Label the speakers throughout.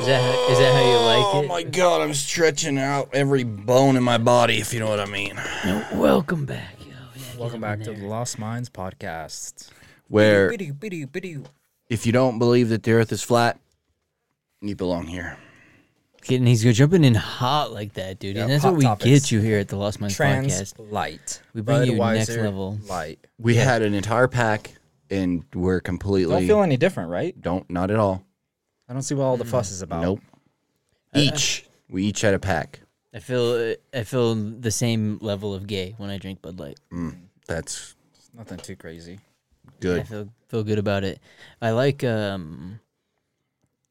Speaker 1: Is that how, is that how you like
Speaker 2: Oh
Speaker 1: it?
Speaker 2: my god, I'm stretching out every bone in my body, if you know what I mean.
Speaker 1: No, welcome back. yo. Yeah, get
Speaker 3: Welcome
Speaker 1: him
Speaker 3: back
Speaker 1: in
Speaker 3: to
Speaker 1: there.
Speaker 3: the Lost Minds podcast.
Speaker 2: Where
Speaker 3: Bidoo, bidoo, bidoo.
Speaker 2: if you don't believe that the earth is flat, you belong here.
Speaker 1: Getting, he's going jumping in hot like that, dude. and that's
Speaker 3: hot
Speaker 1: what we
Speaker 3: topics.
Speaker 1: get you here at the Lost Minds
Speaker 3: Trans
Speaker 1: podcast.
Speaker 3: light.
Speaker 1: We bring you next
Speaker 3: Budweiser
Speaker 1: level.
Speaker 3: light.
Speaker 2: We had an entire pack and we're completely
Speaker 3: Don't feel any different, right?
Speaker 2: don't- not at all.
Speaker 3: I don't see what all the fuss is about.
Speaker 2: Nope.
Speaker 3: Uh-uh.
Speaker 2: Each we each had a pack.
Speaker 1: I feel I feel the same level of gay when I drink Bud Light.
Speaker 2: That's
Speaker 3: Nothing too crazy.
Speaker 1: I
Speaker 2: good.
Speaker 1: feel feel good about it. I like um.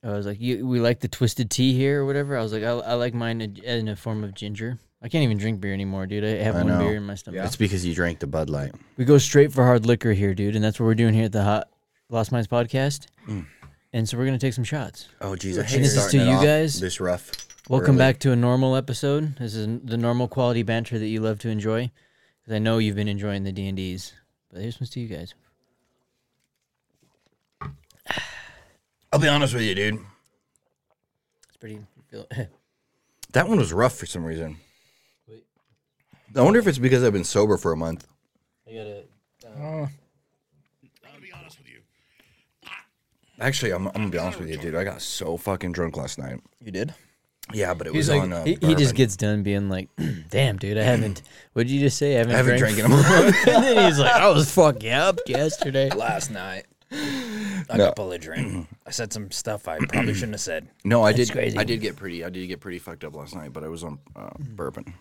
Speaker 1: I was like, you, we like the twisted tea here or whatever. I was like, I, I like mine in, in a form of ginger. I can't even drink beer anymore, dude. I have
Speaker 2: I
Speaker 1: one
Speaker 2: know.
Speaker 1: beer in my stomach.
Speaker 3: Yeah.
Speaker 2: It's because you drank the Bud Light.
Speaker 1: We go straight for hard liquor here, dude, and that's what we're doing here at the Hot Lost Minds podcast. And so we're gonna take some shots.
Speaker 2: Oh jeez, I
Speaker 1: And this is starting to it you off guys?
Speaker 2: This rough.
Speaker 1: Welcome back to a normal episode. This is the normal quality banter that you love to enjoy, because I know you've been enjoying the D and D's. But here's one's to you guys.
Speaker 2: I'll be honest with you, dude.
Speaker 1: It's pretty.
Speaker 2: That one was rough for some reason. I wonder if it's because I've been sober for a month.
Speaker 1: I gotta.
Speaker 2: Actually, I'm, I'm gonna be honest with you, dude. I got so fucking drunk last night.
Speaker 3: You did?
Speaker 2: Yeah, but it was
Speaker 1: He's like,
Speaker 2: on. Uh,
Speaker 1: he, he just
Speaker 2: bourbon.
Speaker 1: gets done being like, "Damn, dude, I haven't." What did you just say? I haven't,
Speaker 2: I haven't
Speaker 1: drank
Speaker 2: drank in a month.
Speaker 1: and then he's like, "I was fucking up yesterday."
Speaker 3: Last night. I
Speaker 2: No.
Speaker 3: got belligerent. I said some stuff I probably shouldn't have said.
Speaker 2: no, I did.
Speaker 1: crazy. Hmm.
Speaker 2: I did get pretty. I did get pretty fucked up last night, but I was on uh, bourbon.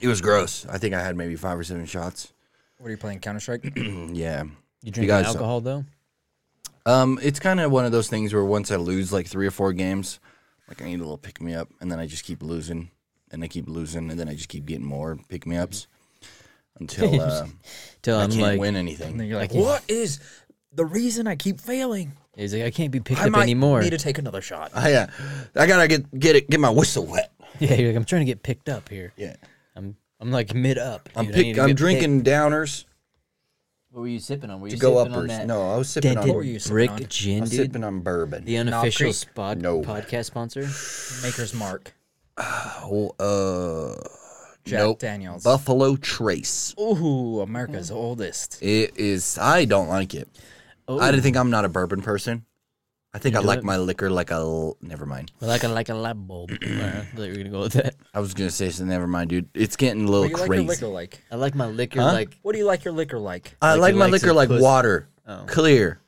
Speaker 2: It was gross. I think I had maybe five or seven shots.
Speaker 3: What are you playing, Counter Strike?
Speaker 2: Yeah.
Speaker 1: You drinking
Speaker 2: guys-
Speaker 1: alcohol though?
Speaker 2: Um, it's kind of one of those things where once I lose like three or four games, like I need a little pick me up, and then I just keep losing, and I keep losing, and then I just keep getting more pick me ups until uh,
Speaker 1: Till
Speaker 2: I
Speaker 1: I'm
Speaker 2: can't
Speaker 1: like,
Speaker 2: win anything.
Speaker 3: And you're like, what is the reason I keep failing?
Speaker 1: he's like, I can't be picked
Speaker 3: I
Speaker 1: up
Speaker 3: might
Speaker 1: anymore.
Speaker 3: need to take another shot.
Speaker 2: I, uh, I gotta get get it, get my whistle wet.
Speaker 1: yeah, you're like, I'm trying to get picked up here.
Speaker 2: Yeah,
Speaker 1: I'm, I'm like mid up.
Speaker 2: I'm
Speaker 1: dude. I need
Speaker 2: pick,
Speaker 1: to
Speaker 2: I'm
Speaker 1: get
Speaker 2: drinking downers
Speaker 1: picked. What were you sipping on? Were you
Speaker 2: to go
Speaker 1: sipping on
Speaker 2: uppers.
Speaker 1: that
Speaker 2: No, I was sipping
Speaker 1: dented
Speaker 2: on.
Speaker 3: were you sipping
Speaker 1: brick
Speaker 3: on?
Speaker 1: gin,
Speaker 2: I'm
Speaker 1: dude.
Speaker 2: sipping on bourbon.
Speaker 1: the unofficial
Speaker 3: Creek?
Speaker 1: spot
Speaker 2: No.
Speaker 1: podcast sponsor.
Speaker 3: Maker's Mark.
Speaker 2: Oh, uh,
Speaker 3: Jack
Speaker 2: nope.
Speaker 3: Daniels.
Speaker 2: Buffalo Trace.
Speaker 3: Ooh, America's
Speaker 1: Mm.
Speaker 3: oldest.
Speaker 2: It is. I don't like it.
Speaker 1: Oh,
Speaker 2: I think I'm not a bourbon person. I think I like my liquor like a. l- Never mind.
Speaker 1: like a like a light bulb. I thought you were gonna go with that.
Speaker 2: I was gonna say so. Never mind, dude. It's getting a
Speaker 3: What
Speaker 2: little
Speaker 3: do you like
Speaker 2: crazy.
Speaker 3: your liquor like?
Speaker 1: I like my liquor like
Speaker 3: What do you like your liquor like?
Speaker 2: I
Speaker 1: Like
Speaker 2: like
Speaker 1: he
Speaker 2: my
Speaker 1: likes
Speaker 2: liquor
Speaker 1: it
Speaker 2: like
Speaker 1: pussy.
Speaker 2: water, clear.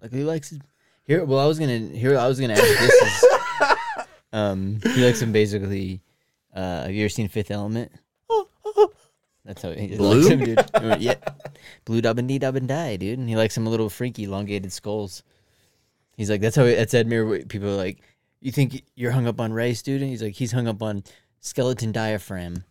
Speaker 1: Like he likes his, here. Well, I was gonna here. I was gonna ask this. Is, um, he likes him basically. Uh, have you ever seen Fifth Element? That's how he
Speaker 2: Blue?
Speaker 1: likes him, dude. yeah, blue dub and dee dub and die, dude. And he likes him a little freaky, elongated skulls. He's like, that's how that's Edmure. People are like, you think you're hung up on race, dude? And he's like, he's hung up on skeleton diaphragm.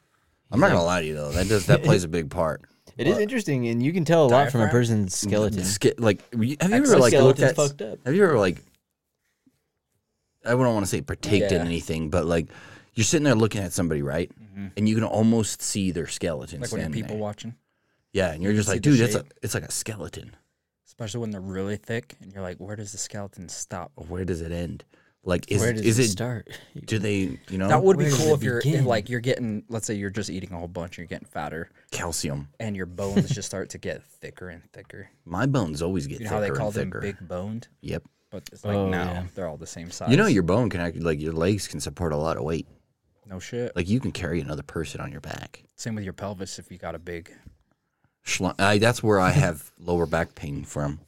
Speaker 2: I'm not gonna lie to you though. That does that plays a big part.
Speaker 1: It is interesting, and you can tell a lot from a
Speaker 3: Diaphragm?
Speaker 1: person's skeleton.
Speaker 2: Ske- like, we- have you ever
Speaker 1: Exoskeleton's
Speaker 2: like looked at?
Speaker 1: fucked up.
Speaker 2: Have you ever like? I wouldn't want to say partaked in
Speaker 3: Yeah.
Speaker 2: anything, but like, you're sitting there looking at somebody, right? And you can almost see their skeleton.
Speaker 3: Mm-hmm. Like when you're
Speaker 2: standing
Speaker 3: people
Speaker 2: there.
Speaker 3: watching,
Speaker 2: Yeah, and you're just
Speaker 3: see
Speaker 2: like,
Speaker 3: the
Speaker 2: dude, it's a,
Speaker 3: shape.
Speaker 2: it's like a skeleton.
Speaker 3: especially when they're really thick, and you're like, where does the skeleton stop? Oh,
Speaker 2: Where does it end? Like, is
Speaker 1: Where does
Speaker 2: is
Speaker 1: it,
Speaker 2: it?
Speaker 1: start?
Speaker 2: Do they? You know,
Speaker 3: That would be
Speaker 1: where does
Speaker 3: cool
Speaker 1: it
Speaker 3: if you're
Speaker 1: begin?
Speaker 3: like you're getting, let's say you're just eating a whole bunch, and you're getting fatter,
Speaker 2: calcium.
Speaker 3: and your bones just start to get thicker and thicker.
Speaker 2: My bones always get
Speaker 3: You know how
Speaker 2: thicker
Speaker 3: they call
Speaker 2: and
Speaker 3: them
Speaker 2: thicker.
Speaker 3: big boned,
Speaker 2: Yep.
Speaker 3: but it's like
Speaker 1: Oh,
Speaker 3: now
Speaker 1: yeah.
Speaker 3: they're all the same size.
Speaker 2: You know, your bone can act like your legs can support a lot of weight.
Speaker 3: no shit.
Speaker 2: Like you can carry another person on your back.
Speaker 3: Same with your pelvis if you got a big.
Speaker 2: Schl- I, that's where I have lower back pain from.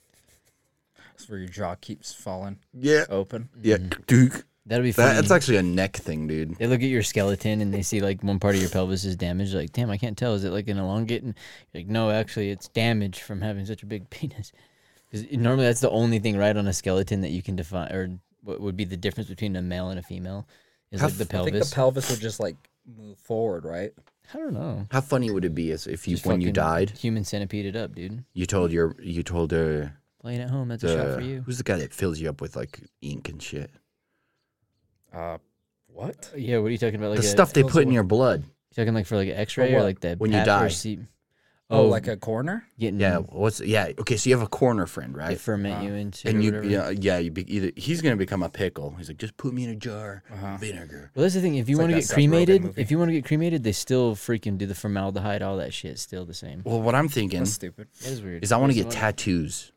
Speaker 3: That's where your jaw keeps falling
Speaker 2: Yeah.
Speaker 3: open.
Speaker 2: Yeah. Duke.
Speaker 1: That'll be
Speaker 2: That,
Speaker 1: Oh, mm. funny.
Speaker 2: that's actually a neck thing, dude.
Speaker 1: They look at your skeleton and they see like one part of your pelvis is damaged. Like, damn, I can't tell. Is it like an elongating? Like, no, actually, it's damaged from having such a big penis. Because normally that's the only thing right on a skeleton that you can define, or what would be the difference between a male and a female is like the
Speaker 3: I think
Speaker 1: pelvis.
Speaker 3: the pelvis would just like move forward, right?
Speaker 1: I don't know.
Speaker 2: How funny would it be is if you
Speaker 1: Just
Speaker 2: when you
Speaker 1: fucking
Speaker 2: died,
Speaker 1: human centipede it up, dude.
Speaker 2: you told your you told uh,
Speaker 1: Playing at home, that's a shot
Speaker 2: the
Speaker 1: for you.
Speaker 2: who's the guy that fills you up with like ink and shit?
Speaker 3: Uh, what?
Speaker 1: Yeah, what are you talking about? Like
Speaker 2: the
Speaker 1: a-
Speaker 2: stuff they put in your blood.
Speaker 1: You talking like for like an X-ray or
Speaker 3: what?
Speaker 1: like that
Speaker 2: When you die.
Speaker 1: C-
Speaker 3: Oh,
Speaker 1: Oh.
Speaker 3: like a corner?
Speaker 1: Getting
Speaker 2: Yeah. What's yeah? Okay, so you have a corner friend,
Speaker 1: they
Speaker 2: right?
Speaker 1: ferment you into
Speaker 2: And
Speaker 1: or
Speaker 2: you,
Speaker 1: whatever.
Speaker 2: yeah, yeah, you be either he's gonna become a pickle. He's like, just put me in a jar of
Speaker 1: Uh-huh.
Speaker 2: vinegar.
Speaker 1: Well, that's the thing. If you
Speaker 3: like
Speaker 1: want to
Speaker 3: that
Speaker 1: get
Speaker 3: Seth Rogen
Speaker 1: cremated,
Speaker 3: movie.
Speaker 1: if you want to get cremated, they still freaking do the formaldehyde, all that shit, still the same.
Speaker 2: Well, what I'm thinking
Speaker 3: That's stupid.
Speaker 1: That is weird.
Speaker 2: is I want to
Speaker 1: That's
Speaker 2: get
Speaker 1: what-
Speaker 2: tattoos.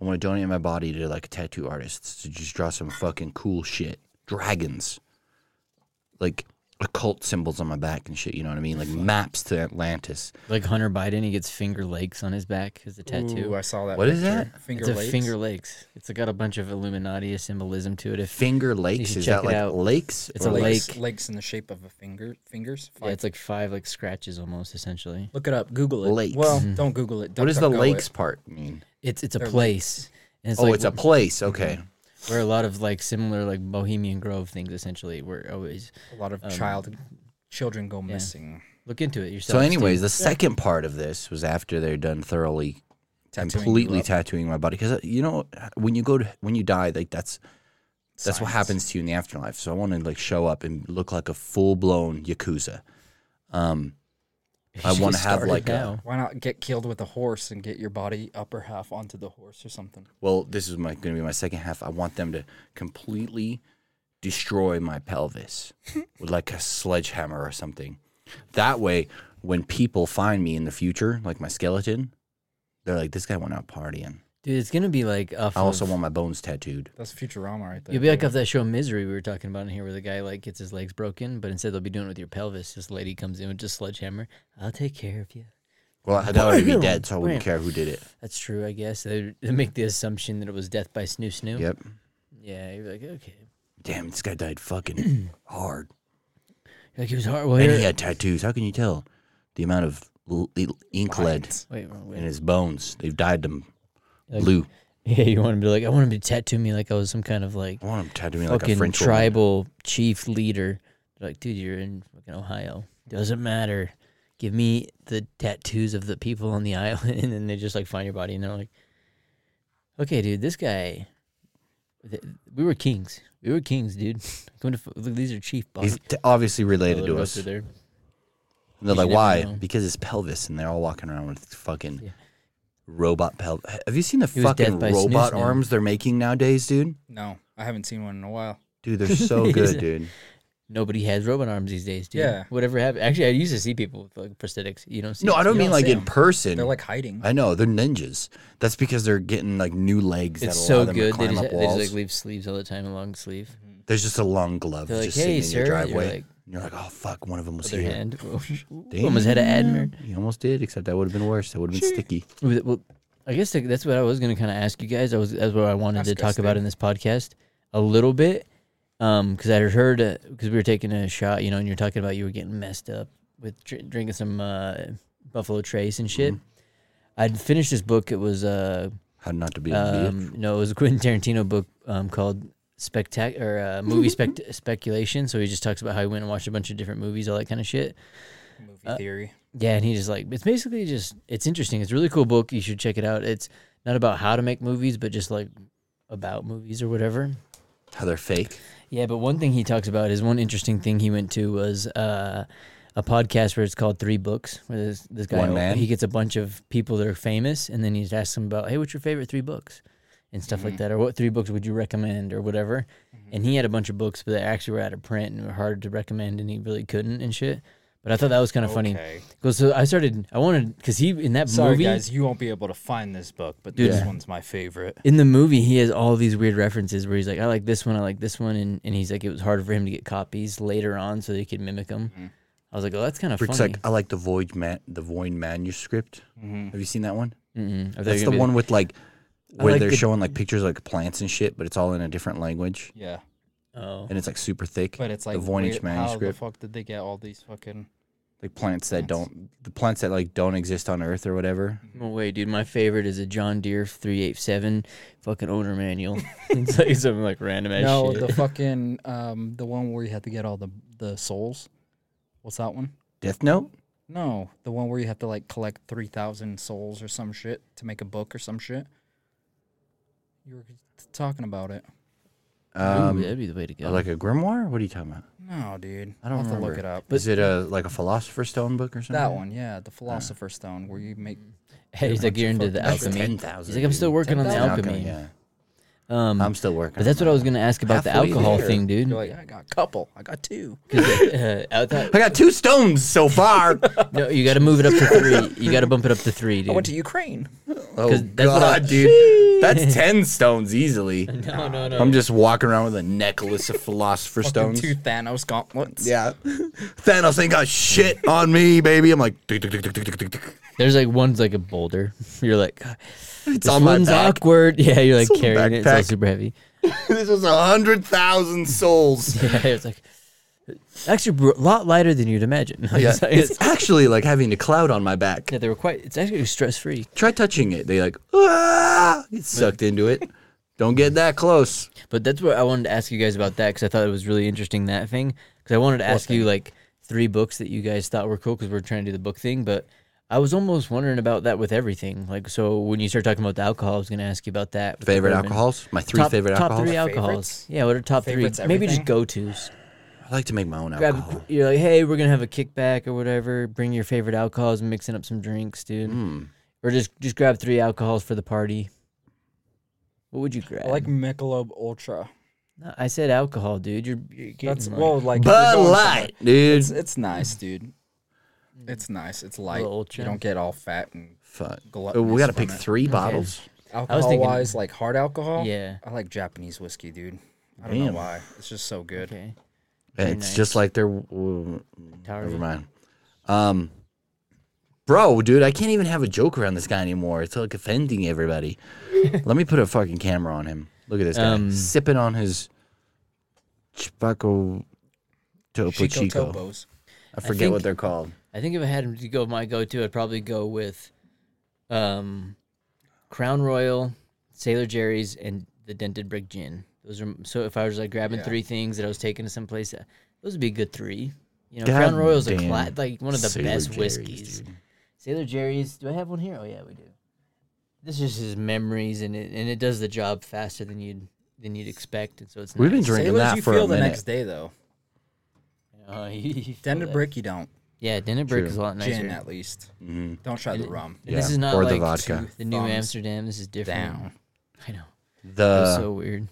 Speaker 2: I want to donate my body to like tattoo artists to just draw some fucking cool shit. Dragons, like occult symbols on my back and shit. You know what I mean? Like maps to Atlantis.
Speaker 1: like Hunter Biden. He gets finger lakes on his back as a tattoo.
Speaker 3: Ooh, I saw that.
Speaker 2: What is
Speaker 3: picture. Finger
Speaker 1: it's a
Speaker 3: lakes.
Speaker 1: finger lakes. It's got a bunch of Illuminati symbolism to it. If
Speaker 2: Finger Lakes
Speaker 1: should
Speaker 2: is
Speaker 1: check
Speaker 2: that
Speaker 1: it
Speaker 2: like
Speaker 1: out.
Speaker 2: lakes?
Speaker 1: It's
Speaker 2: or
Speaker 1: a
Speaker 2: like-
Speaker 1: lake.
Speaker 3: Lakes, lakes in the shape of a finger. Fingers.
Speaker 1: yeah, it's like five like scratches almost essentially.
Speaker 3: Look it up. Google it.
Speaker 2: Lakes.
Speaker 3: Well,
Speaker 1: Mm.
Speaker 3: don't Google it.
Speaker 2: What does the
Speaker 3: DuckDuckGo
Speaker 2: lakes
Speaker 3: It.
Speaker 2: part mean?
Speaker 1: It's it's a place. And it's
Speaker 2: oh,
Speaker 1: like Mhm.
Speaker 2: it's a place. Okay.
Speaker 1: where a lot of like similar like Bohemian Grove things essentially were always
Speaker 3: A lot of
Speaker 1: Um,
Speaker 3: child children go missing.
Speaker 1: look into it yourself.
Speaker 2: So,
Speaker 1: Steve.
Speaker 2: anyways, the second part of this was after they're done thoroughly,
Speaker 3: Tattooing you
Speaker 2: completely
Speaker 3: up.
Speaker 2: tattooing my body because you know when you go to when you die, like that's that's what
Speaker 3: Science.
Speaker 2: happens to you in the afterlife. So I want to like show up and look like a full blown yakuza. Um,
Speaker 1: You
Speaker 2: I
Speaker 1: should
Speaker 2: want to
Speaker 1: get
Speaker 2: have
Speaker 1: started
Speaker 2: like a,
Speaker 1: now.
Speaker 3: Why not get killed with a horse and get your body upper half onto the horse or something?
Speaker 2: well, this is my going to be my second half. I want them to completely destroy my pelvis with like a sledgehammer or something. That way, when people find me in the future, like my skeleton, they're like, "This guy went out partying."
Speaker 1: dude, it's gonna be like off
Speaker 2: I also
Speaker 1: of-
Speaker 2: want my bones tattooed.
Speaker 3: That's Futurama right there.
Speaker 1: You'll be like off that show Misery we were talking about in here, where the guy like gets his legs broken, but instead they'll be doing it with your pelvis. This lady comes in with just sledgehammer. I'll take care of you.
Speaker 2: Well, I'd already be
Speaker 1: Bam!
Speaker 2: dead, so I wouldn't
Speaker 1: Bam.
Speaker 2: care who did it.
Speaker 1: That's true, I guess. They, they make the assumption that it was death by snoo snoo.
Speaker 2: Yep.
Speaker 1: Yeah, you're like okay.
Speaker 2: Damn, this guy died fucking hard.
Speaker 1: You're like it was hard. Well,
Speaker 2: And
Speaker 1: here,
Speaker 2: he had tattoos. How can you tell the amount of l- l- ink lead
Speaker 1: wait, wrong
Speaker 2: in
Speaker 1: way.
Speaker 2: his bones? They've dyed them
Speaker 1: Like-
Speaker 2: blue.
Speaker 1: Yeah, you want him to be like, I want him to tattoo me like I was some kind of like
Speaker 2: I want him tattooing like a
Speaker 1: fucking
Speaker 2: French woman.
Speaker 1: tribal chief leader. They're like, dude, you're in fucking Ohio. Doesn't matter. Give me the tattoos of the people on the island, and then they just like find your body, and they're like, okay, dude, this guy, th- we were kings. We were kings, dude. Come to, f- look, these are chief
Speaker 2: He's
Speaker 1: bodies.
Speaker 2: t- obviously related to
Speaker 1: Go
Speaker 2: us.
Speaker 1: through
Speaker 2: And
Speaker 1: there. You
Speaker 2: they're like,
Speaker 1: never
Speaker 2: why?
Speaker 1: know.
Speaker 2: Because his pelvis, and they're all walking around with fucking
Speaker 1: Yeah.
Speaker 2: robot pelvis. Have you seen the
Speaker 1: was dead
Speaker 2: fucking
Speaker 1: by Snoo
Speaker 2: robot
Speaker 1: Snoo.
Speaker 2: arms they're making nowadays, dude?
Speaker 3: No, I haven't seen one in a while.
Speaker 2: Dude, they're so good, dude.
Speaker 1: Nobody has robot arms these days, dude.
Speaker 3: Yeah.
Speaker 1: Whatever happened. Actually, I used to see people with like prosthetics. You don't see.
Speaker 2: No,
Speaker 1: it.
Speaker 2: I don't
Speaker 3: You
Speaker 2: mean
Speaker 3: don't
Speaker 2: like
Speaker 3: see
Speaker 2: in
Speaker 3: 'em.
Speaker 2: person.
Speaker 3: They're like hiding.
Speaker 1: Uh,
Speaker 2: I know they're ninjas. That's because they're getting like new legs.
Speaker 1: It's
Speaker 2: that allow
Speaker 1: so
Speaker 2: them
Speaker 1: good.
Speaker 2: To
Speaker 1: They
Speaker 2: climb
Speaker 1: just,
Speaker 2: up
Speaker 1: they
Speaker 2: walls.
Speaker 1: just like leave sleeves all the time, a long sleeve.
Speaker 2: There's just a long glove
Speaker 1: They're like,
Speaker 2: just
Speaker 1: "Hey,
Speaker 2: sitting in your
Speaker 1: sir," and you're
Speaker 2: driveway.
Speaker 1: like-
Speaker 2: and you're like, oh fuck, one of them was
Speaker 1: Other
Speaker 2: here.
Speaker 1: hand. Almost had an admiral.
Speaker 2: Damn, You almost did, except that would have been worse. That would have been sticky.
Speaker 1: Well, well, I guess that- that's what I was going to kind of ask you guys. I was that's what I wanted to
Speaker 3: Ask
Speaker 1: talk
Speaker 3: us,
Speaker 1: about
Speaker 3: Dave.
Speaker 1: in this podcast a little bit, um, because I had heard because we were taking a shot, you know, and you're talking about you were getting messed up with dr- drinking some uh, Buffalo Trace and shit.
Speaker 2: Mm-hmm.
Speaker 1: I'd finished this book. It was uh,
Speaker 2: How not to be a bitch.
Speaker 1: um, no, it was a Quentin Tarantino book um, called Spectac or uh, movie spect- speculation. So he just talks about how he went and watched a bunch of different movies, all that kind of shit.
Speaker 3: Movie
Speaker 1: uh,
Speaker 3: theory.
Speaker 1: Yeah, and he just like it's basically just it's interesting. It's a really cool book. You should check it out. It's not about how to make movies, but just like about movies or whatever.
Speaker 2: How they're fake.
Speaker 1: Yeah, but one thing he talks about is one interesting thing he went to was uh, a podcast where it's called Three Books, where this, this guy
Speaker 2: One man?
Speaker 1: he gets a bunch of people that are famous, and then he just asks them about, hey, what's your favorite three books, and stuff like that, or what three books would you recommend, or whatever. And he had a bunch of books, but they actually were out of print and were hard to recommend, and he really couldn't and shit. But I thought that was kind of funny.
Speaker 3: Okay.
Speaker 1: Cause so I started. I wanted because he in that
Speaker 3: Sorry,
Speaker 1: movie
Speaker 3: guys, you won't be able to find this book, but
Speaker 1: Dude.
Speaker 3: this
Speaker 1: Yeah.
Speaker 3: one's my favorite.
Speaker 1: in the movie he has all these weird references where he's like, I like this one, I like this one, and, and he's like, it was hard for him to get copies later on so they could mimic them.
Speaker 2: Mm-hmm.
Speaker 1: I was like, oh, that's kind of funny.
Speaker 2: It's like I like the void man, the void manuscript.
Speaker 3: Mm-hmm.
Speaker 2: Have you seen that one?
Speaker 1: Mm-mm. I thought you were
Speaker 2: That's
Speaker 1: gonna
Speaker 2: the
Speaker 1: be-
Speaker 2: one with like where
Speaker 1: like
Speaker 2: they're
Speaker 1: the-
Speaker 2: showing like pictures of, like plants and shit, but it's all in a different language,
Speaker 3: Yeah,
Speaker 1: Oh,
Speaker 2: and it's like super thick.
Speaker 3: but it's like
Speaker 2: the Voynich
Speaker 3: weird- How the
Speaker 2: manuscript.
Speaker 3: fuck did they get all these fucking?
Speaker 2: like plants that don't the plants that like don't exist on earth or whatever.
Speaker 1: no way, dude! My favorite is a John Deere three eight seven fucking owner manual. it's like something like random ass
Speaker 3: no,
Speaker 1: shit.
Speaker 3: the fucking um, the one where you have to get all the the souls. What's that one?
Speaker 2: Death Note?
Speaker 3: No, the one where you have to like collect three thousand souls or some shit to make a book or some shit. You were talking about it.
Speaker 1: Ooh,
Speaker 2: Um,
Speaker 1: that'd be the way to go.
Speaker 2: like a grimoire? What are you talking about?
Speaker 3: No, dude.
Speaker 2: I don't
Speaker 3: I'll have to look
Speaker 2: remember.
Speaker 3: it up.
Speaker 2: Is it a like a philosopher's stone book or something?
Speaker 3: that one, yeah, the Philosopher's Stone, where you make
Speaker 1: hey, he's like you're into the
Speaker 2: That's
Speaker 1: alchemy.
Speaker 2: 10,000,
Speaker 1: He's like I'm still
Speaker 2: dude.
Speaker 1: working on the
Speaker 3: 10,000?
Speaker 1: alchemy.
Speaker 2: Yeah.
Speaker 1: Um,
Speaker 2: I'm still working.
Speaker 1: but that's what I was gonna ask about the
Speaker 2: Halfway
Speaker 1: alcohol
Speaker 2: there.
Speaker 1: thing, dude.
Speaker 3: You're like, I got a couple. I got two.
Speaker 1: 'Cause, uh, I thought-
Speaker 2: I got two stones so far.
Speaker 1: no, you got to move it up to three. You got to bump it up to three, dude.
Speaker 3: I went to Ukraine.
Speaker 2: oh
Speaker 1: 'Cause that's what I-
Speaker 2: god, dude, that's ten stones easily.
Speaker 1: no, no, no.
Speaker 2: I'm just walking around with a necklace of philosopher's
Speaker 3: Fucking
Speaker 2: stones.
Speaker 3: Two Thanos gauntlets.
Speaker 2: Yeah, Thanos ain't got shit on me, baby. I'm like, tick, tick, tick, tick, tick, tick, tick, tick.
Speaker 1: There's like one's like a boulder. You're like, "God, this
Speaker 2: on my
Speaker 1: one's
Speaker 2: back.
Speaker 1: awkward. Yeah, you're like
Speaker 2: It's on my
Speaker 1: carrying it. It's all
Speaker 2: backpack.
Speaker 1: super heavy.
Speaker 2: this was a hundred thousand souls.
Speaker 1: Yeah, it's like actually br- a lot lighter than you'd imagine. Like,
Speaker 2: Yeah,
Speaker 1: it's,
Speaker 2: it's
Speaker 1: it's-
Speaker 2: actually like having a cloud on my back.
Speaker 1: yeah, they were quite. It's actually stress free.
Speaker 2: Try touching it. They like, ah, get sucked into it. Don't get that close.
Speaker 1: But that's what I wanted to ask you guys about that because I thought it was really interesting that thing. Because I wanted to ask you like three books that you guys thought were cool because we're trying to do the book thing. But I was almost wondering about that with everything. Like so, when you start talking about the alcohol, I was going to ask you about that. with the
Speaker 2: Favorite
Speaker 1: bourbon.
Speaker 2: alcohols? My three
Speaker 1: Top,
Speaker 2: favorite
Speaker 1: top
Speaker 2: alcohols.
Speaker 1: three
Speaker 3: My
Speaker 1: alcohols.
Speaker 3: favorites?
Speaker 1: Yeah, what are top
Speaker 3: Favorites
Speaker 1: three? Maybe just
Speaker 3: everything?
Speaker 1: go tos.
Speaker 2: I like to make my own
Speaker 1: grab
Speaker 2: alcohol.
Speaker 1: you're like hey we're gonna have a kickback or whatever bring your favorite alcohols and mixing up some drinks dude
Speaker 2: Hmm.
Speaker 1: or just just grab three alcohols for the party what would you grab
Speaker 3: I like Michelob Ultra.
Speaker 1: No, i said alcohol dude you're, you're getting
Speaker 3: That's
Speaker 1: like,
Speaker 3: well, like
Speaker 2: Bud
Speaker 3: you're going
Speaker 2: Light,
Speaker 3: somewhere.
Speaker 2: dude.
Speaker 3: It's, it's
Speaker 1: Mm.
Speaker 3: nice, dude. It's nice. It's light.
Speaker 1: Ultra.
Speaker 3: You don't get all fat and
Speaker 2: Fuck. Oh,
Speaker 3: gluttonous.
Speaker 2: we gotta
Speaker 3: from
Speaker 2: pick
Speaker 3: it.
Speaker 2: three bottles.
Speaker 3: Alcohol
Speaker 1: thinking-
Speaker 3: wise, like hard alcohol.
Speaker 1: Yeah.
Speaker 3: I like Japanese whiskey, dude. I don't know
Speaker 2: Damn.
Speaker 3: why. It's just so good.
Speaker 1: okay
Speaker 2: It's just like they're. w-
Speaker 1: Tower
Speaker 2: Never
Speaker 1: of-
Speaker 2: mind. Um, bro, dude, I can't even have a joke around this guy anymore. It's like offending everybody. Let me put a fucking camera on him. Look at this guy
Speaker 1: Um,
Speaker 2: sipping on his Chipaco Topo
Speaker 3: Chico
Speaker 2: Chico.
Speaker 3: Topos.
Speaker 2: I forget
Speaker 1: think-
Speaker 2: what they're called.
Speaker 1: i think if i had to go my go-to i'd probably go with um crown royal sailor jerry's and the dented brick gin those are so if i was like grabbing three things that i was taking to someplace uh, those would be a good three you know, Crown
Speaker 2: God
Speaker 1: Royal's a
Speaker 2: damn
Speaker 1: cla- like one of the
Speaker 2: Sailor
Speaker 1: best
Speaker 2: Jerry's,
Speaker 1: whiskeys.
Speaker 2: dude.
Speaker 1: Sailor Jerry's. Do I have one here? Oh yeah, we do. This is his memories, and it and it does the job faster than you'd than you'd expect, and so it's
Speaker 2: We've been
Speaker 1: nice.
Speaker 2: drinking
Speaker 3: Sailors,
Speaker 2: that
Speaker 3: you
Speaker 2: for
Speaker 3: feel
Speaker 2: a
Speaker 3: the
Speaker 2: minute.
Speaker 3: next day though.
Speaker 1: Oh, you- you feel
Speaker 3: Dented
Speaker 1: that.
Speaker 3: brick, you don't.
Speaker 1: Yeah, Denton brick is a lot nicer.
Speaker 3: Gin at least.
Speaker 2: Mm-hmm.
Speaker 3: Don't try the rum.
Speaker 1: And This
Speaker 2: Yeah,
Speaker 1: is not
Speaker 2: or the
Speaker 1: like
Speaker 2: vodka.
Speaker 1: the New
Speaker 3: Thumbs
Speaker 1: Amsterdam. This is different.
Speaker 3: Down.
Speaker 1: I know. It's
Speaker 2: the
Speaker 1: so weird.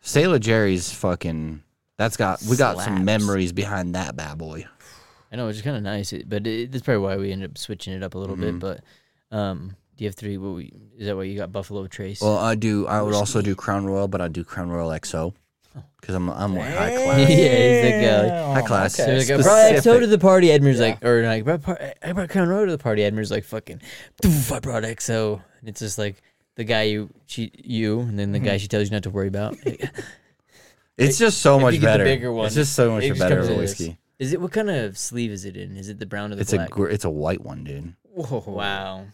Speaker 2: Sailor Jerry's fucking. That's got we got
Speaker 1: Slaps.
Speaker 2: some memories behind that bad boy.
Speaker 1: I know, which is kind of nice, it, but it, that's probably why we ended up switching it up a little
Speaker 2: Mm-hmm.
Speaker 1: bit. But um, do you have three? What we, is that? Why you got Buffalo Trace?
Speaker 2: Well, I do. I would also do Crown Royal, but I do Crown Royal XO because I'm I'm more high
Speaker 1: yeah,
Speaker 2: class.
Speaker 1: he's like uh,
Speaker 2: High class.
Speaker 1: So like, I brought
Speaker 2: Specific.
Speaker 1: XO to the party. Edmure's
Speaker 3: Yeah.
Speaker 1: like, or like, I brought, par- I brought Crown Royal to the party. Edmure's like, fucking, "Doof, I brought XO. And it's just like the guy you, she, you, and then the
Speaker 2: Mm-hmm.
Speaker 1: guy she tells you not to worry about.
Speaker 2: It's just so much
Speaker 1: you get the
Speaker 2: better.
Speaker 1: bigger one,
Speaker 2: it's just so
Speaker 1: it
Speaker 2: much
Speaker 1: just
Speaker 2: better
Speaker 1: comes
Speaker 2: of a
Speaker 1: in
Speaker 2: whiskey.
Speaker 1: Is it what kind of sleeve is it in? Is it the brown or the
Speaker 2: It's a
Speaker 1: black?
Speaker 2: gr- it's a white one, dude.
Speaker 3: Whoa.
Speaker 1: wow,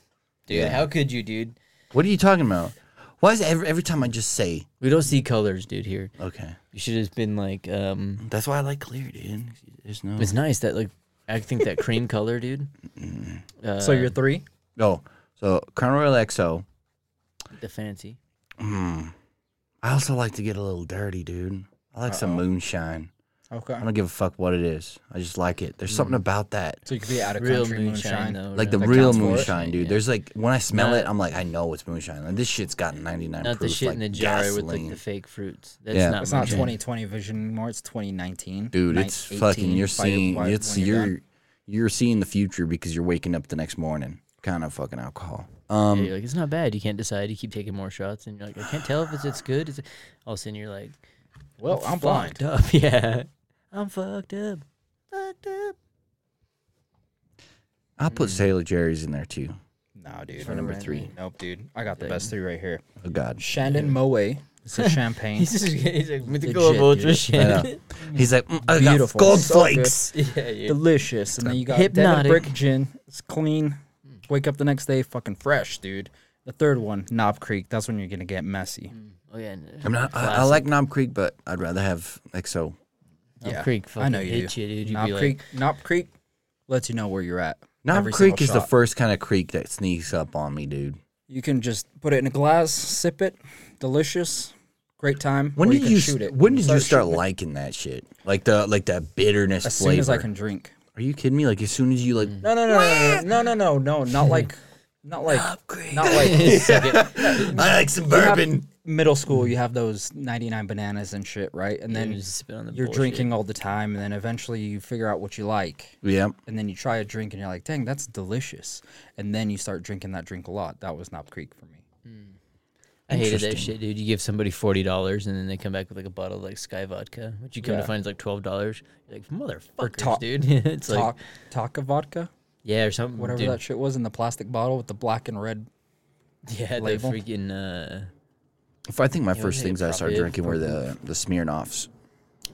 Speaker 1: dude,
Speaker 2: Yeah.
Speaker 1: how could you, dude?
Speaker 2: What are you talking about? Why is it every, every time I just say
Speaker 1: We don't see colors, dude. Here,
Speaker 2: okay?
Speaker 1: you should have been like, um,
Speaker 2: That's why I like clear, dude. There's no.
Speaker 1: it's nice that like, I think that cream color, dude.
Speaker 2: Mm-hmm.
Speaker 1: Uh,
Speaker 3: So you're three?
Speaker 2: Oh, so Crown Royal XO.
Speaker 1: the fancy.
Speaker 2: Mm. I also like to get a little dirty, dude. I like some moonshine.
Speaker 3: Okay.
Speaker 2: I don't give a fuck what it is. I just like it.
Speaker 3: Mm.
Speaker 2: There's something about that.
Speaker 3: So you could be out of
Speaker 1: Real
Speaker 3: country
Speaker 1: moonshine,
Speaker 3: moonshine.
Speaker 1: though.
Speaker 2: Like
Speaker 1: no?
Speaker 2: the real
Speaker 3: counts for it.
Speaker 2: moonshine, dude.
Speaker 1: Yeah.
Speaker 2: There's like when I smell
Speaker 1: Not-
Speaker 2: it, I'm like, I know it's moonshine. Like, this shit's got 99
Speaker 1: Not the
Speaker 2: proof,
Speaker 1: shit
Speaker 2: like
Speaker 1: in the jar with like
Speaker 2: gasoline.
Speaker 1: the fake fruits. That's
Speaker 2: Yeah.
Speaker 1: not
Speaker 3: It's not
Speaker 1: moonshine.
Speaker 3: 2020 vision anymore. It's 2019.
Speaker 2: dude.
Speaker 3: Nin-
Speaker 2: It's fucking.
Speaker 3: 18
Speaker 2: You're
Speaker 3: by your-
Speaker 2: seeing.
Speaker 3: by
Speaker 2: it's
Speaker 3: when you're
Speaker 2: you're
Speaker 3: done.
Speaker 2: you're, seeing the future because you're waking up the next morning. Kind of fucking alcohol. Um,
Speaker 3: uh,
Speaker 1: Yeah, you're like, it's not bad. You can't decide. You keep taking more shots, and you're like, I can't tell if it's, it's good. It's, all of a sudden, you're like,
Speaker 3: Well, I'm blind.
Speaker 1: fucked up. Yeah, I'm fucked up. Fucked up.
Speaker 2: I'll put
Speaker 3: mm.
Speaker 2: Sailor Jerry's in there too.
Speaker 3: No, dude.
Speaker 2: For number three.
Speaker 3: Nope, dude. I got the best three right here.
Speaker 2: Oh God.
Speaker 3: Shandon Moe. It's a champagne.
Speaker 1: He's just he's like mythical
Speaker 3: Legit,
Speaker 1: of ultra
Speaker 3: dude.
Speaker 1: shit.
Speaker 2: He's like, mm, I got
Speaker 3: Beautiful.
Speaker 2: gold
Speaker 3: So good.
Speaker 2: flakes.
Speaker 1: Yeah, yeah.
Speaker 3: Delicious. And then you got
Speaker 1: Hypnotic.
Speaker 3: Hypnotic. Hmm. Brick Gin. It's clean. Wake up the next day fucking fresh, dude. The third one, Knob Creek. That's when you're going to get messy.
Speaker 1: Oh yeah.
Speaker 2: I'm not. I, I like Knob Creek, but I'd rather have XO.
Speaker 1: Knob Creek
Speaker 3: I know
Speaker 1: fucking
Speaker 3: you.
Speaker 1: hits
Speaker 3: do.
Speaker 1: you, dude. You'd be
Speaker 3: Knob
Speaker 1: like-
Speaker 3: Creek. Knob Creek lets you know where you're at.
Speaker 2: Knob
Speaker 3: Every single
Speaker 2: Creek is the
Speaker 3: shot.
Speaker 2: first kind of creek that sneaks up on me, dude.
Speaker 3: You can just put it in a glass, sip it, delicious, Great time.
Speaker 2: When
Speaker 3: or
Speaker 2: did
Speaker 3: can
Speaker 2: you,
Speaker 3: shoot
Speaker 2: s-
Speaker 3: it?
Speaker 2: When did you start
Speaker 3: shooting.
Speaker 2: liking that shit? Like the like that bitterness
Speaker 3: As
Speaker 2: flavor.
Speaker 3: soon as I Mm. can drink.
Speaker 2: Are you kidding me? Like as soon as you like
Speaker 3: No, no, no, no, no, no, no, no, no, not like, not like,
Speaker 2: upgrade.
Speaker 3: not like
Speaker 1: Suck it.
Speaker 2: I like some bourbon.
Speaker 3: middle school. You have those ninety nine bananas and shit, right? And
Speaker 1: And
Speaker 3: then
Speaker 1: you just spit on the
Speaker 3: you're
Speaker 1: bullshit.
Speaker 3: drinking all the time, and then eventually you figure out what you like,
Speaker 2: Yeah.
Speaker 3: and then you try a drink, and you're like, dang, that's delicious, and then you start drinking that drink a lot. That was Knob Creek for me.
Speaker 1: I hated that
Speaker 2: Interesting.
Speaker 1: shit, dude. You give somebody forty dollars and then they come back with like a bottle of like Sky vodka, which you come
Speaker 3: Yeah.
Speaker 1: to find is like twelve dollars. Like motherfuckers,
Speaker 3: ta-
Speaker 1: dude. it's like
Speaker 3: Talk, Taka vodka,
Speaker 1: yeah, or something.
Speaker 3: whatever
Speaker 1: dude.
Speaker 3: that shit was in the plastic bottle with the black and red.
Speaker 1: yeah, the
Speaker 3: label.
Speaker 1: freaking uh,
Speaker 2: If I think my first
Speaker 1: they
Speaker 2: things I started
Speaker 1: probably-
Speaker 2: drinking were the the Smirnoffs.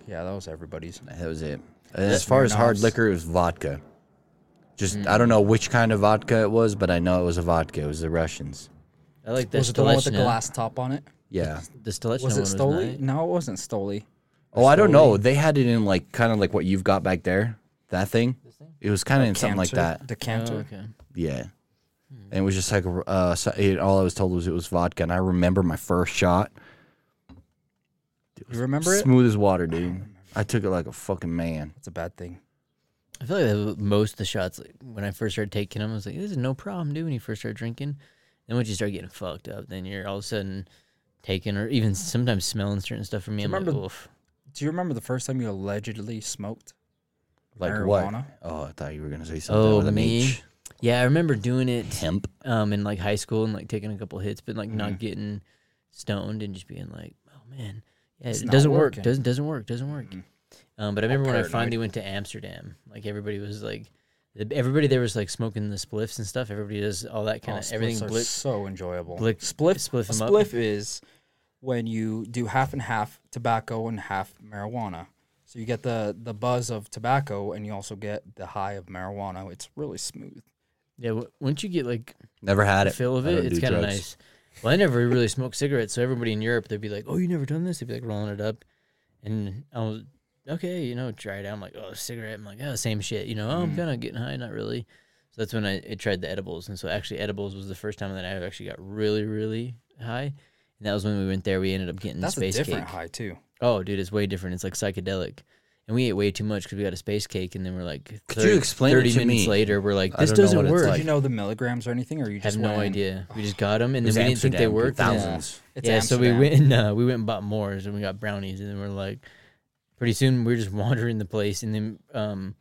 Speaker 3: Yeah, that was everybody's.
Speaker 2: That was it. And as far as hard
Speaker 3: Smirnoffs. Mm.
Speaker 2: liquor, it was vodka. Just I don't know which kind of vodka it was, but I know it was a vodka. It was the Russians.
Speaker 1: I like that.
Speaker 3: Was it the one with the
Speaker 1: Stolechna.
Speaker 3: glass top on it?
Speaker 2: Yeah.
Speaker 1: The Stolechna
Speaker 3: Was it
Speaker 1: one
Speaker 3: Stoli?
Speaker 1: nice.
Speaker 3: no, it wasn't Stoli.
Speaker 2: Oh, I don't know. They had it in like kind of like what you've got back there. That thing. It was kind of in something like
Speaker 3: Canter,
Speaker 2: that.
Speaker 3: Decanter.
Speaker 1: Oh, okay.
Speaker 2: Yeah.
Speaker 1: Hmm.
Speaker 2: And it was just like uh, so it, all I was told was it was vodka, and I remember my first shot,
Speaker 3: You remember it?
Speaker 2: smooth as water, dude. I took it like a fucking man.
Speaker 3: That's a bad thing.
Speaker 1: I feel like that was most of the shots like, when I first started taking them, I was like, "This is no problem, dude." When you first start drinking, then once you start getting fucked up, then you're all of a sudden taking or even sometimes smelling certain stuff from me. I'm
Speaker 3: Remember-
Speaker 1: like, oof.
Speaker 3: Do you remember the first time you allegedly smoked?
Speaker 2: Like
Speaker 3: Marijuana?
Speaker 2: what? Oh, I thought you were gonna say something
Speaker 1: Oh,
Speaker 2: with an
Speaker 1: me.
Speaker 2: H.
Speaker 1: Yeah, I remember doing it.
Speaker 2: Hemp.
Speaker 1: um in like high school and like taking a couple hits, but like
Speaker 3: Mm-hmm.
Speaker 1: not getting stoned and just being like, oh man, yeah,
Speaker 3: It's
Speaker 1: it
Speaker 3: not
Speaker 1: doesn't work,
Speaker 3: working." Mm-hmm.
Speaker 1: doesn't doesn't work, doesn't work. Um, but I remember when I
Speaker 3: paranoid.
Speaker 1: finally went to Amsterdam, like everybody was like, everybody there was like smoking the spliffs and stuff. Everybody does all that kind
Speaker 3: Oh,
Speaker 1: of
Speaker 3: spliffs
Speaker 1: everything.
Speaker 3: are
Speaker 1: Blit-
Speaker 3: so enjoyable.
Speaker 1: blick-
Speaker 3: spliff,
Speaker 1: spliff
Speaker 3: a
Speaker 1: 'em up.
Speaker 3: spliff is when you do half and half tobacco and half marijuana. So you get the the buzz of tobacco and you also get the high of marijuana. It's really smooth.
Speaker 1: yeah, w- once you get like
Speaker 2: Never had
Speaker 1: the
Speaker 2: it.
Speaker 1: feel of
Speaker 2: I
Speaker 1: it,
Speaker 2: don't
Speaker 1: it's
Speaker 2: do
Speaker 1: kind of
Speaker 2: drugs.
Speaker 1: nice. Well, I never really smoked cigarettes, so everybody in Europe they'd be like, "Oh, you never done this?" They'd be like rolling it up, and I was okay, you know, try it out. I'm like, "Oh, cigarette." I'm like, "Oh, same shit," you know. Oh,
Speaker 2: Mm.
Speaker 1: I'm kind of getting high, not really. So that's when I, I tried the edibles, and so actually, edibles was the first time that I actually got really, really high. And that was when we went there. We ended up getting
Speaker 3: That's
Speaker 1: space
Speaker 3: a different
Speaker 1: cake.
Speaker 3: high too.
Speaker 1: Oh, dude, it's way different. It's like psychedelic. And we ate way too much because we got a space cake, and then we're like,
Speaker 2: Could you explain it
Speaker 1: Thirty
Speaker 2: to
Speaker 1: minutes
Speaker 2: me?
Speaker 1: later, we're like,
Speaker 2: I
Speaker 1: this
Speaker 2: don't know
Speaker 1: doesn't
Speaker 2: what it's
Speaker 1: work.
Speaker 2: like.
Speaker 3: Did you know the milligrams or anything, or you
Speaker 1: I have
Speaker 3: just
Speaker 1: no
Speaker 3: went in?
Speaker 1: idea. We just got them, and
Speaker 2: It
Speaker 1: then we
Speaker 2: was
Speaker 1: didn't think they
Speaker 2: Amsterdam, dude.
Speaker 1: worked.
Speaker 2: Thou-
Speaker 1: and-
Speaker 2: Thousands.
Speaker 3: It's
Speaker 1: yeah, so
Speaker 3: Amsterdam.
Speaker 1: we went and uh, we went and bought Moors, and we got brownies, and then we're like, pretty soon we are just wandering the place, and then um,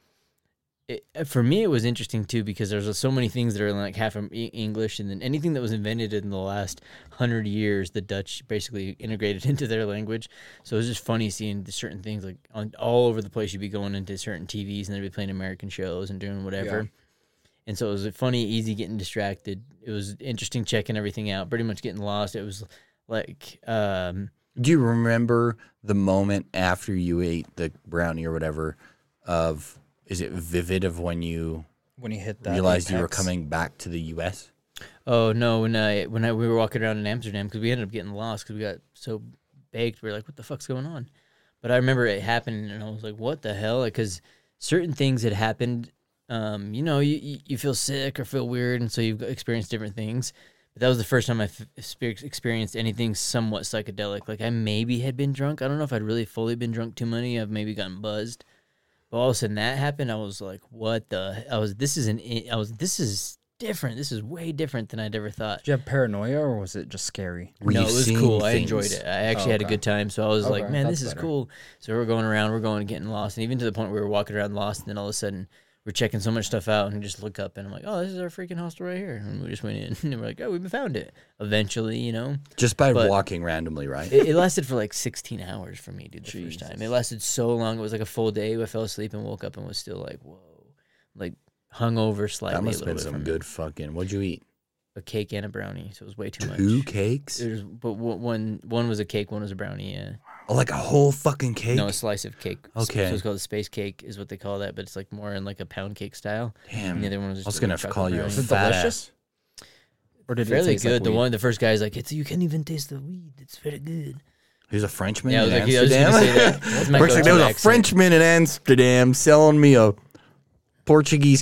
Speaker 1: it, uh, for me it was interesting too because there's uh, so many things that are like half in E- English, and then anything that was invented in the last hundred years, the Dutch basically integrated into their language. So it was just funny seeing the certain things like on all over the place. You'd be going into certain TVs, and they'd be playing American shows and doing whatever. And so it was uh, funny, easy getting distracted. It was interesting checking everything out, pretty much getting lost. It was like, um,
Speaker 2: Do you remember the moment after you ate the brownie or whatever? Of is it vivid of when you
Speaker 3: when you hit that.
Speaker 2: realized you were
Speaker 3: apex.
Speaker 2: coming back to the U.S.?
Speaker 1: oh no, when I when I, we were walking around in Amsterdam because we ended up getting lost because we got so baked. We were like, what the fuck's going on? But I remember it happened, and I was like, what the hell? Because certain things had happened. Um, you know, you, you you feel sick or feel weird, and so you've experienced different things. But that was the first time I f- exper- experienced anything somewhat psychedelic. Like I maybe had been drunk. I don't know if I'd really fully been drunk too many. I've maybe gotten buzzed. But all of a sudden that happened. I was like, "What the?" I was. This is an. I was. This is different. This is way different than I'd ever thought.
Speaker 3: Did you have paranoia, or was it just scary?
Speaker 2: Were
Speaker 1: no,
Speaker 2: you
Speaker 1: it was
Speaker 2: seeing
Speaker 1: cool. I enjoyed
Speaker 2: things?
Speaker 1: it. I actually had a
Speaker 3: okay.
Speaker 1: good time. So I was like,
Speaker 3: Okay,
Speaker 1: man,
Speaker 3: that's
Speaker 1: this is
Speaker 3: better.
Speaker 1: cool. So we're going around, we're going and getting lost. And even to the point where we're walking around lost, and then all of a sudden we're checking so much stuff out and just look up and I'm like, oh, this is our freaking hostel right here. And we just went in and we're like, oh, we found it. Eventually, you know?
Speaker 2: Just by
Speaker 1: But-
Speaker 2: walking randomly, right?
Speaker 1: It, it lasted for like 16 hours for me, dude, the first time. It lasted so long. It was like a full day. I fell asleep and woke up and was still like, whoa. Like hungover slightly.
Speaker 2: that must
Speaker 1: a little
Speaker 2: have been
Speaker 1: bit
Speaker 2: some
Speaker 1: from
Speaker 2: good fucking. What'd you eat?
Speaker 1: A cake and a brownie. So it was way too much.
Speaker 2: Two cakes?
Speaker 1: It was, but one one was a cake, one was a brownie. Yeah.
Speaker 2: Oh, like a whole fucking cake?
Speaker 1: No, a slice of cake. Sp-
Speaker 2: Okay.
Speaker 1: So it's called a space cake, is what they call that, but it's like more in like a pound cake style.
Speaker 2: Damn.
Speaker 1: And the other one was
Speaker 2: I
Speaker 1: just
Speaker 2: was
Speaker 1: a
Speaker 2: gonna
Speaker 1: little
Speaker 2: have to
Speaker 1: chocolate
Speaker 2: call you a
Speaker 1: brownie.
Speaker 3: Is it
Speaker 2: fat
Speaker 3: delicious?
Speaker 2: ass.
Speaker 3: Or did
Speaker 1: fairly
Speaker 3: taste like
Speaker 1: good. the
Speaker 3: weed?
Speaker 1: one, the first guy's like, it's you can't even taste the weed. It's very good.
Speaker 2: He's a Frenchman
Speaker 1: Yeah, I
Speaker 2: in
Speaker 1: was like, yeah, I was
Speaker 2: Amsterdam.
Speaker 1: gonna say that. That's my
Speaker 2: Brooks like,
Speaker 1: go-to
Speaker 2: there was
Speaker 1: accent.
Speaker 2: a Frenchman in Amsterdam selling me a Portuguese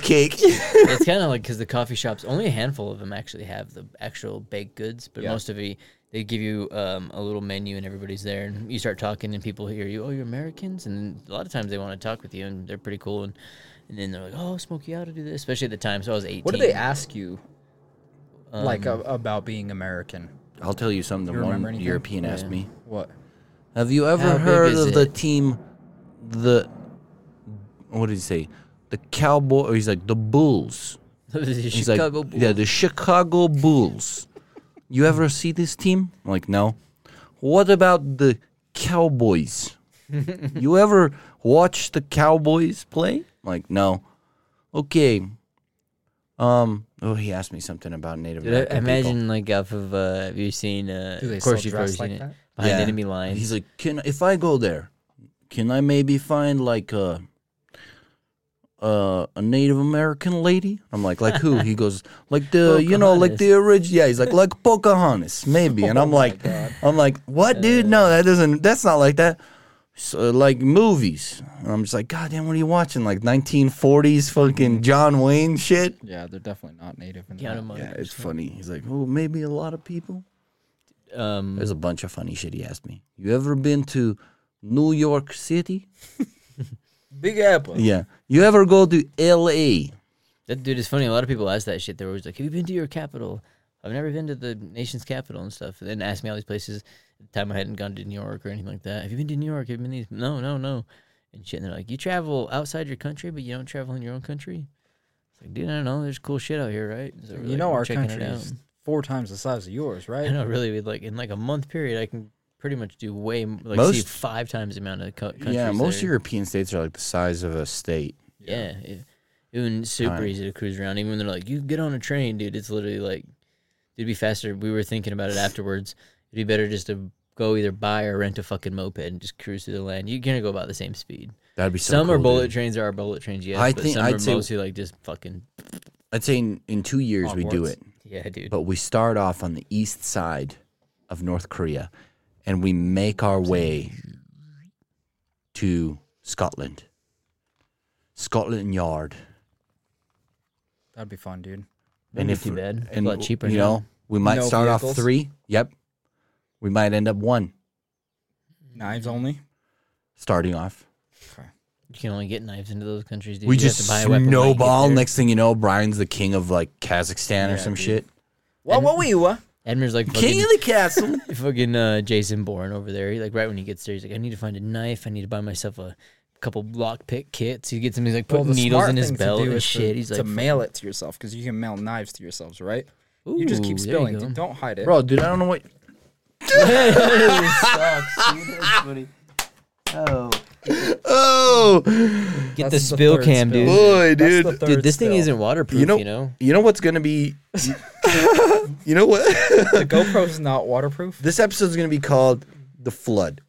Speaker 2: cake.
Speaker 1: it's kind of like because the coffee shops, only a handful of them actually have the actual baked goods, but most of the the they give you um, a little menu and everybody's there and you start talking and people hear you oh you're americans and a lot of times they want to talk with you and they're pretty cool and, and then they're like oh smoky how to do this especially at the time so i was 18
Speaker 3: What do they ask you, like a, about being American?
Speaker 2: I'll tell you something.
Speaker 3: You remember
Speaker 2: one
Speaker 3: anything?
Speaker 2: European asked me,
Speaker 3: What?
Speaker 2: "Have you ever
Speaker 1: How big
Speaker 2: heard
Speaker 1: is
Speaker 2: of the
Speaker 1: it?"
Speaker 2: team, the what did he say? The Cowboy? He's like the Bulls.
Speaker 1: the
Speaker 2: He's
Speaker 1: chicago
Speaker 2: like,
Speaker 1: Bulls.
Speaker 2: Yeah, the Chicago Bulls. you ever see this team? I'm like, no. What about the Cowboys? you ever watch the Cowboys play? I'm like, no. Okay. Um. Oh, he asked me something about Native
Speaker 1: Dude, I-
Speaker 2: American people.
Speaker 1: imagine like off of uh, have you seen uh,
Speaker 3: Do they
Speaker 1: of course
Speaker 3: still
Speaker 1: you've probably
Speaker 3: dress like
Speaker 1: seen it
Speaker 3: that?
Speaker 1: behind
Speaker 2: Yeah.
Speaker 1: enemy lines
Speaker 2: He's like, can if I go there, can I maybe find like a uh, a Native American lady? I'm like, like who? He goes, like the you know, like the original. Yeah, he's like, like Pocahontas, maybe. And I'm like, I'm like, what, dude? No, that doesn't. That's not like that. So, like movies, and I'm just like, God damn, what are you watching? Like 1940s fucking John Wayne shit.
Speaker 3: Yeah, they're definitely not native. In
Speaker 1: Count
Speaker 3: that.
Speaker 1: 'em up.
Speaker 2: Yeah, it's funny. He's like, oh, maybe a lot of people.
Speaker 1: um,
Speaker 2: There's a bunch of funny shit he asked me. You ever been to New York City?
Speaker 3: Big Apple.
Speaker 2: Yeah. You ever go to LA?
Speaker 1: That dude is funny. A lot of people ask that shit. They're always like, "Have you been to your capital?" I've never been to the nation's capital and stuff. And then ask me all these places. At the time I hadn't gone to New York or anything like that. Have you been to New York? Have you been to these? No, no, no. And shit. And they're like, "You travel outside your country, but you don't travel in your own country." It's like, dude, I don't know. There's cool shit out here, right? So we're
Speaker 3: You
Speaker 1: like,
Speaker 3: know
Speaker 1: we're
Speaker 3: our
Speaker 1: checking it
Speaker 3: country
Speaker 1: out.
Speaker 3: is four times the size of yours,
Speaker 1: I
Speaker 3: right?
Speaker 1: know, really. With like in like a month period, I can pretty much do way m- like see
Speaker 2: Most-
Speaker 1: five times the amount of co- countries.
Speaker 2: Yeah, most
Speaker 1: there.
Speaker 2: European states are like the size of a state.
Speaker 1: Yeah. It, it was super
Speaker 2: Alright.
Speaker 1: easy to cruise around. Even when they're like, you get on a train, dude, it's literally like, it'd be faster. We were thinking about it afterwards. It'd be better just to go either buy or rent a fucking moped and just cruise through the land. You're going to go about the same speed.
Speaker 2: That'd be so
Speaker 1: some are
Speaker 2: cool,
Speaker 1: bullet
Speaker 2: dude.
Speaker 1: trains, there are bullet trains, yes.
Speaker 2: I
Speaker 1: but
Speaker 2: think-
Speaker 1: some
Speaker 2: I'd
Speaker 1: are
Speaker 2: say-
Speaker 1: mostly like just fucking,
Speaker 2: I'd say in, in two years we do
Speaker 3: Hogwarts.
Speaker 2: it.
Speaker 1: yeah, dude.
Speaker 2: But we start off on the east side of North Korea and we make our way to Scotland. Scotland Yard.
Speaker 3: That'd be fun, dude.
Speaker 1: That'd be too bad. It's a lot cheaper
Speaker 2: You
Speaker 1: now.
Speaker 2: know, we might
Speaker 3: No
Speaker 2: start off
Speaker 3: vehicles?
Speaker 2: three. Yep. We might end up one
Speaker 3: Knives only.
Speaker 2: starting off.
Speaker 1: You can only get knives into those countries, dude.
Speaker 2: we
Speaker 1: You have
Speaker 2: just
Speaker 1: to buy a weapon when you get
Speaker 2: snowball.
Speaker 1: there.
Speaker 2: Next thing you know, Brian's the king of like Kazakhstan or
Speaker 3: Yeah,
Speaker 2: some
Speaker 3: dude.
Speaker 2: shit.
Speaker 3: What? What we were?
Speaker 1: Edmund's like, fucking-
Speaker 2: King of the castle.
Speaker 1: fucking uh, Jason Bourne over there. He, like right when he gets there, he's like, I need to find a knife. I need to buy myself a couple lockpick kits. He gets him. He's like putting needles in his belt and shit.
Speaker 3: To,
Speaker 1: he's
Speaker 3: to
Speaker 1: like,
Speaker 3: mail it to yourself because you can mail knives to yourselves, right? you just keep
Speaker 1: Ooh, there you
Speaker 3: spilling.
Speaker 1: go.
Speaker 3: dude. Don't hide it.
Speaker 2: Bro, dude, I don't know what. Oh,
Speaker 1: get the
Speaker 3: That's the
Speaker 1: spill
Speaker 3: third
Speaker 1: cam,
Speaker 3: spill.
Speaker 1: dude.
Speaker 2: boy,
Speaker 3: That's the
Speaker 2: dude.
Speaker 3: third
Speaker 1: Dude, this thing
Speaker 3: spill.
Speaker 1: isn't waterproof.
Speaker 2: You know,
Speaker 1: you know?
Speaker 2: you know what's gonna be. you know what?
Speaker 3: the GoPro's not waterproof.
Speaker 2: this episode's gonna be called the flood.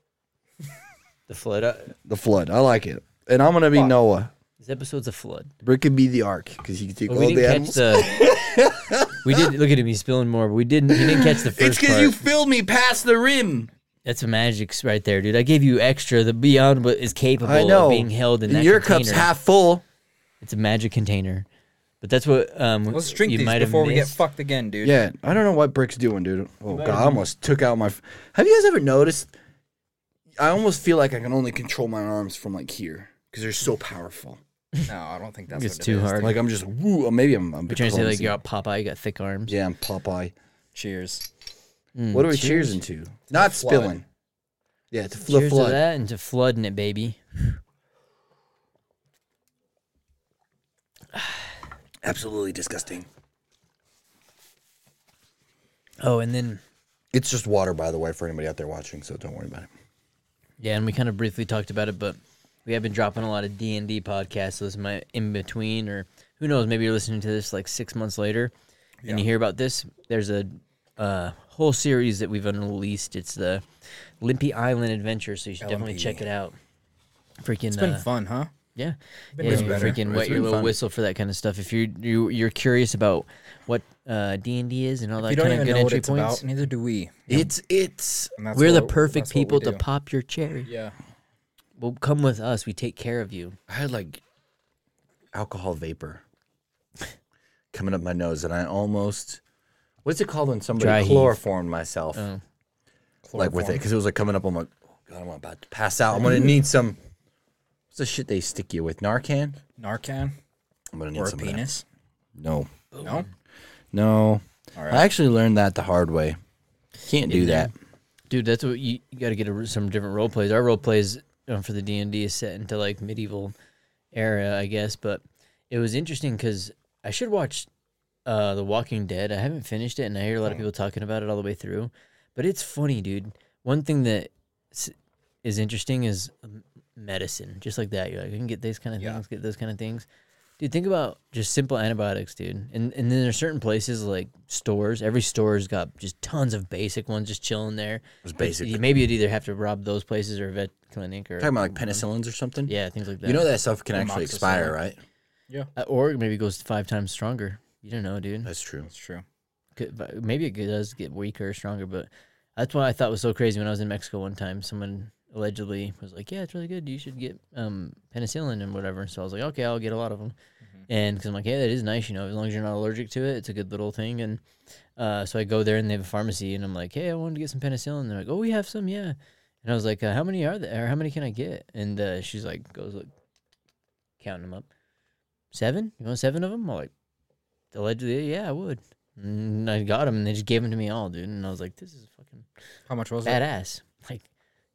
Speaker 1: the flood. Uh,
Speaker 2: The flood. I like it, and I'm gonna be
Speaker 3: Fuck.
Speaker 2: Noah.
Speaker 1: this episode's a flood.
Speaker 2: Brick could be the ark because he can take
Speaker 1: But
Speaker 2: all
Speaker 1: we
Speaker 2: the
Speaker 1: didn't
Speaker 2: animals.
Speaker 1: catch the. we did look at him. He's spilling more. But we didn't. He didn't catch the
Speaker 2: it's
Speaker 1: first
Speaker 2: because
Speaker 1: part.
Speaker 2: you filled me past the rim.
Speaker 1: That's a magic s- right there, dude. I gave you extra. The beyond what is capable
Speaker 2: I know.
Speaker 1: of being held in that
Speaker 2: your cup's
Speaker 1: container.
Speaker 2: half full.
Speaker 1: It's a magic container. But that's what um,
Speaker 3: Let's drink
Speaker 1: you
Speaker 3: these
Speaker 1: might have
Speaker 3: before we get
Speaker 1: missed.
Speaker 3: fucked again, dude.
Speaker 2: Yeah, I don't know what Brick's doing, dude. Oh god, I almost took out my. f- Have you guys ever noticed? I almost feel like I can only control my arms from like here because they're so powerful.
Speaker 3: No, I don't think that's
Speaker 1: It's
Speaker 3: what it
Speaker 1: too
Speaker 3: is.
Speaker 1: hard.
Speaker 2: Like I'm just woo. Or maybe I'm. I'm
Speaker 1: You're trying to say like
Speaker 2: clumsy.
Speaker 1: you're out Popeye, you got thick arms.
Speaker 2: Yeah, I'm Popeye.
Speaker 3: Cheers.
Speaker 1: Mm,
Speaker 2: What are we
Speaker 1: cheers.
Speaker 2: cheersing to? Not
Speaker 3: flood.
Speaker 2: spilling. Yeah, it's a fl-
Speaker 1: Cheers to
Speaker 2: flood.
Speaker 1: that and to flooding it, baby.
Speaker 2: Absolutely disgusting.
Speaker 1: Oh, and then
Speaker 2: It's just water, by the way, for anybody out there watching. So don't worry about it.
Speaker 1: yeah, and we kind of briefly talked about it, but we have been dropping a lot of D and D podcasts. So this is my in between, or who knows? Maybe you're listening to this like six months later, and you hear about this. There's a uh, whole series that we've unreleased. It's the Limpy Island Adventure, so you should definitely
Speaker 2: LMP.
Speaker 1: check it out. Freaking
Speaker 3: It's been
Speaker 1: uh,
Speaker 3: fun, huh?
Speaker 1: Yeah,
Speaker 3: Been
Speaker 1: yeah
Speaker 3: way
Speaker 1: you
Speaker 3: better.
Speaker 1: freaking
Speaker 2: It's
Speaker 1: wet your
Speaker 2: been
Speaker 1: little
Speaker 2: fun.
Speaker 1: whistle for that kind of stuff. If you you you're curious about what uh, D and D is and all that
Speaker 3: you don't
Speaker 1: kind of
Speaker 3: even
Speaker 1: good
Speaker 3: know what
Speaker 1: entry
Speaker 3: it's
Speaker 1: points,
Speaker 3: about. Neither do we.
Speaker 2: It's it's
Speaker 3: And that's
Speaker 1: we're the
Speaker 3: what-
Speaker 1: perfect
Speaker 3: that's what we
Speaker 1: people to
Speaker 3: do.
Speaker 1: pop your cherry.
Speaker 3: Yeah.
Speaker 1: Well, come with us. We take care of you.
Speaker 2: I had like alcohol vapor coming up my nose, and I almost what's it called when somebody
Speaker 1: Dry heave.
Speaker 3: Oh,
Speaker 2: chloroformed myself? like with it because it was like coming up. I'm like, oh god, I'm about to pass out. I'm gonna need some. What's the shit they stick you with? Narcan.
Speaker 3: Narcan
Speaker 2: I'm gonna need
Speaker 3: or a
Speaker 2: some of that.
Speaker 3: penis.
Speaker 2: No,
Speaker 3: No,
Speaker 2: no.
Speaker 3: right.
Speaker 2: I actually learned that the hard way. Can't do that.
Speaker 1: dude. That's what you, you got to get a, some different role plays. Our role plays um, for the D and D is set into like medieval era, I guess. But it was interesting because I should watch uh, The Walking Dead. I haven't finished it, and I hear a
Speaker 2: Mm.
Speaker 1: lot of people talking about it all the way through. But it's funny, dude. One thing that s- is interesting is um, medicine, just like that. You're like, I can get these kind of
Speaker 3: Yeah.
Speaker 1: things, get those kind of things. Dude, think about just simple antibiotics, dude. And and then there's certain places like stores. Every store's got just tons of basic ones just chilling there.
Speaker 2: was
Speaker 1: But
Speaker 2: basic.
Speaker 1: you- Maybe you'd either have to rob those places or a vet clinic or
Speaker 2: Talking about like penicillins or something.
Speaker 1: yeah, things like that.
Speaker 2: You know that stuff can actually
Speaker 3: Amoxicillin.
Speaker 2: expire, right?
Speaker 1: Uh, or maybe it goes five times stronger. You don't know, dude.
Speaker 2: That's true.
Speaker 3: that's true.
Speaker 1: Could- but Maybe it does get weaker or stronger, but that's what I thought was so crazy when I was in Mexico one time. Someone allegedly was like, "Yeah, it's really good. You should get um, penicillin and whatever." So I was like, "Okay, I'll get a lot of them," and because I'm like, "Yeah, that is nice. You know, as long as you're not allergic to it, it's a good little thing." And uh, so I go there and they have a pharmacy, and I'm like, "Hey, I wanted to get some penicillin." They're like, "Oh, we have some, yeah." And I was like, uh, "How many are there? Or how many can I get?" And uh, she's like, "Goes like counting them up, seven. You want seven of them?" I'm like, "Allegedly, yeah, I would." And I got them, and they just gave them to me all, dude. And I was like, "This is fucking
Speaker 3: How much was it?
Speaker 1: badass." Like,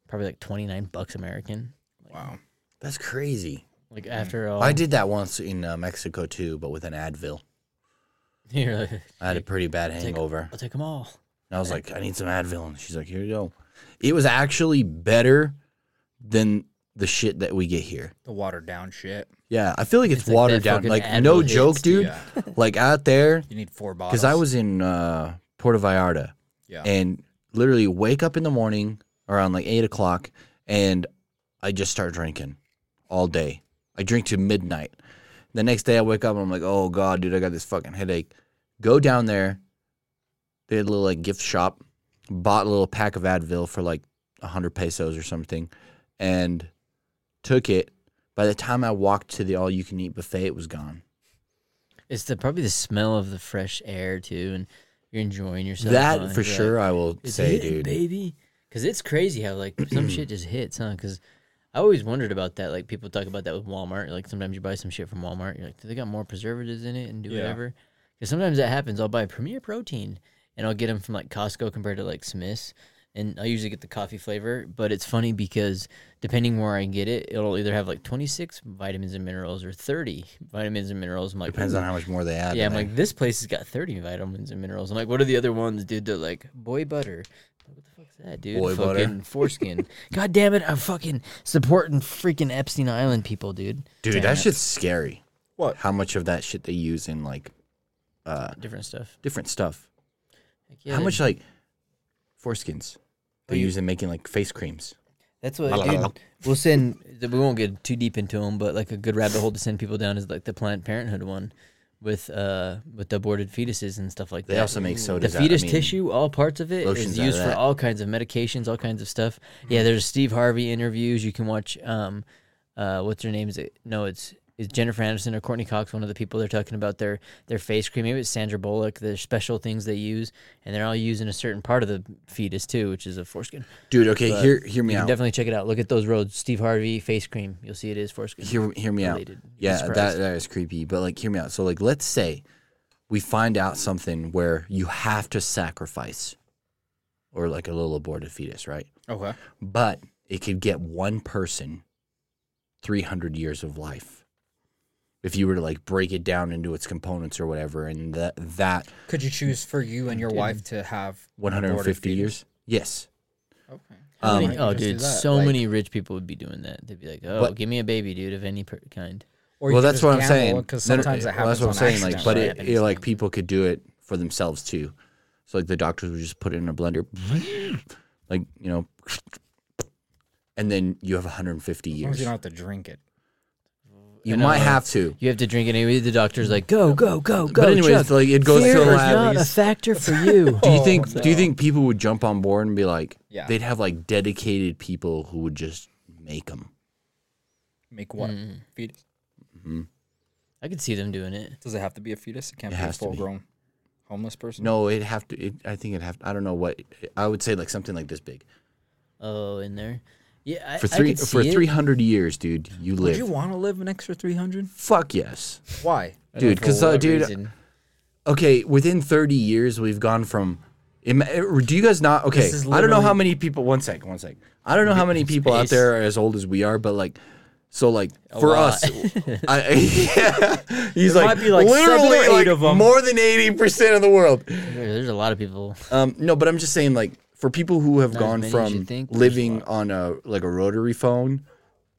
Speaker 1: probably like twenty nine bucks American.
Speaker 3: Wow.
Speaker 2: That's crazy.
Speaker 1: Like after
Speaker 3: Oh.
Speaker 1: all,
Speaker 2: I did that once in uh, Mexico too, but with an Advil.
Speaker 1: You're like,
Speaker 2: I had a pretty bad
Speaker 1: take-
Speaker 2: hangover.
Speaker 1: I'll take them all.
Speaker 2: And I was like, I need some Advil. And she's like, here you go. It was actually better than the shit that we get here.
Speaker 3: The watered down shit.
Speaker 2: Yeah, I feel like it's,
Speaker 1: like
Speaker 2: watered
Speaker 1: that
Speaker 2: down.
Speaker 1: fucking
Speaker 2: Like,
Speaker 1: Advil
Speaker 2: no
Speaker 1: hits,
Speaker 2: joke, dude.
Speaker 3: Yeah.
Speaker 2: Like, out there,
Speaker 3: You need four bottles.
Speaker 2: because I was in uh, Puerto Vallarta
Speaker 3: Yeah.
Speaker 2: and literally wake up in the morning around like eight o'clock and I just start drinking all day. I drink to midnight. The next day I wake up and I'm like, oh God, dude, I got this fucking headache. Go down there. They had a little like gift shop, bought a little pack of Advil for like a hundred pesos or something, and took it. By the time I walked to the all you can eat buffet, it was gone.
Speaker 1: It's the probably the smell of the fresh air too, and you're enjoying yourself. huh?
Speaker 2: that for
Speaker 1: You're like,
Speaker 2: sure I will
Speaker 1: It's
Speaker 2: say,
Speaker 1: hitting,
Speaker 2: dude.
Speaker 1: baby. Because it's crazy how like some shit just hits, huh? Because I always wondered about that. Like people talk about that with Walmart. Like sometimes you buy some shit from Walmart, you're like, do they got more preservatives in it and do
Speaker 3: Yeah.
Speaker 1: whatever? Because sometimes that happens. I'll buy Premier Protein and I'll get them from like Costco compared to like Smith's. And I usually get the coffee flavor, but it's funny because depending where I get it, it'll either have like 26 vitamins and minerals or 30 vitamins and minerals. I'm like,
Speaker 2: Depends
Speaker 1: "Ooh,
Speaker 2: on how much more they add.
Speaker 1: yeah, I'm
Speaker 2: than I-
Speaker 1: like, this place has got 30 vitamins and minerals. I'm like, what are the other ones, dude? They're like, boy butter. What the fuck's that, dude?
Speaker 2: Boy butter.
Speaker 1: fucking foreskin. God damn it, I'm fucking supporting freaking Epstein Island people, dude.
Speaker 2: Dude,
Speaker 1: Damn
Speaker 2: that
Speaker 1: it.
Speaker 2: shit's scary.
Speaker 3: What?
Speaker 2: How much of that shit they use in like uh,
Speaker 1: Different stuff.
Speaker 2: different stuff?
Speaker 1: Like, yeah,
Speaker 2: How
Speaker 1: dude,
Speaker 2: much like foreskins they use in making like face creams?
Speaker 1: That's what, dude. We'll send, we won't get too deep into them, but like a good rabbit hole to send people down is like the Planned Parenthood one with uh with the aborted fetuses and stuff like
Speaker 2: They
Speaker 1: that.
Speaker 2: also make
Speaker 1: the
Speaker 2: sodas. out- I
Speaker 1: fetus
Speaker 2: mean,
Speaker 1: tissue, all parts of it,
Speaker 2: lotions
Speaker 1: is
Speaker 2: out of
Speaker 1: used for
Speaker 2: that. Mm-hmm.
Speaker 1: all kinds of medications, all kinds of stuff. Yeah, there's Steve Harvey interviews. You can watch, um, uh, what's her name? Is it? No, it's it's Jennifer Anderson or Courtney Cox. One of the people they're talking about their their face cream. Maybe it's Sandra Bullock. There's special things they use, and they're all using a certain part of the fetus too, which is a foreskin.
Speaker 2: Dude, okay,
Speaker 1: But
Speaker 2: hear hear me
Speaker 1: You
Speaker 2: out.
Speaker 1: can definitely check it out. Look at those roads. Steve Harvey face cream. You'll see it is foreskin.
Speaker 2: hear hear me out.
Speaker 1: related.
Speaker 2: Yeah,
Speaker 1: Jesus
Speaker 2: that
Speaker 1: Christ.
Speaker 2: that is creepy, but like hear me out. So like let's say we find out something where you have to sacrifice or like a little aborted fetus, right?
Speaker 3: okay.
Speaker 2: But it could get one person 300 years of life. If you were to like break it down into its components or whatever, and that that
Speaker 3: Could you choose for you and your wife to have an aborted
Speaker 2: 150
Speaker 3: fetus?
Speaker 2: years, yes,
Speaker 3: Okay.
Speaker 1: How
Speaker 2: Um,
Speaker 1: many- oh,
Speaker 3: Just do
Speaker 1: dude,
Speaker 3: that,
Speaker 1: so
Speaker 2: like-
Speaker 1: many rich people would be doing that. They'd be like, "Oh,
Speaker 2: But-
Speaker 1: give me a baby, dude, of any per- kind."
Speaker 3: Or you
Speaker 2: well,
Speaker 3: could
Speaker 2: that's
Speaker 3: just
Speaker 2: what I'm
Speaker 3: gamble
Speaker 2: saying.
Speaker 3: it, 'cause
Speaker 2: No, no,
Speaker 3: sometimes that
Speaker 2: well,
Speaker 3: happens.
Speaker 2: That's what I'm saying. Like, but it,
Speaker 1: accident.
Speaker 2: it, like people could do it for themselves too. So like the doctors would just put it in a blender, like you know, and then you have 150
Speaker 3: as long as
Speaker 2: years.
Speaker 3: you
Speaker 2: You,
Speaker 3: don't have to drink it.
Speaker 2: might
Speaker 1: know.
Speaker 2: have to.
Speaker 1: You have to drink it anyway. The doctor's like, "Go, go, go, go."
Speaker 2: But anyways,
Speaker 1: Chuck.
Speaker 2: like it goes
Speaker 1: Fear
Speaker 2: to
Speaker 1: is
Speaker 2: like, at
Speaker 1: not a
Speaker 2: least-
Speaker 1: factor for you.
Speaker 2: Do you think? Do you think people would jump on board and be like?
Speaker 3: Yeah.
Speaker 2: They'd have like dedicated people who would just make them.
Speaker 3: Make what?
Speaker 2: Mm-hmm.
Speaker 3: Fetus.
Speaker 1: I could see them doing it.
Speaker 3: Does it have to be a fetus? It can't
Speaker 2: It
Speaker 3: be
Speaker 2: has to
Speaker 3: full
Speaker 2: be.
Speaker 3: grown. Homeless person?
Speaker 2: No, it'd have to. It, I think it'd have. I don't know what. I would say like something like this big
Speaker 1: Oh, in there. Yeah, I,
Speaker 2: for
Speaker 1: I
Speaker 2: three
Speaker 1: could see
Speaker 2: for
Speaker 1: it.
Speaker 2: three hundred years, dude. You
Speaker 3: Would
Speaker 2: live.
Speaker 3: you want to live an extra 300?
Speaker 2: Fuck yes,
Speaker 3: Why?
Speaker 2: dude.
Speaker 1: For
Speaker 2: Because uh,
Speaker 1: what
Speaker 2: dude,
Speaker 1: reason?
Speaker 2: okay, within thirty years, we've gone from. im- uh, Do you guys not? Okay,
Speaker 3: is
Speaker 2: I don't know how
Speaker 3: literally-
Speaker 2: many people. One sec, one sec. I don't know how many people out
Speaker 1: Space.
Speaker 2: there are as old as we are, but like, so like for us, I, yeah, he's
Speaker 3: There
Speaker 2: like,
Speaker 3: might be, like, seven or
Speaker 2: literally
Speaker 3: eight
Speaker 2: like
Speaker 3: of 'em.
Speaker 2: more than eighty percent of the world.
Speaker 1: There- There's a lot of people.
Speaker 2: Um, no, but I'm just saying, like, for people who have
Speaker 1: Not as
Speaker 2: gone
Speaker 1: many as
Speaker 2: from
Speaker 1: you think, but there's a
Speaker 2: living on a like a rotary phone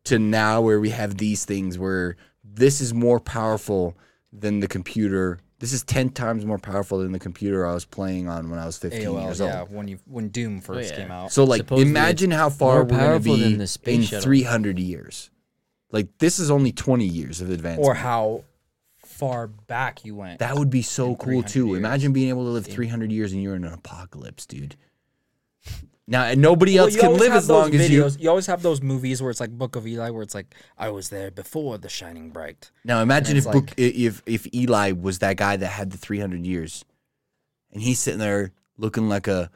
Speaker 2: to now where we have these things where this is more powerful than the computer. This is ten times more powerful than the computer I was playing on when I was 15
Speaker 3: AOL,
Speaker 2: years
Speaker 3: yeah,
Speaker 2: old.
Speaker 3: when you when Doom
Speaker 2: Oh,
Speaker 3: first
Speaker 1: yeah.
Speaker 3: came out.
Speaker 2: So, like,
Speaker 1: Supposedly
Speaker 2: imagine how far
Speaker 1: more
Speaker 2: we're going to
Speaker 1: powerful
Speaker 2: be
Speaker 1: than the space
Speaker 2: in
Speaker 1: shuttle.
Speaker 2: 300 years. Like, this is only 20 years of advancement.
Speaker 3: or how far back you went.
Speaker 2: that would be so cool
Speaker 3: 300
Speaker 2: too.
Speaker 3: years.
Speaker 2: Imagine being able to live 300 years and you're in an apocalypse, dude. Now, and nobody
Speaker 3: Well,
Speaker 2: else
Speaker 3: you
Speaker 2: can
Speaker 3: always
Speaker 2: live
Speaker 3: have
Speaker 2: as
Speaker 3: those
Speaker 2: long as you.
Speaker 3: videos- You always have those movies where it's like Book of Eli, where it's like I was there before the shining bright.
Speaker 2: Now imagine if
Speaker 3: it's
Speaker 2: Book, i- if if Eli was that guy that had the 300 years, and he's sitting there looking like a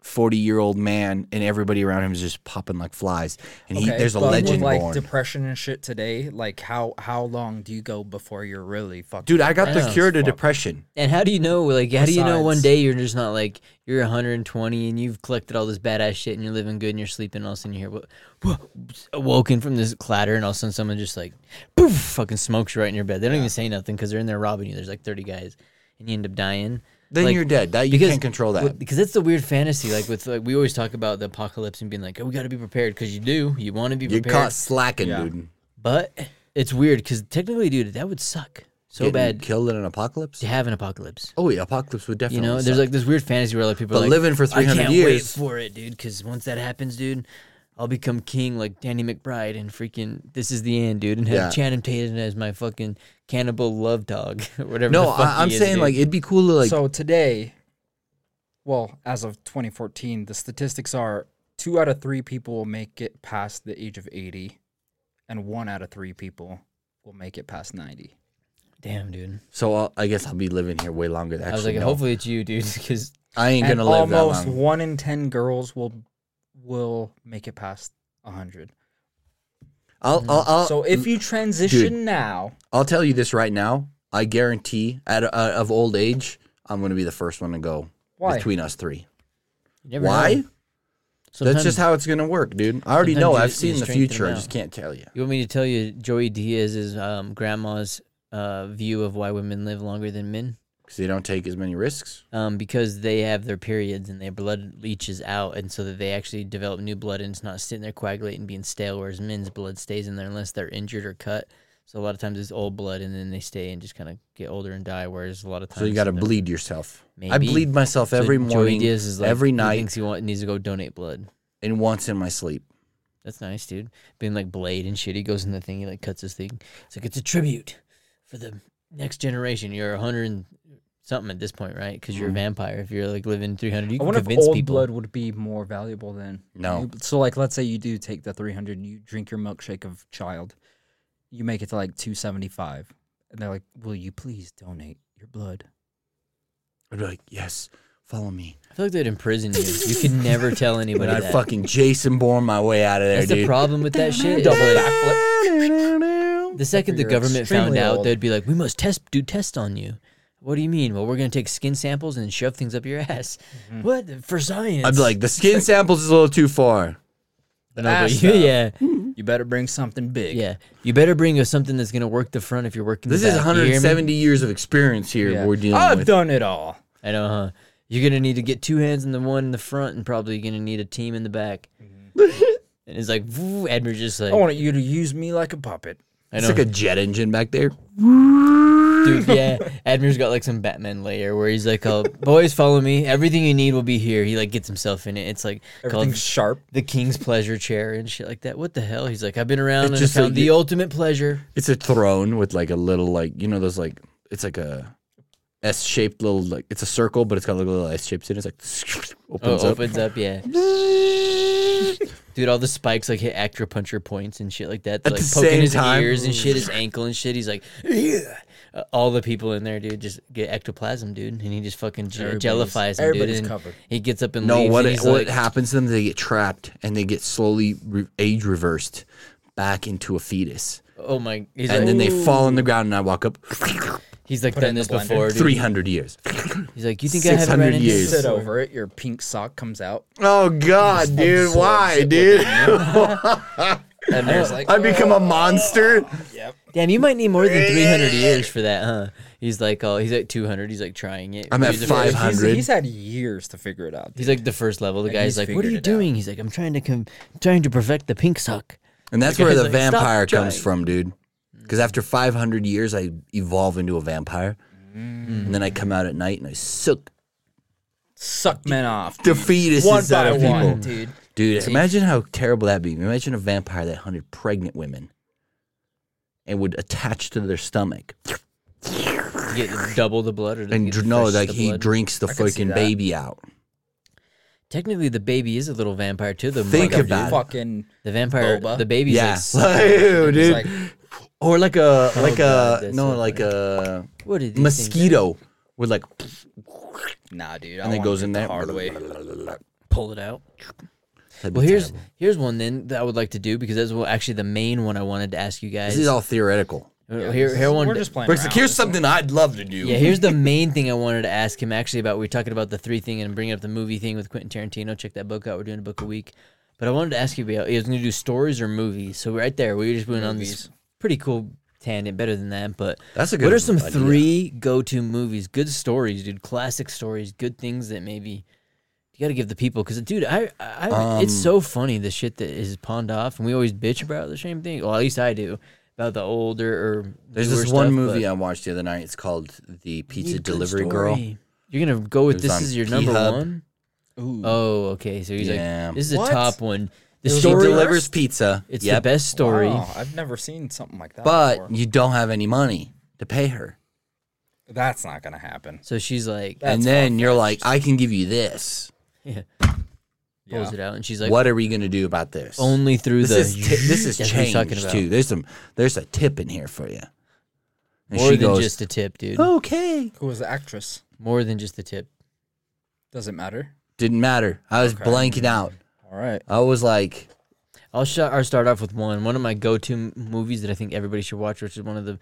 Speaker 2: 40 year old man, and everybody around him is just popping like flies, and he,
Speaker 3: Okay,
Speaker 2: there's a
Speaker 3: but with,
Speaker 2: legend
Speaker 3: like
Speaker 2: born.
Speaker 3: depression and shit today. Like how how long do you go before you're really fucking?
Speaker 2: Dude, I got the
Speaker 1: Yeah.
Speaker 2: cure to depression.
Speaker 1: And how do you know? Like, how do you know one
Speaker 3: Besides-
Speaker 1: day you're just not like you're 120 and you've collected all this badass shit and you're living good and you're sleeping and all of a sudden you hear what, awoken from this clatter and all of a sudden someone just like poof fucking smokes you right in your bed. They don't even say nothing because they're in there robbing you. There's like 30 guys and you end up dying.
Speaker 2: Then
Speaker 1: Like,
Speaker 2: you're dead. That you
Speaker 1: because-
Speaker 2: can't control that.
Speaker 1: Well, because that's the weird fantasy. Like with like we always talk about the apocalypse and being like, oh, we got to be prepared because you do. You want to be
Speaker 2: You're
Speaker 1: prepared.
Speaker 2: caught slacking,
Speaker 3: Yeah.
Speaker 2: dude.
Speaker 1: But it's weird because technically, dude, that would suck so
Speaker 2: Getting
Speaker 1: bad
Speaker 2: Killed in an apocalypse.
Speaker 1: to have an apocalypse.
Speaker 2: Oh yeah, apocalypse would definitely.
Speaker 1: You know,
Speaker 2: suck.
Speaker 1: there's like this weird fantasy where like people
Speaker 2: But
Speaker 1: are like,
Speaker 2: living for
Speaker 1: I
Speaker 2: 300
Speaker 1: can't wait
Speaker 2: years."
Speaker 1: for it, dude. Because once that happens, dude, I'll become king like Danny McBride and freaking this is the end, dude, and have
Speaker 2: Yeah.
Speaker 1: Channing Tatum as my fucking cannibal love dog or whatever.
Speaker 2: No,
Speaker 1: the fuck
Speaker 2: I,
Speaker 1: he
Speaker 2: I'm
Speaker 1: is,
Speaker 2: saying
Speaker 1: dude.
Speaker 2: like it'd be cool to like.
Speaker 3: so today, well, as of 2014, the statistics are two out of three people will make it past the age of 80, and one out of three people will make it past 90.
Speaker 1: damn, dude.
Speaker 2: so I'll, I guess I'll be living here way longer. Than
Speaker 1: I was
Speaker 2: actually,
Speaker 1: like,
Speaker 2: no.
Speaker 1: hopefully it's you, dude, because
Speaker 2: I ain't
Speaker 3: and
Speaker 2: gonna live that
Speaker 3: almost
Speaker 2: long.
Speaker 3: one in ten girls will will make it past hundred.
Speaker 2: I'll, I'll, I'll,
Speaker 3: So if you transition now,
Speaker 2: I'll tell you this right now. I guarantee, at uh, of old age, I'm going to be the first one to go
Speaker 3: Why?
Speaker 2: between us three.
Speaker 1: you never
Speaker 2: Why?
Speaker 1: know.
Speaker 2: That's
Speaker 1: Sometimes-
Speaker 2: just how it's going to work, dude. I already
Speaker 1: sometimes
Speaker 2: know.
Speaker 1: you-
Speaker 2: I've
Speaker 1: you
Speaker 2: seen the
Speaker 1: strengthen it
Speaker 2: future. I
Speaker 1: out.
Speaker 2: just can't tell you.
Speaker 1: You want me to tell you Joey Diaz's um, grandma's uh, view of why women live longer than men?
Speaker 2: Because they don't take as many risks.
Speaker 1: Um, because they have their periods and their blood leaches out, and so that they actually develop new blood and it's not sitting there coagulating, being stale, whereas men's blood stays in there unless they're injured or cut. So a lot of times it's old blood, and then they stay and just kind of get older and die. Whereas a lot of times,
Speaker 2: So you got to
Speaker 1: they're-
Speaker 2: bleed yourself. I
Speaker 1: Maybe.
Speaker 2: bleed myself
Speaker 1: So
Speaker 2: every
Speaker 1: Joey
Speaker 2: morning,
Speaker 1: Diaz is like,
Speaker 2: every
Speaker 1: he
Speaker 2: night,
Speaker 1: thinks he want, needs to go donate blood.
Speaker 2: and once in my sleep.
Speaker 1: That's nice, dude. Being like Blade and shit, he goes in the thing, he like cuts his thing. It's like it's a tribute for the next generation. You're a hundred and something at this point, right? Because you're a vampire. If you're like living three hundred, you
Speaker 3: Mm-hmm.
Speaker 1: can
Speaker 3: I wonder if
Speaker 1: convince
Speaker 3: old
Speaker 1: people.
Speaker 3: blood would be more valuable than
Speaker 2: No.
Speaker 3: new- So like, let's say you do take the three hundred, you drink your milkshake of child, you make it to like two seventy five, and they're like, "Will you please donate your blood?"
Speaker 2: I'd be like, yes, follow me.
Speaker 1: I feel like they'd imprison you. You could never tell
Speaker 2: But
Speaker 1: anybody
Speaker 2: I
Speaker 1: that.
Speaker 2: fucking Jason Bourne my way out of there,
Speaker 1: uh, That's the
Speaker 2: dude.
Speaker 1: problem with that shit. is,
Speaker 3: Double
Speaker 1: like,
Speaker 2: backflip.
Speaker 1: The second the
Speaker 3: you're
Speaker 1: government found
Speaker 3: extremely
Speaker 1: out,
Speaker 3: old.
Speaker 1: they'd be like, "We must test, do tests on you." What do you mean? Well, we're gonna take skin samples and shove things up your ass.
Speaker 3: Mm-hmm.
Speaker 1: What for science? Ah,
Speaker 2: I'd be like, the skin samples is a little too far.
Speaker 1: No, but
Speaker 3: ass
Speaker 1: you-
Speaker 3: stuff.
Speaker 1: yeah.
Speaker 3: You better bring something big.
Speaker 1: Yeah, you better bring us something that's gonna work the front if you're working.
Speaker 2: This
Speaker 1: the
Speaker 2: is
Speaker 1: back. You hear me? Oh,
Speaker 2: 170 years of experience here.
Speaker 3: Yeah.
Speaker 2: We're dealing
Speaker 3: I've
Speaker 2: with.
Speaker 3: done it all.
Speaker 1: I know, huh? You're gonna need to get two hands in the one in the front, and probably gonna need a team in the back.
Speaker 2: Mm-hmm.
Speaker 1: and it's like, woo, Edmund's just like,
Speaker 3: I want you to use me like a puppet.
Speaker 1: I
Speaker 2: it's
Speaker 1: know,
Speaker 2: like a jet engine back there.
Speaker 1: dude. Yeah, Edmund's got like some Batman layer where he's like, oh, "Boys, follow me. Everything you need will be here." He like gets himself in it. It's like called
Speaker 3: Everything's sharp.
Speaker 1: the King's Pleasure Chair and shit like that. What the hell? He's like, "I've been around and I
Speaker 2: just
Speaker 1: found
Speaker 2: like
Speaker 1: the
Speaker 2: you-
Speaker 1: ultimate pleasure."
Speaker 2: It's a throne with like a little like you know those like it's like a S shaped little like it's a circle but it's got like little S shapes in it. It's like opens
Speaker 1: oh,
Speaker 2: up.
Speaker 1: opens up, yeah. Dude, all the spikes like hit acupuncture points and shit like that. They're,
Speaker 2: At
Speaker 1: like
Speaker 2: the
Speaker 1: poking
Speaker 2: same
Speaker 1: his
Speaker 2: time?
Speaker 1: ears and shit, his ankle and shit. He's like, yeah. Uh, all the people in there, dude, just get ectoplasm, dude, and he just fucking ge-
Speaker 3: Everybody's-
Speaker 1: jellifies him, dude.
Speaker 3: everybody's
Speaker 1: And
Speaker 3: covered.
Speaker 1: he gets up and
Speaker 2: No,
Speaker 1: leaves.
Speaker 2: what
Speaker 1: and
Speaker 2: it,
Speaker 1: he's
Speaker 2: what
Speaker 1: like,
Speaker 2: happens to them? They get trapped and they get slowly re- age reversed back into a fetus,
Speaker 1: Oh my! He's
Speaker 2: and
Speaker 1: like,
Speaker 2: then they fall on the ground. And I walk up
Speaker 1: he's like
Speaker 3: Put it
Speaker 1: done
Speaker 3: in
Speaker 1: this
Speaker 3: the blender.
Speaker 1: before, dude.
Speaker 2: three hundred years.
Speaker 1: He's like, you think I haven't ran
Speaker 2: 600
Speaker 1: into
Speaker 3: You
Speaker 2: years.
Speaker 1: this?
Speaker 3: sit over it. Your pink sock comes out.
Speaker 2: Oh God, dude, why, dude?
Speaker 3: And there's like,
Speaker 2: I become a monster.
Speaker 1: Damn, you might need more than 300 years for that, huh? He's like, oh, he's at 200. He's like trying it.
Speaker 2: I'm at
Speaker 1: he's the
Speaker 3: He's-
Speaker 1: first-
Speaker 2: 500.
Speaker 3: He's, had years to figure it out. dude.
Speaker 1: He's like the first level. The guy's
Speaker 3: he's
Speaker 1: like, what are
Speaker 3: figured
Speaker 1: you
Speaker 3: it
Speaker 1: doing? He's like, I'm trying to com- trying to perfect the pink sock.
Speaker 2: And that's
Speaker 1: The
Speaker 2: where
Speaker 1: guy's
Speaker 2: the
Speaker 1: like, "Stop
Speaker 2: vampire comes
Speaker 1: trying."
Speaker 2: from, dude. Because after 500 years, I evolve into a vampire. And then I come out at night and I suck
Speaker 3: Suck men off.
Speaker 2: the fetuses
Speaker 3: One
Speaker 2: out
Speaker 3: by
Speaker 2: of
Speaker 3: one,
Speaker 2: people.
Speaker 3: dude.
Speaker 2: Dude, imagine how terrible that'd be. Imagine a vampire that hunted pregnant women and would attach to their stomach.
Speaker 1: To get double the blood or to
Speaker 2: And
Speaker 1: get
Speaker 2: dr- no,
Speaker 1: fresh
Speaker 2: like
Speaker 1: the
Speaker 2: he
Speaker 1: blood.
Speaker 2: drinks the
Speaker 3: could see
Speaker 2: fucking
Speaker 3: that.
Speaker 2: baby out.
Speaker 1: Technically, the baby is a little vampire too. The
Speaker 2: Think
Speaker 1: mother-
Speaker 2: about it.
Speaker 3: Fucking
Speaker 1: the vampire.
Speaker 3: Boba.
Speaker 1: The baby's
Speaker 2: yeah.
Speaker 1: like, "S-
Speaker 2: Ew, dude.
Speaker 3: like-
Speaker 2: or like a, like
Speaker 1: Oh, God,
Speaker 2: a,
Speaker 1: that's
Speaker 2: no,
Speaker 1: so
Speaker 2: like a
Speaker 1: what did
Speaker 2: mosquito would like,
Speaker 3: nah, dude.
Speaker 2: and
Speaker 3: I
Speaker 2: it
Speaker 3: wanna
Speaker 2: goes
Speaker 3: do
Speaker 2: in
Speaker 3: it the
Speaker 2: there.
Speaker 3: hard way.
Speaker 1: pull it out?
Speaker 2: That'd be
Speaker 1: Well, here's
Speaker 2: terrible.
Speaker 1: here's one then that I would like to do because that's what, actually the main one I wanted to ask you guys.
Speaker 2: This is all theoretical.
Speaker 1: Uh, here, here one.
Speaker 3: We're just playing.
Speaker 2: Brooks,
Speaker 3: around.
Speaker 2: like, here's something I'd love to do.
Speaker 1: Yeah, here's the main thing I wanted to ask him actually about. We were talking about the three thing and bringing up the movie thing with Quentin Tarantino. Check that book out. We're doing a book a week. But I wanted to ask you about, I was going to do stories or movies. So right there, we just went on this
Speaker 3: Movies.
Speaker 1: pretty cool tangent, better than that. But
Speaker 2: That's a
Speaker 1: What
Speaker 2: good
Speaker 1: are some
Speaker 2: idea.
Speaker 1: three go to movies? Good stories, dude. Classic stories. Good things that maybe you got to give the people. Because, dude, I, I, it's
Speaker 2: Um,
Speaker 1: so funny the shit that is pawned off. And we always bitch about the same thing. Well, at least I do. About the older or
Speaker 2: There's
Speaker 1: newer
Speaker 2: this one
Speaker 1: stuff,
Speaker 2: movie
Speaker 1: but-
Speaker 2: I watched the other night. It's called The
Speaker 1: Need a
Speaker 2: Pizza
Speaker 1: good
Speaker 2: Delivery Girl.
Speaker 1: story. You're gonna go with
Speaker 2: was
Speaker 1: this
Speaker 2: on
Speaker 1: is your number
Speaker 2: P-Hub.
Speaker 1: one.
Speaker 3: Ooh.
Speaker 2: uh,
Speaker 1: Oh, okay. So he's
Speaker 2: Yeah.
Speaker 1: like, this is
Speaker 3: What?
Speaker 1: a top one. The
Speaker 2: She
Speaker 1: story,
Speaker 2: delivers pizza.
Speaker 1: it's
Speaker 2: yep,
Speaker 1: the best story.
Speaker 3: Wow, Oh, I've never seen something like that.
Speaker 2: But
Speaker 3: before.
Speaker 2: you don't have any money to pay her.
Speaker 3: that's not gonna happen.
Speaker 1: So she's like,
Speaker 3: That's
Speaker 2: and then you're like, I can give you this.
Speaker 1: yeah,
Speaker 3: Yeah.
Speaker 1: pulls it out, and she's like,
Speaker 2: what are we going to do about this?
Speaker 1: Only through
Speaker 2: this
Speaker 1: the.
Speaker 2: is ti- this is
Speaker 1: That's what he's talking
Speaker 2: change
Speaker 1: about.
Speaker 2: too. There's some there's a tip in here for you. And
Speaker 1: More
Speaker 2: she
Speaker 1: than
Speaker 2: goes,
Speaker 1: just a tip, dude.
Speaker 2: "Okay,
Speaker 3: Who was the actress?
Speaker 1: More than just a tip.
Speaker 3: Doesn't matter.
Speaker 2: didn't matter. I was blanking out.
Speaker 3: All right.
Speaker 2: I was like,
Speaker 1: I'll sh- or start off with one. One of my go-to m- movies that I think everybody should watch, which is one of the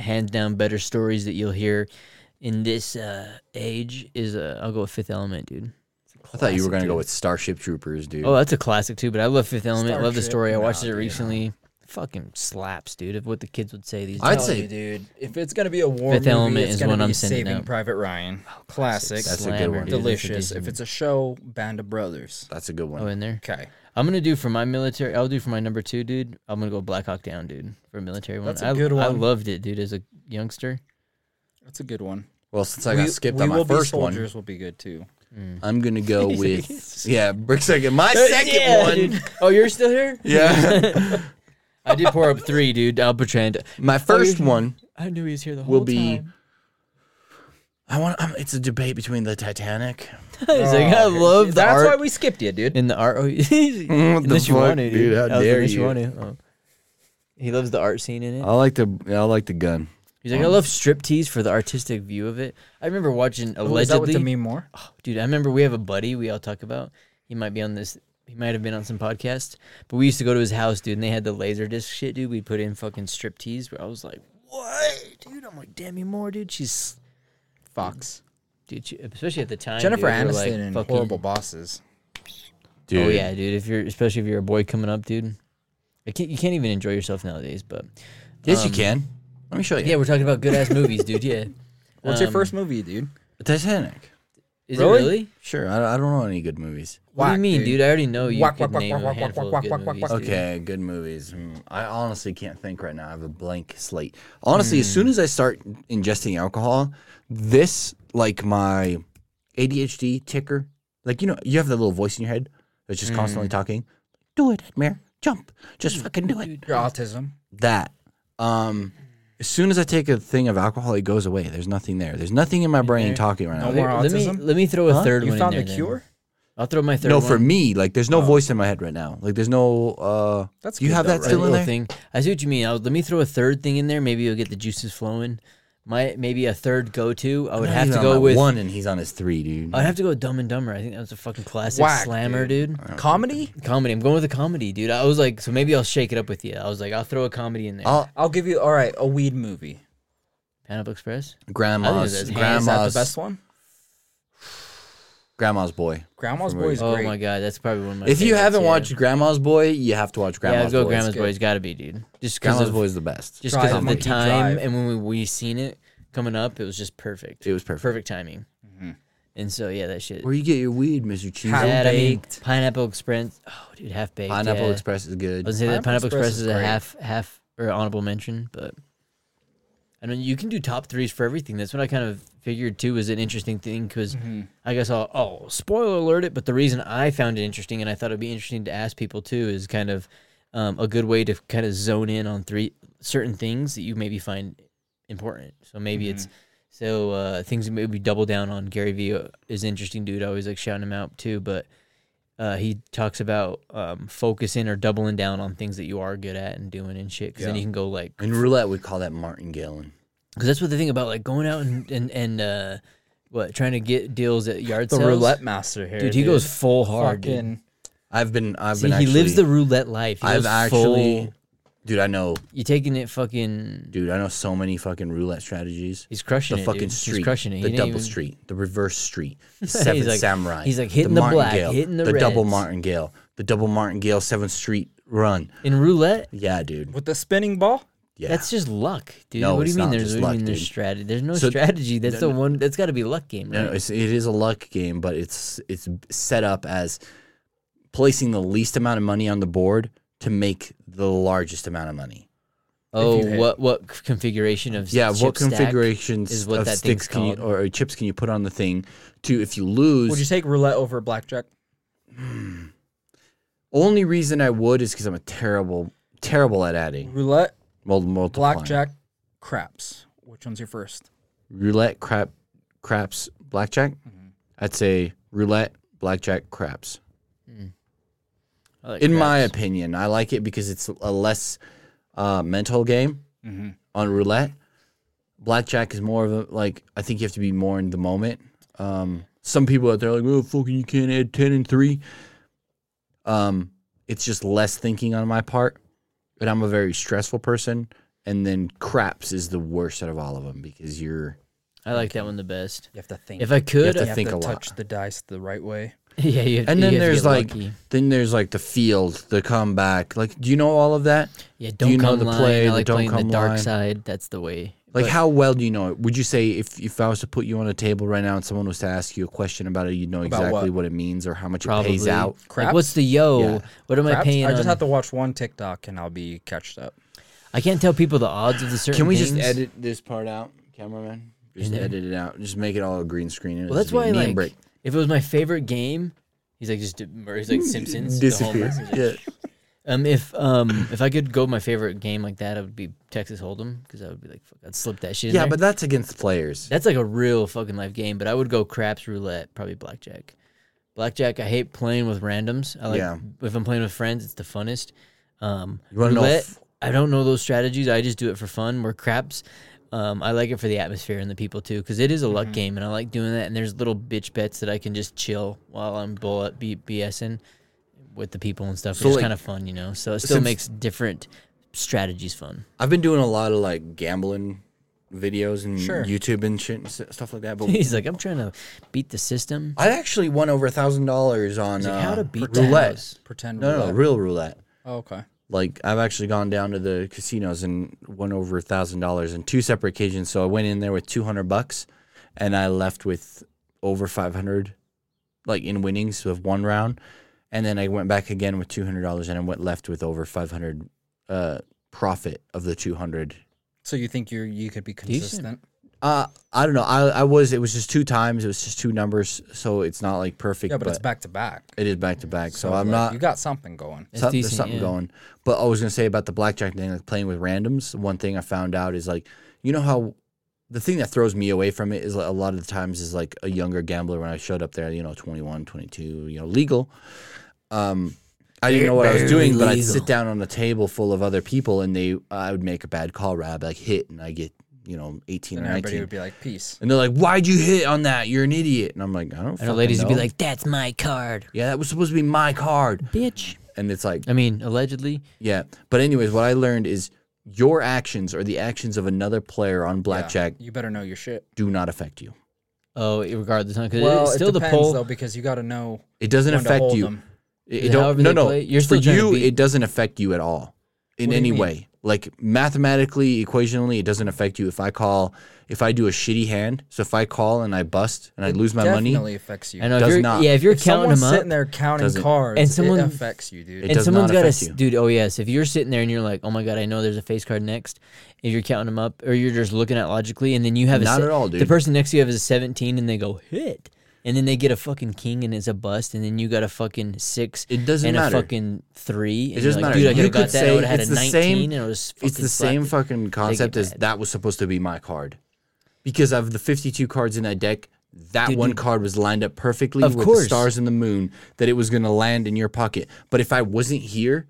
Speaker 1: hands down better stories that you'll hear in this uh, age, is uh, I'll go with Fifth Element, dude.
Speaker 2: I thought you were
Speaker 1: Classic,
Speaker 2: going to go
Speaker 1: dude.
Speaker 2: with Starship Troopers, dude.
Speaker 1: Oh, that's a classic too. But I love Fifth Element.
Speaker 3: Star
Speaker 1: love the
Speaker 3: Trek.
Speaker 1: story. I watched
Speaker 3: Nah,
Speaker 1: it
Speaker 3: dude.
Speaker 1: recently. Fucking slaps, dude. Of what the kids would say these.
Speaker 2: I'd
Speaker 1: days.
Speaker 3: Tell
Speaker 2: say-
Speaker 3: you, dude, if it's gonna be a war
Speaker 1: Fifth
Speaker 3: movie,
Speaker 1: Element
Speaker 3: it's
Speaker 1: is
Speaker 3: gonna
Speaker 1: what
Speaker 3: be
Speaker 1: I'm sending
Speaker 3: Saving
Speaker 1: out.
Speaker 3: Private Ryan. Classic,
Speaker 2: Oh, That's a good
Speaker 1: Slammer,
Speaker 2: one.
Speaker 1: dude. That's a
Speaker 3: delicious.
Speaker 1: decent
Speaker 3: If it's a show, Band of Brothers.
Speaker 2: That's a good one.
Speaker 1: Oh, in there.
Speaker 3: Okay,
Speaker 1: I'm gonna do for my military. I'll do for my number two, dude. I'm gonna go Black Hawk Down, dude, for a military one.
Speaker 3: That's a
Speaker 1: I-
Speaker 3: good
Speaker 1: I
Speaker 3: one.
Speaker 1: loved it, dude, as a youngster.
Speaker 3: that's a good one.
Speaker 2: Well, since I got
Speaker 3: We-
Speaker 2: skipped
Speaker 3: We
Speaker 2: on my
Speaker 3: Will Be
Speaker 2: first one,
Speaker 3: Soldiers will be good too.
Speaker 2: I'm gonna go with yeah, Brick second. My second
Speaker 1: Yeah,
Speaker 2: one.
Speaker 1: dude. Oh, you're still here?
Speaker 2: Yeah,
Speaker 1: I did pour up three, dude. I'll pretend.
Speaker 2: my first one
Speaker 1: I knew he was here the whole
Speaker 2: will be.
Speaker 1: time.
Speaker 2: I want. I'm, it's a debate between the Titanic.
Speaker 1: He's like, I love the
Speaker 3: That's
Speaker 1: art.
Speaker 3: why we skipped you, dude.
Speaker 1: in the art. Oh,
Speaker 2: what the
Speaker 1: unless you
Speaker 2: fuck,
Speaker 1: want to,
Speaker 2: dude? How
Speaker 1: That was
Speaker 2: dare
Speaker 1: unless
Speaker 2: you.
Speaker 1: want to. Oh. He loves the art scene in it.
Speaker 2: like the. I like the gun.
Speaker 1: He's like, I love striptease for the artistic view of it. I remember watching
Speaker 3: Ooh, is that what
Speaker 1: allegedly.
Speaker 3: the meme more?
Speaker 1: dude, I remember we have a buddy we all talk about. He might be on this. He might have been on some podcast, but we used to go to his house, dude, and they had the laser disc shit, dude. We put in fucking striptease. Where I was like, what, dude? I'm like, Demi Moore, dude. She's,
Speaker 3: Fox.
Speaker 1: dude, she, especially at the time.
Speaker 3: Jennifer
Speaker 1: dude, we're
Speaker 3: Aniston
Speaker 1: like,
Speaker 3: and
Speaker 1: fucking-
Speaker 3: Horrible Bosses.
Speaker 2: Dude.
Speaker 1: Oh yeah, dude. If you're, especially if you're a boy coming up, dude, I can't, you can't even enjoy yourself nowadays. But
Speaker 2: Yes,
Speaker 1: Um,
Speaker 2: you can. Let me show you.
Speaker 1: yeah, we're talking about good ass movies, dude. Yeah.
Speaker 3: What's your
Speaker 1: Um,
Speaker 3: first movie, dude?
Speaker 2: The Titanic.
Speaker 1: Is
Speaker 3: Really?
Speaker 1: it really?
Speaker 2: Sure. I, I don't know any good movies.
Speaker 1: what do
Speaker 3: Whack,
Speaker 1: you mean, dude? I already know you
Speaker 3: Whack,
Speaker 1: could
Speaker 3: whack,
Speaker 1: name
Speaker 3: whack,
Speaker 1: a
Speaker 3: whack,
Speaker 1: handful
Speaker 3: whack,
Speaker 1: of
Speaker 3: whack,
Speaker 1: good
Speaker 3: whack,
Speaker 1: movies.
Speaker 3: whack,
Speaker 1: dude.
Speaker 2: Okay, good movies. Hmm, I honestly can't think right now. I have a blank slate. Honestly, as soon as I start ingesting alcohol, this like my ADHD ticker, like you know, you have that little voice in your head that's just constantly talking. Do it, Edmir. Jump. Just fucking do it.
Speaker 3: Your autism.
Speaker 2: That. Um as soon as I take a thing of alcohol, it goes away. There's nothing there. There's nothing in my brain talking right now.
Speaker 3: more
Speaker 1: Let me
Speaker 3: autism?
Speaker 1: let me throw a third
Speaker 3: You
Speaker 1: one
Speaker 3: found
Speaker 1: in
Speaker 3: the
Speaker 1: there. then.
Speaker 3: cure?
Speaker 1: I'll throw my third
Speaker 2: no,
Speaker 1: one.
Speaker 2: for me, like there's no voice in my head right now. Like there's no. uh
Speaker 3: That's
Speaker 2: Do you
Speaker 3: good
Speaker 2: have
Speaker 3: though,
Speaker 2: that
Speaker 1: Right,
Speaker 2: still in
Speaker 1: little
Speaker 2: there?
Speaker 1: thing. I see what you mean. I'll, let me throw a third thing in there. Maybe you'll get the juices flowing. My maybe a third go to. I would
Speaker 2: Not
Speaker 1: have
Speaker 2: even
Speaker 1: to
Speaker 2: on
Speaker 1: go
Speaker 2: my
Speaker 1: with.
Speaker 2: one, and he's on his three, dude.
Speaker 1: I'd have to go with Dumb and Dumber. I think that was a fucking classic
Speaker 3: Whack,
Speaker 1: slammer, dude.
Speaker 3: Comedy?
Speaker 1: Comedy. I'm going with a comedy, dude. I was like, so maybe I'll shake it up with you. I was like, I'll throw a comedy in there.
Speaker 2: I'll-
Speaker 3: I'll give you all right, a weed movie.
Speaker 1: Pineapple Express. that's-
Speaker 2: grandma's,
Speaker 3: Hey, Is that the
Speaker 2: grandma's,
Speaker 3: best one?
Speaker 2: grandma's boy.
Speaker 3: Grandma's
Speaker 2: From
Speaker 3: Boy is
Speaker 1: oh
Speaker 3: great.
Speaker 1: my god, that's probably one of my.
Speaker 2: If you
Speaker 1: favorites,
Speaker 2: haven't
Speaker 1: yeah.
Speaker 2: watched Grandma's Boy, you have to watch
Speaker 1: yeah,
Speaker 2: Grandma's
Speaker 1: I'd go
Speaker 2: Boy.
Speaker 1: Grandma's
Speaker 3: good.
Speaker 1: Boy. It's got to be, dude. Just because
Speaker 2: Grandma's
Speaker 1: of
Speaker 2: Boy is the best.
Speaker 1: just because
Speaker 3: Drive,
Speaker 1: of the
Speaker 3: Monkey
Speaker 1: time
Speaker 3: Drive.
Speaker 1: and when we we seen it coming up, it was just perfect.
Speaker 2: It was perfect. Mm-hmm.
Speaker 1: perfect timing. And so yeah, that shit.
Speaker 2: Where you get your weed, Mr. Cheese?
Speaker 3: Half
Speaker 1: That, I mean,
Speaker 3: baked.
Speaker 1: pineapple express. Oh, dude, half baked.
Speaker 2: Pineapple
Speaker 1: yeah.
Speaker 2: Express is
Speaker 1: I
Speaker 2: good.
Speaker 1: was gonna say that pineapple express is, a
Speaker 3: great.
Speaker 1: half half or honorable mention, but I mean you can do top threes for everything. That's what I kind of figured too was an interesting thing because I guess I'll oh spoiler alert it, but the reason I found it interesting and I thought it'd be interesting to ask people too is kind of um, a good way to kind of zone in on three certain things that you maybe find important. So maybe it's so uh, things that maybe double down on Gary Vee is an interesting dude. I always like shouting him out too, but uh, he talks about um, focusing or doubling down on things that you are good at and doing and shit. Because then
Speaker 3: Yeah.
Speaker 1: you can go like,
Speaker 2: In roulette, we call that martingaling.
Speaker 1: because that's what the thing about like going out and and, and uh, what trying to get deals at yard
Speaker 3: the
Speaker 1: sales.
Speaker 3: roulette master here.
Speaker 1: dude, he goes full hard. dude.
Speaker 3: fucking
Speaker 2: I've been, I've
Speaker 1: See,
Speaker 2: been.
Speaker 1: he lives the
Speaker 2: actually-
Speaker 1: roulette life. He
Speaker 2: I've
Speaker 1: goes
Speaker 2: actually,
Speaker 1: full-
Speaker 2: dude. I know,
Speaker 1: you taking it fucking.
Speaker 2: dude. I know so many fucking roulette strategies.
Speaker 1: He's crushing
Speaker 2: the
Speaker 1: it.
Speaker 2: fucking
Speaker 1: dude.
Speaker 2: street,
Speaker 1: He's crushing it. He
Speaker 2: the
Speaker 1: didn't
Speaker 2: double
Speaker 1: even-
Speaker 2: street, the reverse street, seventh
Speaker 1: like-
Speaker 2: samurai.
Speaker 1: he's like hitting the black,
Speaker 2: martingale,
Speaker 1: hitting the
Speaker 2: double
Speaker 1: reds.
Speaker 2: martingale, the double martingale, seventh street run.
Speaker 1: In roulette,
Speaker 2: Yeah, dude.
Speaker 3: with the spinning ball.
Speaker 2: Yeah,
Speaker 1: that's just luck, dude.
Speaker 2: No,
Speaker 1: what do
Speaker 2: it's
Speaker 1: you mean?
Speaker 2: not
Speaker 1: there's
Speaker 2: just
Speaker 1: what do you
Speaker 2: luck,
Speaker 1: mean there's
Speaker 2: dude.
Speaker 1: strategy. There's no
Speaker 2: So-
Speaker 1: strategy. That's
Speaker 2: no,
Speaker 1: the one. That's got to be luck game,
Speaker 2: No,
Speaker 1: right?
Speaker 2: it's, it is a luck game, but it's it's set up as placing the least amount of money on the board to make the largest amount of money.
Speaker 1: Oh,
Speaker 3: hit.
Speaker 1: what what c- configuration of s-
Speaker 2: Yeah, what
Speaker 1: chip stack?
Speaker 2: configurations
Speaker 1: is what
Speaker 2: of
Speaker 1: that
Speaker 2: sticks
Speaker 1: thing's
Speaker 2: can you,
Speaker 1: called.
Speaker 2: or, or chips can you put on the thing to if you
Speaker 3: Would
Speaker 2: lose?
Speaker 3: you take roulette over blackjack?
Speaker 2: only reason I would is because I'm a terrible terrible at adding.
Speaker 3: Roulette,
Speaker 2: Mul- multiplying.
Speaker 3: blackjack, craps. Which one's your first?
Speaker 2: roulette, crap, craps, blackjack. I'd say roulette, blackjack, craps.
Speaker 1: I like
Speaker 2: In my
Speaker 1: craps.
Speaker 2: opinion, I like it because it's a less uh, mental game on roulette. Blackjack is more of a like. I think you have to be more in the moment. Um, some people out there are like, oh, fucking, you can't add ten and three. Um, it's just less thinking on my part, and I'm a very stressful person. And then craps is the worst out of all of them because you're
Speaker 1: I like that one the best.
Speaker 3: You have to think.
Speaker 1: If I could,
Speaker 2: to
Speaker 1: I-
Speaker 3: you have
Speaker 2: think
Speaker 3: to
Speaker 2: a lot.
Speaker 3: touch the dice the right way.
Speaker 1: yeah, you have,
Speaker 2: And
Speaker 1: you
Speaker 2: then
Speaker 1: have to
Speaker 2: there's
Speaker 1: get
Speaker 2: like
Speaker 1: lucky.
Speaker 2: then there's like the field, the comeback. Like, do you know all of that?
Speaker 1: yeah, don't
Speaker 2: you know
Speaker 1: come
Speaker 2: the
Speaker 1: line.
Speaker 2: play,
Speaker 1: I
Speaker 2: the
Speaker 1: like
Speaker 2: don't
Speaker 1: playing
Speaker 2: come
Speaker 1: the dark
Speaker 2: line?
Speaker 1: side. That's the way.
Speaker 2: Like,
Speaker 1: But
Speaker 2: how well do you know it? Would you say if if I was to put you on a table right now and someone was to ask you a question about it, you'd know
Speaker 3: About
Speaker 2: exactly
Speaker 3: what?
Speaker 2: what? it means or how much
Speaker 1: probably
Speaker 2: it pays out?
Speaker 1: Like, what's the yo?
Speaker 2: Yeah.
Speaker 1: What am I
Speaker 3: Craps?
Speaker 1: paying?
Speaker 3: I just
Speaker 1: on-
Speaker 3: have to watch one TikTok and I'll be catched up.
Speaker 1: I can't tell people the odds of the certain.
Speaker 2: Can we just
Speaker 1: things.
Speaker 2: edit this part out, cameraman? Just
Speaker 1: In there?
Speaker 2: edit it out. Just make it all a green screen. and
Speaker 1: Well,
Speaker 2: it'll
Speaker 1: that's
Speaker 2: just be
Speaker 1: why
Speaker 2: me and
Speaker 1: like
Speaker 2: Brick.
Speaker 1: if it was my favorite game, he's like just di- Murray's
Speaker 2: Mm,
Speaker 1: like Simpsons the Homer.
Speaker 2: disappears. Yeah.
Speaker 1: Um, if um if I could go with my favorite game like that, it would be Texas Hold'em because I would be like, fuck, I'd slip that shit. in
Speaker 2: yeah,
Speaker 1: there.
Speaker 2: but that's against players.
Speaker 1: That's like a real fucking life game, but I would go craps, roulette, probably blackjack. Blackjack, I hate playing with randoms. I like
Speaker 2: Yeah.
Speaker 1: if I'm playing with friends, it's the funnest. Um,
Speaker 2: You wanna know
Speaker 1: roulette,
Speaker 2: if-
Speaker 1: I don't know those strategies. I just do it for fun. Where craps, um, I like it for the atmosphere and the people too, because it is a luck game, and I like doing that. And there's little bitch bets that I can just chill while I'm bull B- BSing with the people and stuff.
Speaker 2: So,
Speaker 1: it's
Speaker 2: like,
Speaker 1: kind of fun, you know. So it still
Speaker 2: since-
Speaker 1: makes different strategies fun.
Speaker 2: I've been doing a lot of like gambling videos and
Speaker 3: Sure.
Speaker 2: YouTube and shit and st- stuff like that. But
Speaker 1: He's like, I'm trying to beat the system.
Speaker 2: I actually won over a thousand dollars on
Speaker 1: He's
Speaker 2: uh,
Speaker 1: like, how to beat the
Speaker 2: roulette.
Speaker 1: house.
Speaker 3: Pretend
Speaker 2: No, no,
Speaker 3: roulette.
Speaker 2: real roulette.
Speaker 3: Oh, okay.
Speaker 2: Like I've actually gone down to the casinos and won over a thousand dollars on two separate occasions. So I went in there with two hundred bucks, and I left with over five hundred, like in winnings of one round, and then I went back again with two hundred dollars, and I went left with over five hundred uh, profit of the two hundred.
Speaker 3: So you think you you could be consistent?
Speaker 2: Uh, I don't know. I I was it was just two times. It was just two numbers, so it's not like perfect.
Speaker 3: Yeah, but, it's back to back.
Speaker 2: it is back to back. So, I'm
Speaker 3: like,
Speaker 2: not.
Speaker 3: You got something going.
Speaker 1: That's
Speaker 2: Some-
Speaker 1: decent,
Speaker 2: there's something
Speaker 1: yeah.
Speaker 2: going. But I was gonna say about the blackjack thing, like playing with randoms. One thing I found out is like, you know how the thing that throws me away from it is like, a lot of the times is like a younger gambler when I showed up there, you know, 21, 22, you know, legal. Um, I didn't know what I was doing, but I'd sit down on a table full of other people and they, I would make a bad call, Rob, like hit, and I get, you know, 18 or
Speaker 3: And everybody
Speaker 2: 19.
Speaker 3: would be like, peace.
Speaker 2: and they're like, why'd you hit on that? You're an idiot. And I'm like, I don't
Speaker 1: I know ladies would be
Speaker 2: know.
Speaker 1: like, "That's my card,
Speaker 2: yeah, that was supposed to be my card.
Speaker 1: bitch."
Speaker 2: And it's like,
Speaker 1: I mean, allegedly.
Speaker 2: Yeah. But anyways, what I learned is your actions or the actions of another player on blackjack
Speaker 3: You better know your shit.
Speaker 2: do not affect you.
Speaker 1: Oh, it- regardless, because
Speaker 3: Well,
Speaker 1: it's still
Speaker 3: it
Speaker 1: the
Speaker 3: depends,
Speaker 1: poll.
Speaker 3: though, because you got to know
Speaker 2: It doesn't
Speaker 3: when to
Speaker 2: affect
Speaker 3: hold
Speaker 2: you.
Speaker 3: them.
Speaker 2: It,
Speaker 1: Yeah,
Speaker 2: it don't
Speaker 1: however
Speaker 2: no
Speaker 1: they
Speaker 2: no.
Speaker 1: play, you're
Speaker 2: For
Speaker 1: still trying to
Speaker 2: you
Speaker 1: beat-
Speaker 2: it doesn't affect you at all in
Speaker 3: What do you
Speaker 2: any
Speaker 3: mean?
Speaker 2: way. Like mathematically, equationally, it doesn't affect you if I call if I do a shitty hand. So if I call and I bust and I lose my
Speaker 3: Definitely
Speaker 2: money,
Speaker 3: affects you.
Speaker 1: I know. if
Speaker 2: does
Speaker 1: you're,
Speaker 2: not.
Speaker 1: Yeah, if you're
Speaker 3: if
Speaker 1: counting
Speaker 3: someone's
Speaker 1: them up,
Speaker 3: sitting there counting
Speaker 2: doesn't-
Speaker 3: cards,
Speaker 1: and someone-
Speaker 3: it affects you, dude.
Speaker 2: It
Speaker 1: and
Speaker 2: does not
Speaker 1: someone's got
Speaker 2: affect
Speaker 1: to,
Speaker 2: you.
Speaker 1: dude. Oh yes, if you're sitting there and you're like, "Oh my god, I know there's a face card next," if you're counting them up, or you're just looking at logically, and then you have a
Speaker 2: Not
Speaker 1: se-
Speaker 2: at all,
Speaker 1: The
Speaker 2: dude.
Speaker 1: person next to you has a 17, and they go hit, and then they get a fucking king, and it's a bust, and then you got a fucking six.
Speaker 2: It doesn't
Speaker 1: and
Speaker 2: matter.
Speaker 1: a fucking three. And
Speaker 2: It
Speaker 1: you're
Speaker 2: doesn't
Speaker 1: like,
Speaker 2: matter.
Speaker 1: Dude, I
Speaker 2: You
Speaker 1: could have got
Speaker 2: could
Speaker 1: that. I
Speaker 2: say
Speaker 1: would have had
Speaker 2: it's
Speaker 1: a
Speaker 2: the
Speaker 1: 19,
Speaker 2: same-
Speaker 1: and it was fucking
Speaker 2: it's the same
Speaker 1: slapped.
Speaker 2: fucking concept as
Speaker 1: bad.
Speaker 2: that was supposed to be my card. Because of the 52 cards in that deck, that
Speaker 1: Dude,
Speaker 2: one
Speaker 1: you-
Speaker 2: card was lined up perfectly
Speaker 1: Of
Speaker 2: with
Speaker 1: course.
Speaker 2: the stars and the moon that it was going to land in your pocket. But if I wasn't here,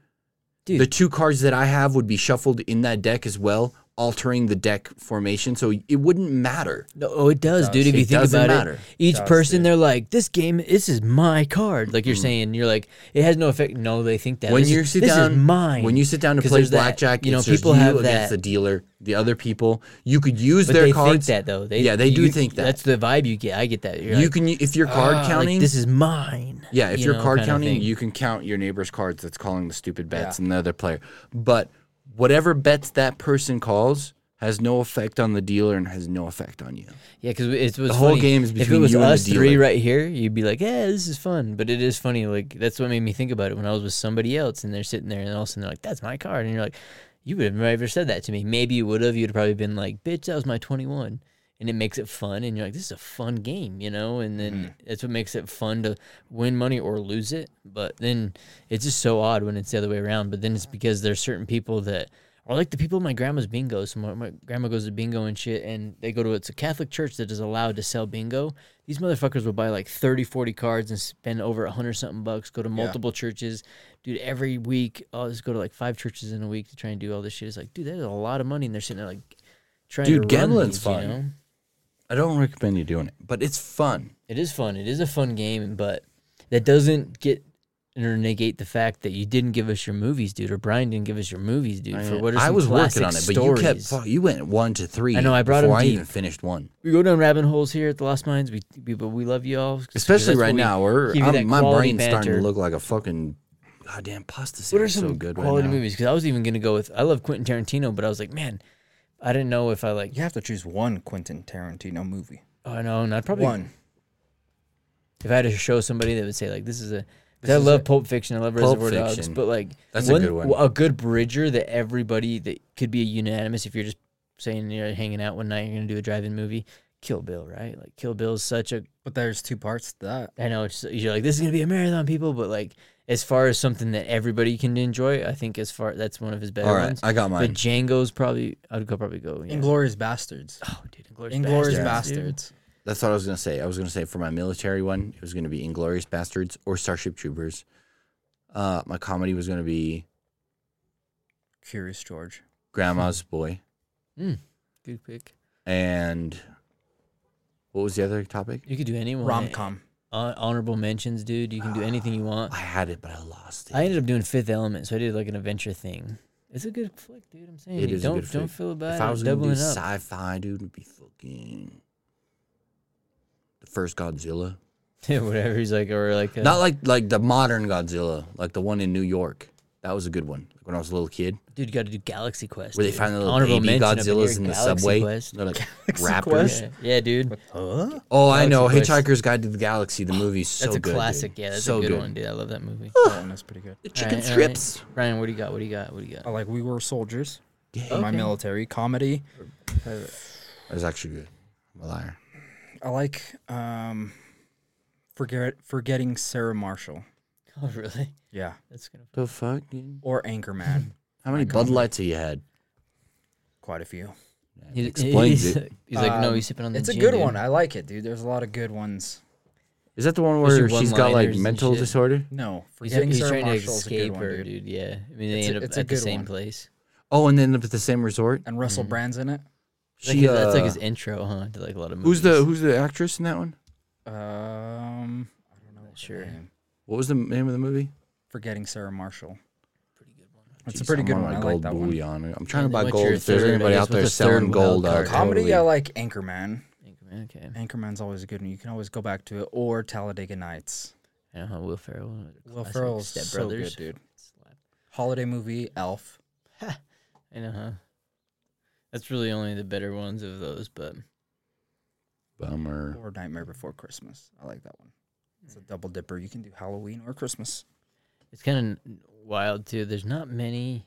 Speaker 1: Dude.
Speaker 2: the two cards that I have would be shuffled in that deck as well, altering the deck formation. So it wouldn't matter.
Speaker 1: No, oh, it does, dude. If
Speaker 2: It
Speaker 1: you think
Speaker 2: doesn't
Speaker 1: about it,
Speaker 2: matter.
Speaker 1: each
Speaker 3: does,
Speaker 1: person
Speaker 3: dude.
Speaker 1: they're like, "This game, this is my card." Like you're saying, you're like, it has no effect. No, they think that
Speaker 2: Mm. when
Speaker 1: This
Speaker 2: you
Speaker 1: is-
Speaker 2: sit
Speaker 1: this
Speaker 2: down,
Speaker 1: is mine.
Speaker 2: When you sit down to
Speaker 1: 'Cause
Speaker 2: play
Speaker 1: there's that-
Speaker 2: blackjack,
Speaker 1: you know,
Speaker 2: it's just
Speaker 1: people
Speaker 2: you
Speaker 1: have that.
Speaker 2: against the dealer, the other people. You could use
Speaker 1: but
Speaker 2: their
Speaker 1: they
Speaker 2: cards.
Speaker 1: think that though. They,
Speaker 2: yeah, they do
Speaker 1: you-
Speaker 2: think that.
Speaker 1: That's the vibe you get. I get that. You're
Speaker 2: you
Speaker 1: like,
Speaker 2: can if you're card
Speaker 1: "Ah, like,
Speaker 2: counting.
Speaker 1: this is mine.
Speaker 2: Yeah, if
Speaker 1: you
Speaker 2: you are
Speaker 1: know,
Speaker 2: card
Speaker 1: kinda
Speaker 2: counting,
Speaker 1: thing.
Speaker 2: you can count your neighbor's cards that's calling the stupid bets
Speaker 3: Yeah.
Speaker 2: and the other player. But whatever bets that person calls has no effect on the dealer and has no effect on you.
Speaker 1: yeah, because it was
Speaker 2: whole
Speaker 1: funny.
Speaker 2: game is
Speaker 1: if it
Speaker 2: between
Speaker 1: was
Speaker 2: you and the
Speaker 1: us three
Speaker 2: dealer.
Speaker 1: right here, you'd be like, "Yeah, this is fun." But it is funny. Like that's what made me think about it when I was with somebody else, and they're sitting there, and all of a sudden they're like, "That's my card," and you're like, "You would have never said that to me. Maybe you would have. You'd have probably been like, "Bitch, that was my 21." And it makes it fun, and you're like, "This is a fun game," you know. And then
Speaker 2: Mm-hmm.
Speaker 1: that's what makes it fun to win money or lose it. But then it's just so odd when it's the other way around. But then it's because there's certain people that are like the people at my grandma's bingo. So my, my grandma goes to bingo and shit, and they go to it's a Catholic church that is allowed to sell bingo. These motherfuckers will buy like 30, 40 cards and spend over a hundred something bucks. Go to multiple churches, dude. Every week, I'll just go to like five churches in a week to try and do all this shit. It's like, dude, that is a lot of money, and they're sitting there like trying to
Speaker 2: Dude,
Speaker 1: run
Speaker 2: gambling's
Speaker 1: these,
Speaker 2: fun.
Speaker 1: You know?
Speaker 2: I don't recommend you doing it, but it's fun.
Speaker 1: It is fun. It is a fun game, but that doesn't get or negate the fact that you didn't give us your movies, dude, or Brian didn't give us your movies, dude. for what are
Speaker 2: I
Speaker 1: some
Speaker 2: was
Speaker 1: classic
Speaker 2: working on it, but
Speaker 1: stories.
Speaker 2: you kept fu- you went one to three.
Speaker 1: I know, I brought
Speaker 2: before
Speaker 1: 'em
Speaker 2: I
Speaker 1: deep.
Speaker 2: even finished one.
Speaker 1: we go down rabbit holes here at the Lost Minds. We, we but we love you all,
Speaker 2: Especially
Speaker 1: that's
Speaker 2: right
Speaker 1: what we
Speaker 2: now, we're,
Speaker 1: give you that
Speaker 2: I'm, my
Speaker 1: quality
Speaker 2: brain's starting
Speaker 1: banter.
Speaker 2: to look like a fucking goddamn pasta
Speaker 1: What
Speaker 2: sandwich.
Speaker 1: are some
Speaker 2: so good
Speaker 1: quality
Speaker 2: right now.
Speaker 1: movies? Because I was even gonna go with I love Quentin Tarantino, but I was like, man, I didn't know if I like.
Speaker 3: You have to choose one Quentin Tarantino movie.
Speaker 1: Oh no, and I'd probably
Speaker 3: One.
Speaker 1: if I had to show somebody that would say like this is a. 'cause I
Speaker 3: is
Speaker 1: love Pulp Fiction. I love
Speaker 2: Pulp
Speaker 1: Reservoir Dogs,
Speaker 2: Fiction.
Speaker 1: but like
Speaker 2: That's a good one.
Speaker 1: A good bridger that everybody that could be a unanimous. If you're just saying you're hanging out one night, you're gonna do a drive-in movie. Kill Bill, right? Like Kill Bill's such a
Speaker 3: But there's two parts to that.
Speaker 1: I know it's, you're like this is gonna be a marathon, people, but like as far as something that everybody can enjoy, I think as far that's one of his better
Speaker 2: All right,
Speaker 1: ones.
Speaker 2: I
Speaker 1: But
Speaker 2: got mine.
Speaker 1: Django's probably I'd go probably go. Yeah.
Speaker 3: Inglorious Bastards.
Speaker 1: oh, dude, Inglorious,
Speaker 3: Inglorious
Speaker 1: Bastards. dude.
Speaker 3: Bastards.
Speaker 2: That's what I was gonna say. I was gonna say for my military one, it was gonna be Inglorious Bastards or Starship Troopers. Uh, my comedy was gonna be
Speaker 3: Curious George.
Speaker 2: Grandma's Boy,
Speaker 1: Mm, good pick.
Speaker 2: and what was the other topic?
Speaker 1: You could do anyone.
Speaker 3: Rom com.
Speaker 1: Hon- honorable mentions, dude. You can do anything you want.
Speaker 2: I had it, but I lost it.
Speaker 1: I ended up doing Fifth Element, so I did like an adventure thing. It's a good flick, dude. I'm saying
Speaker 2: It
Speaker 1: you
Speaker 2: is a
Speaker 1: don't
Speaker 2: good
Speaker 1: don't
Speaker 2: flick.
Speaker 1: feel bad.
Speaker 2: if I was gonna
Speaker 1: doubling
Speaker 2: do
Speaker 1: up.
Speaker 2: sci-fi, dude, it'd be fucking the first Godzilla.
Speaker 1: Yeah, whatever. He's like, or like, uh, a,
Speaker 2: Not like like the modern Godzilla, like the one in New York. That was a good one. Like when I was a little kid,
Speaker 1: dude, got to do Galaxy Quest.
Speaker 2: where they
Speaker 1: dude.
Speaker 2: find the little
Speaker 1: honorable
Speaker 2: baby
Speaker 1: mention up
Speaker 2: Godzillas
Speaker 1: here,
Speaker 2: in the
Speaker 1: Galaxy
Speaker 2: subway.
Speaker 1: Quest.
Speaker 2: They're like
Speaker 3: Quest?
Speaker 2: raptors.
Speaker 1: Yeah, yeah, dude.
Speaker 3: Huh?
Speaker 2: Oh, I know.
Speaker 1: Galaxy Quest.
Speaker 2: Hitchhiker's Guide to the Galaxy. The movie's so
Speaker 1: That's a
Speaker 2: good, dude.
Speaker 1: classic. Yeah, that's
Speaker 2: So
Speaker 1: a good, one, dude. I love that movie.
Speaker 3: That one was pretty good.
Speaker 2: The
Speaker 1: All
Speaker 2: chicken
Speaker 1: right, all right.
Speaker 2: strips.
Speaker 1: Brian, what do you got? What do you got? What do you
Speaker 3: I
Speaker 1: got?
Speaker 3: like We Were Soldiers.
Speaker 2: Yeah.
Speaker 3: My military comedy.
Speaker 2: It was actually good. I'm a liar.
Speaker 3: I like um, forget forgetting Sarah Marshall.
Speaker 1: Oh, really?
Speaker 3: Yeah,
Speaker 1: That's gonna.
Speaker 2: The fuck, dude?
Speaker 3: or Anchorman.
Speaker 2: How many Bud Lights have you had?
Speaker 3: Quite a few.
Speaker 1: He-
Speaker 4: explains
Speaker 1: he's,
Speaker 4: it.
Speaker 1: He's like, no,
Speaker 3: Um,
Speaker 1: he's sipping on the.
Speaker 3: It's a
Speaker 1: gin,
Speaker 3: good
Speaker 1: dude."
Speaker 3: one. I like it, dude. There's a lot of good ones.
Speaker 2: Is that the one
Speaker 1: Those
Speaker 2: where
Speaker 1: are
Speaker 2: she's got like
Speaker 1: one-liners and
Speaker 2: mental
Speaker 1: shit.
Speaker 2: disorder?
Speaker 3: No,
Speaker 1: He's,
Speaker 3: forgetting
Speaker 1: he's
Speaker 3: Sarah
Speaker 1: trying to
Speaker 3: Marshall's a good
Speaker 1: escape
Speaker 3: one,
Speaker 1: her,
Speaker 3: dude.
Speaker 1: dude. Yeah, I mean, they
Speaker 3: It's a-
Speaker 1: end up
Speaker 3: it's a
Speaker 1: at the
Speaker 3: good
Speaker 1: same
Speaker 3: one.
Speaker 1: place.
Speaker 2: Oh, and they end up at the same resort.
Speaker 3: And Russell
Speaker 1: Mhm.
Speaker 3: Brand's in it.
Speaker 1: Like,
Speaker 2: She,
Speaker 1: that's like
Speaker 2: uh,
Speaker 1: his intro, huh? To like a lot of movies.
Speaker 2: Who's the Who's the actress in that one?
Speaker 3: Um, I don't know. her
Speaker 1: Sure.
Speaker 3: name.
Speaker 2: What was the name of the movie?
Speaker 3: Forgetting Sarah Marshall.
Speaker 1: pretty good one?
Speaker 3: That's
Speaker 2: Jeez,
Speaker 3: a pretty
Speaker 2: I'm
Speaker 3: good
Speaker 2: on
Speaker 3: one.
Speaker 2: my
Speaker 3: I like
Speaker 2: gold
Speaker 3: that
Speaker 2: buoy
Speaker 3: one.
Speaker 2: on it. I'm trying
Speaker 1: And
Speaker 2: to
Speaker 1: then
Speaker 2: buy
Speaker 1: what's your
Speaker 2: gold. If there's
Speaker 1: third- I
Speaker 2: anybody
Speaker 1: guess
Speaker 2: out there
Speaker 1: what's the third
Speaker 2: selling
Speaker 1: wild
Speaker 2: gold, uh,
Speaker 1: card?
Speaker 2: I
Speaker 3: Comedy,
Speaker 2: totally-
Speaker 3: I like Anchorman.
Speaker 1: Anchorman, Okay,
Speaker 3: Anchorman's always a good one. You can always go back to it. Or Talladega Nights.
Speaker 1: I know how Will Ferrell. one of the
Speaker 3: Will
Speaker 1: classic
Speaker 3: Ferrell's
Speaker 1: Step
Speaker 3: so
Speaker 1: Brothers.
Speaker 3: good, dude.
Speaker 1: Slap.
Speaker 3: Holiday movie, Elf.
Speaker 1: I know, huh? That's really only the better ones of those, but
Speaker 2: Bummer.
Speaker 3: Or Nightmare Before Christmas. I like that one. It's a double dipper. You can do Halloween or Christmas.
Speaker 1: it's kind of wild too. There's not many.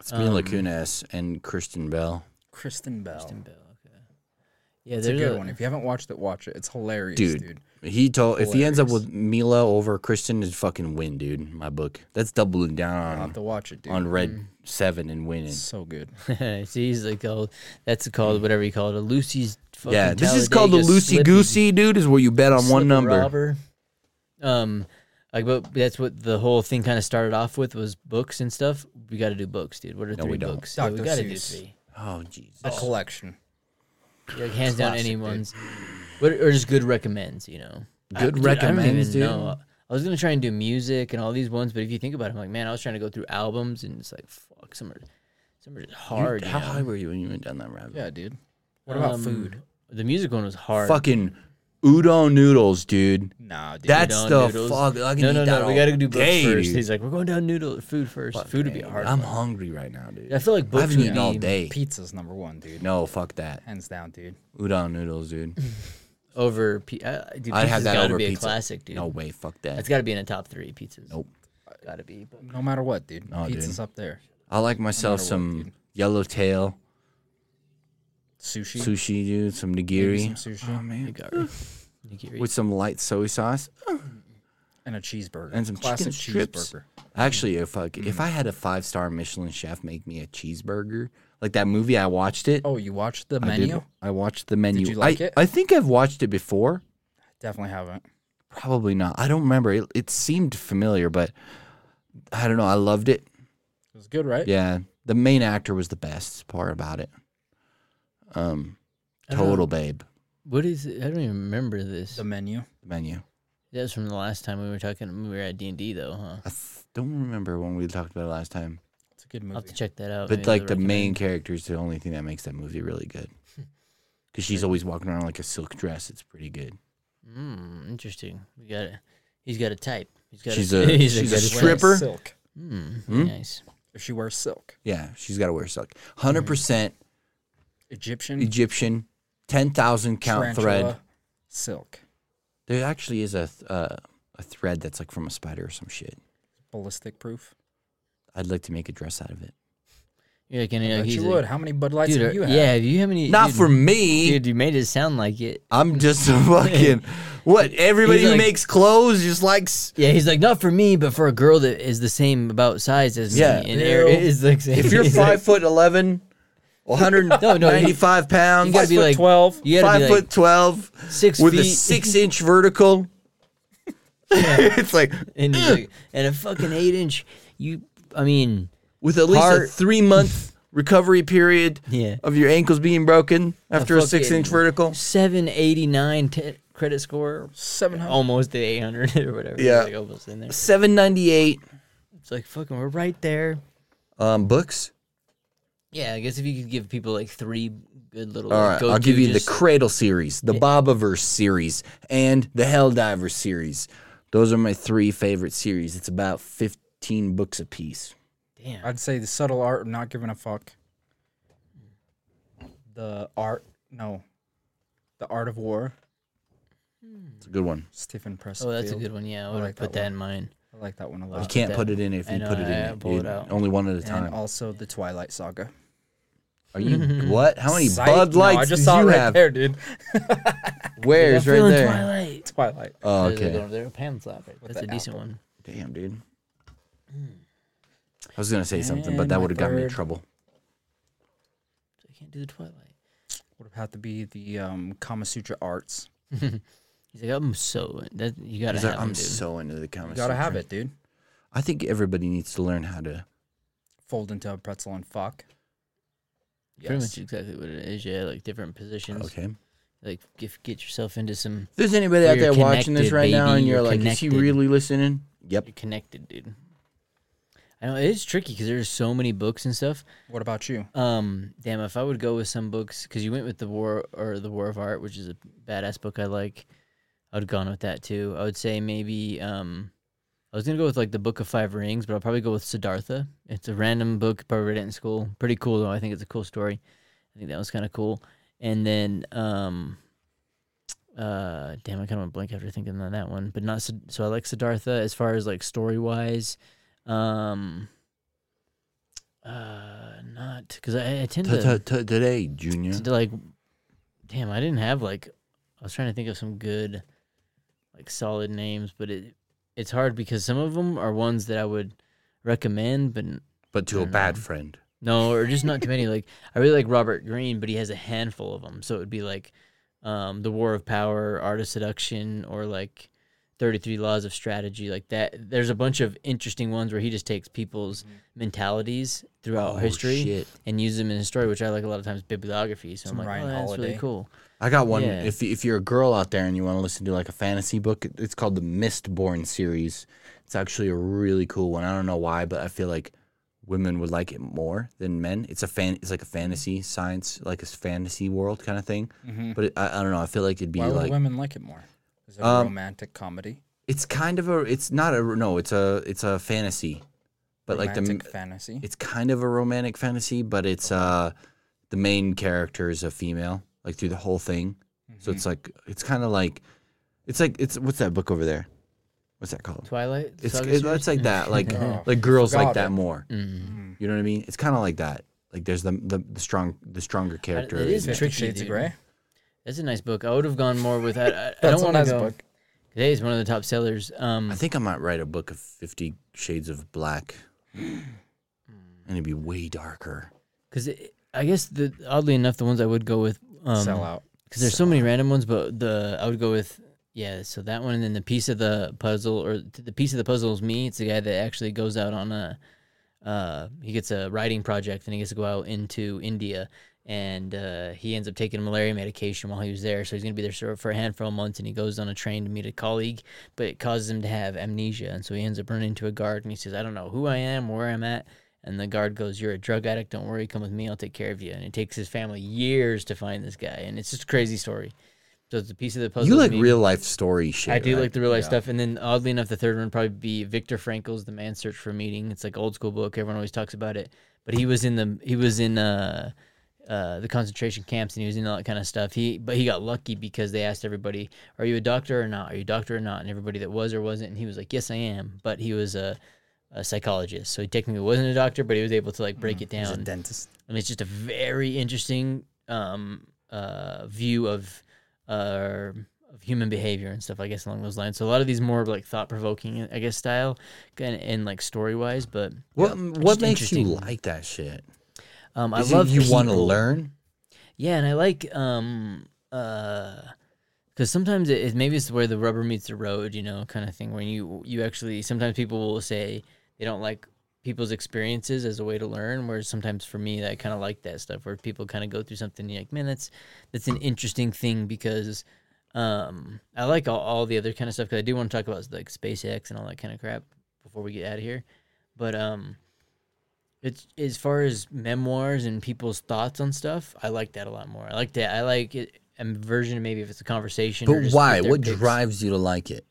Speaker 2: It's Mila
Speaker 1: Um,
Speaker 2: Kunis and Kristen Bell.
Speaker 3: Kristen Bell.
Speaker 1: Kristen Bell. Okay. Yeah,
Speaker 3: It's a
Speaker 1: there's
Speaker 3: good one. If you haven't watched it, watch it. It's hilarious,
Speaker 2: Dude.
Speaker 3: dude.
Speaker 2: He told if he ends up
Speaker 3: Hilarious.
Speaker 2: with Mila over Kristen is fucking win, dude. in My book. That's doubling
Speaker 3: I'll have
Speaker 2: down
Speaker 3: to watch it,
Speaker 2: on,
Speaker 3: dude.
Speaker 2: on red seven and winning.
Speaker 3: It's so good.
Speaker 1: See, he's like, oh, that's called whatever you call it, a Lucy's. Fucking
Speaker 2: Yeah, this is called the
Speaker 1: Talladega
Speaker 2: loosey
Speaker 1: Slippy-
Speaker 2: goosey, dude. Is where you bet on one
Speaker 1: Slipper
Speaker 2: number.
Speaker 1: Robber. Um, like, but that's what the whole thing kind of started off with was books and stuff. We got to do books, dude. What are
Speaker 2: No, we
Speaker 1: three
Speaker 2: don't.
Speaker 1: books? Yeah, we
Speaker 3: Dr.
Speaker 1: got to do
Speaker 3: Seuss.
Speaker 1: three.
Speaker 2: Oh Jesus.
Speaker 3: A collection.
Speaker 1: Yeah, like, hands down,
Speaker 3: Classic, dude.
Speaker 1: anyone's. What or just good recommends, you know. I-
Speaker 2: Good
Speaker 1: Uh, dude, I don't even
Speaker 2: recommends, dude.
Speaker 1: know. I was gonna try and do music and all these ones, but if you think about it, I'm like, man, I was trying to go through albums, and it's like, fuck, some are, some are just hard.
Speaker 2: Oh, You-
Speaker 1: you
Speaker 2: how
Speaker 1: know?
Speaker 2: high were you when you went down that rabbit?
Speaker 3: Yeah, dude. What about
Speaker 1: Um,
Speaker 3: food?
Speaker 1: The music one was hard.
Speaker 2: Fucking udon noodles, dude.
Speaker 3: Nah, dude.
Speaker 2: That's
Speaker 1: Udon
Speaker 2: the
Speaker 1: noodles.
Speaker 2: fuck. I can
Speaker 1: No,
Speaker 2: eat
Speaker 1: no,
Speaker 2: that
Speaker 1: no.
Speaker 2: all
Speaker 1: We got to do books
Speaker 2: day,
Speaker 1: first.
Speaker 2: dude.
Speaker 1: He's like, we're going down noodle food first. food would be a hard.
Speaker 2: I'm
Speaker 1: one.
Speaker 2: hungry right now, dude.
Speaker 1: I feel like books.
Speaker 2: I haven't
Speaker 1: would
Speaker 2: eaten all
Speaker 1: be-
Speaker 2: day.
Speaker 3: Pizza's number one, dude.
Speaker 2: No, fuck that.
Speaker 3: Hands down, dude.
Speaker 2: Udon noodles, dude.
Speaker 1: over. P- I, dude,
Speaker 2: I'd have
Speaker 1: pizza's
Speaker 2: that
Speaker 1: gotta
Speaker 2: over
Speaker 1: be
Speaker 2: pizza.
Speaker 1: a classic, dude.
Speaker 2: No way, fuck
Speaker 1: That's
Speaker 2: that.
Speaker 1: got to be in the top three pizzas.
Speaker 2: Nope.
Speaker 1: Gotta be. But
Speaker 3: No matter what, dude.
Speaker 2: No, dude.
Speaker 3: Pizza's up there.
Speaker 2: I like myself
Speaker 3: matter what,
Speaker 2: some
Speaker 3: dude.
Speaker 2: yellowtail
Speaker 3: Sushi.
Speaker 2: sushi, dude. Some
Speaker 3: Maybe
Speaker 2: nigiri.
Speaker 3: Some sushi.
Speaker 2: Oh man,
Speaker 1: Nigari. Nigiri.
Speaker 2: with some light soy sauce.
Speaker 3: and a cheeseburger.
Speaker 2: And some chicken
Speaker 3: Classic
Speaker 2: strips.
Speaker 3: cheeseburger. Mm.
Speaker 2: Actually, if I if I had a five star Michelin chef make me a cheeseburger, like that movie I watched it.
Speaker 3: Oh, you watched the
Speaker 2: I did-
Speaker 3: menu?
Speaker 2: I watched the menu.
Speaker 3: you like
Speaker 2: I,
Speaker 3: it?
Speaker 2: I think I've watched it before.
Speaker 3: Definitely haven't.
Speaker 2: Probably not. I don't remember. It, it seemed familiar, but I don't know. I loved it.
Speaker 3: It was good, right?
Speaker 2: Yeah, the main actor was the best part about it. Um,
Speaker 1: I don't know.
Speaker 2: total babe.
Speaker 1: What is it? I don't even remember this.
Speaker 3: The menu.
Speaker 2: The menu.
Speaker 1: That was from the last time we were talking. We were at D and D though, huh?
Speaker 2: I th- don't remember when we talked about it last time.
Speaker 3: It's a good
Speaker 1: I'll
Speaker 3: movie.
Speaker 1: have to check that out.
Speaker 2: But
Speaker 1: Maybe
Speaker 2: like
Speaker 1: they'll
Speaker 2: the main
Speaker 1: recommend-
Speaker 2: character is the only thing that makes that movie really good. Because she's always walking around like a silk dress. It's pretty good.
Speaker 1: Mm, interesting. We got it. He's got a type. He's got.
Speaker 2: She's
Speaker 1: a,
Speaker 2: a-
Speaker 1: he's
Speaker 2: she's a
Speaker 1: got
Speaker 3: If she
Speaker 1: type.
Speaker 3: wears
Speaker 2: stripper?
Speaker 3: Silk.
Speaker 1: Mm,
Speaker 2: Hmm?
Speaker 1: Nice.
Speaker 3: If she wears silk.
Speaker 2: Yeah, she's got to wear silk.
Speaker 1: Mm-hmm.
Speaker 2: Hundred percent
Speaker 3: Egyptian.
Speaker 2: Egyptian, ten thousand count thread.
Speaker 3: tarantula, Silk.
Speaker 2: There actually is a th- uh, a thread that's like from a spider or some shit.
Speaker 3: Ballistic proof.
Speaker 2: I'd like to make a dress out of it.
Speaker 1: You're like, and
Speaker 3: I
Speaker 1: you're like,
Speaker 3: bet
Speaker 1: he's
Speaker 3: you
Speaker 1: like,
Speaker 3: would. How many Bud Lights
Speaker 1: dude,
Speaker 2: uh,
Speaker 3: have
Speaker 1: are-
Speaker 3: you had?
Speaker 1: yeah. Do you have any?
Speaker 2: Not
Speaker 1: dude,
Speaker 2: for me.
Speaker 1: Dude, you made it sound like it.
Speaker 2: I'm just a fucking what? Everybody
Speaker 1: He's
Speaker 2: who
Speaker 1: like-
Speaker 2: makes clothes just likes.
Speaker 1: Yeah, he's like, not for me, but for a girl that is the same about size as
Speaker 2: Yeah.
Speaker 1: me. And Aaron
Speaker 3: Ew.
Speaker 1: is like,
Speaker 2: If you're
Speaker 1: he's
Speaker 2: five foot eleven, one hundred
Speaker 1: No, no, you-
Speaker 2: ninety-five
Speaker 1: like, you
Speaker 2: pounds,
Speaker 1: gotta be
Speaker 3: foot
Speaker 1: like
Speaker 3: 12,
Speaker 1: You gotta
Speaker 2: five
Speaker 1: be
Speaker 2: foot
Speaker 1: like
Speaker 2: twelve,
Speaker 1: six
Speaker 2: with
Speaker 1: feet
Speaker 2: a six-inch vertical. it's like
Speaker 1: and, he's like, and a fucking eight inch. You, I mean,
Speaker 2: with at least a
Speaker 1: Heart.
Speaker 2: three-month recovery period
Speaker 1: Yeah.
Speaker 2: of your ankles being broken after a,
Speaker 1: fucking-
Speaker 2: six-inch vertical.
Speaker 1: seven eighty nine te- credit score,
Speaker 3: 700.
Speaker 1: almost the eight hundred or whatever. He's
Speaker 2: Yeah.
Speaker 1: like almost in there.
Speaker 2: Seven ninety-eight.
Speaker 1: It's like fucking, we're right there.
Speaker 2: Um, books.
Speaker 1: Yeah, I guess if you could give people like three good little.
Speaker 2: All
Speaker 1: like,
Speaker 2: right,
Speaker 1: go-to
Speaker 2: I'll give you
Speaker 1: just-
Speaker 2: the Cradle series, the Bobaverse series, and the Helldiver series. Those are my three favorite series. It's about fifteen books apiece. Oh.
Speaker 1: Damn.
Speaker 3: I'd say the subtle art of not giving a fuck. The art, no, the art of war.
Speaker 2: It's a good one.
Speaker 3: Stephen Pressfield.
Speaker 1: Oh, that's a good one. Yeah, I would have
Speaker 3: like that
Speaker 1: put that in mine.
Speaker 3: I like that one a
Speaker 2: You
Speaker 3: lot.
Speaker 2: can't
Speaker 1: that-
Speaker 2: put it in if
Speaker 1: I
Speaker 2: you
Speaker 1: know,
Speaker 2: put it in.
Speaker 1: I- I'll
Speaker 2: it,
Speaker 1: pull it
Speaker 2: dude.
Speaker 1: out.
Speaker 2: Only one at a
Speaker 3: And
Speaker 2: time.
Speaker 3: also the Twilight Saga.
Speaker 2: Are you what? How many
Speaker 3: Psych?
Speaker 2: Bud
Speaker 3: No,
Speaker 2: Lights
Speaker 3: I just
Speaker 2: did
Speaker 3: saw it
Speaker 2: you
Speaker 3: right
Speaker 2: have?
Speaker 3: there, dude.
Speaker 2: Where's right
Speaker 1: Feeling
Speaker 2: there?
Speaker 1: Twilight.
Speaker 3: Twilight.
Speaker 2: Oh,
Speaker 1: There's a good
Speaker 2: okay.
Speaker 1: one there, Pan Flap. That's a
Speaker 3: the
Speaker 1: decent one.
Speaker 2: Damn, dude. I was gonna say something, but
Speaker 3: And
Speaker 2: that
Speaker 3: my
Speaker 2: would have got me in
Speaker 3: third-
Speaker 2: trouble.
Speaker 1: I can't do the Twilight.
Speaker 3: Would have had to be the um, Kama Sutra arts.
Speaker 1: He's like, I'm so that you gotta
Speaker 2: He's like,
Speaker 1: have
Speaker 2: I'm
Speaker 1: it, dude.
Speaker 2: so into the Kama
Speaker 3: You gotta have
Speaker 2: Sutra.
Speaker 3: it, dude.
Speaker 2: I think everybody needs to learn how to.
Speaker 3: Fold into a pretzel and fuck.
Speaker 1: Pretty
Speaker 3: Yes.
Speaker 1: much exactly what it is. Yeah, like different positions.
Speaker 2: Okay. If
Speaker 1: Like get get yourself into some.
Speaker 2: there's anybody
Speaker 1: Well,
Speaker 2: out there
Speaker 1: you're
Speaker 2: watching this
Speaker 1: connected,
Speaker 2: right now
Speaker 1: baby.
Speaker 2: and you're,
Speaker 1: You're
Speaker 2: like, is he
Speaker 1: connected."
Speaker 2: really listening? Yep.
Speaker 1: You're connected, dude. I know it is tricky because there's so many books and stuff.
Speaker 3: What about you?
Speaker 1: Um, damn, if I would go with some books, because you went with the war or the War of Art, which is a badass book I like, I would have gone with that too. I would say maybe um, I was gonna go with like the Book of Five Rings, but I'll probably go with Siddhartha. It's a random book, probably read it in school. Pretty cool though. I think it's a cool story. I think that was kind of cool. And then, um, uh, damn, I kind of went blank after thinking on that one, but not Sid- so. I like Siddhartha as far as like story wise. Um, uh, not because I, I tend
Speaker 2: T-
Speaker 1: to
Speaker 2: t- t- Today, Junior.
Speaker 1: to, like damn i didn't have like i was trying to think of some good like solid names but it it's hard because some of them are ones that i would recommend but n-
Speaker 2: But to a bad friend.
Speaker 1: no or just not too many like i really like robert Greene, but he has a handful of them so it would be like um the war of power art of seduction or like 33 laws of strategy like that there's a bunch of interesting ones where he just takes people's
Speaker 3: Mm-hmm.
Speaker 1: mentalities throughout
Speaker 2: Oh,
Speaker 1: history
Speaker 2: shit.
Speaker 1: and uses them in his story which i like a lot of times bibliography so
Speaker 3: Some
Speaker 1: i'm like
Speaker 3: Ryan
Speaker 1: oh, that's really
Speaker 3: Holiday.
Speaker 1: cool
Speaker 2: I got one.
Speaker 1: Yeah.
Speaker 2: If if you're a girl out there and you want to listen to like a fantasy book, it- it's called the Mistborn series. It's actually a really cool one. I don't know why, but I feel like women would like it more than men. It's a fan. It's like a fantasy science, like a fantasy world kind of thing. But it, I, I don't know. I feel like it'd be
Speaker 3: Mm-hmm. Why would
Speaker 2: like
Speaker 3: women like it more? Is it a
Speaker 2: Um,
Speaker 3: romantic comedy?
Speaker 2: it's kind of a. It's not a no. It's a it's a fantasy, but like the
Speaker 3: romantic fantasy.
Speaker 2: it's kind of a romantic fantasy, but it's uh the main character is a female, like through the whole thing. So
Speaker 1: Mm-hmm.
Speaker 2: it's like it's kind of like it's like it's what's that book over there? What's that called?
Speaker 1: Twilight.
Speaker 2: It's
Speaker 1: saga
Speaker 2: it,
Speaker 1: series?
Speaker 2: it's like that, like
Speaker 3: Oh,
Speaker 2: like girls like
Speaker 3: forgot
Speaker 2: that
Speaker 3: it.
Speaker 2: more.
Speaker 3: Mm-hmm.
Speaker 1: Mm.
Speaker 2: You know what I mean? It's kind of like that. Like there's the the, the strong the stronger character.
Speaker 1: it is
Speaker 2: in
Speaker 1: It's
Speaker 3: Fifty
Speaker 1: tricky,
Speaker 3: Shades
Speaker 1: dude.
Speaker 3: of Grey.
Speaker 1: That's a nice book. I would have gone more with that. I, I
Speaker 3: That's
Speaker 1: don't
Speaker 3: a
Speaker 1: want to
Speaker 3: nice
Speaker 1: go.
Speaker 3: book.
Speaker 1: Today is one of the top sellers. Um,
Speaker 2: I think I might write a book of Fifty Shades of Black,
Speaker 1: Mm.
Speaker 2: and it'd be way darker.
Speaker 1: because I guess the oddly enough, the ones I would go with um,
Speaker 3: Sell out.
Speaker 1: because there's so many random ones, but the I would go with yeah. So that one, and then the piece of the puzzle, or t- the piece of the puzzle is me. It's the guy that actually goes out on a, uh, he gets a writing project, and he gets to go out into India, and uh, he ends up taking malaria medication while he was there. So he's gonna be there sort of for a handful of months, and he goes on a train to meet a colleague, but it causes him to have amnesia, and so he ends up running into a guard, and he says, "I don't know who I am, where I'm at." And the guard goes, You're a drug addict. Don't worry. Come with me. I'll take care of you. And it takes his family years to find this guy. And it's just a crazy story. So it's a piece of the puzzle.
Speaker 2: You
Speaker 1: to
Speaker 2: like
Speaker 1: me.
Speaker 2: real life story shit.
Speaker 1: I do
Speaker 2: right?
Speaker 1: like the real life stuff. And then oddly enough, the third one would probably be Victor Frankl's The Man's Search for Meaning. It's like old school book. Everyone always talks about it. But he was in the he was in uh uh, the concentration camps and he was in all that kind of stuff. He but he got lucky because they asked everybody, "Are you a doctor or not? Are you a doctor or not?" And everybody that was or wasn't, and he was like, "Yes, I am." But he was a, a psychologist, so he technically wasn't a doctor, but he was able to like break it
Speaker 3: He's a
Speaker 1: down.
Speaker 3: dentist.
Speaker 1: I mean, it's just a very interesting um, uh, view of uh, of human behavior and stuff. I guess along those lines. So a lot of these more like thought provoking, I guess, style and, and like story wise. But
Speaker 2: What what
Speaker 1: Just
Speaker 2: makes you
Speaker 1: interesting.
Speaker 2: like that shit?
Speaker 1: um,
Speaker 2: Is
Speaker 1: I
Speaker 2: it
Speaker 1: love
Speaker 2: you want to
Speaker 1: people.
Speaker 2: learn.
Speaker 1: Yeah, and I like um uh because sometimes it, it maybe it's where the rubber meets the road, you know, kind of thing. When you you actually sometimes people will say they don't like people's experiences as a way to learn. Whereas sometimes for me, I kind of like that stuff where people kind of go through something. And you're like, man, that's that's an interesting thing because um I like all, all the other kind of stuff because I do want to talk about like SpaceX and all that kind of crap before we get out of here, but um. It's as far as memoirs and people's thoughts on stuff. I like that a lot more. I like that. I like it, a version maybe if it's a conversation. or
Speaker 2: But
Speaker 1: just
Speaker 2: why?
Speaker 1: their
Speaker 2: What
Speaker 1: picks.
Speaker 2: drives you to like it?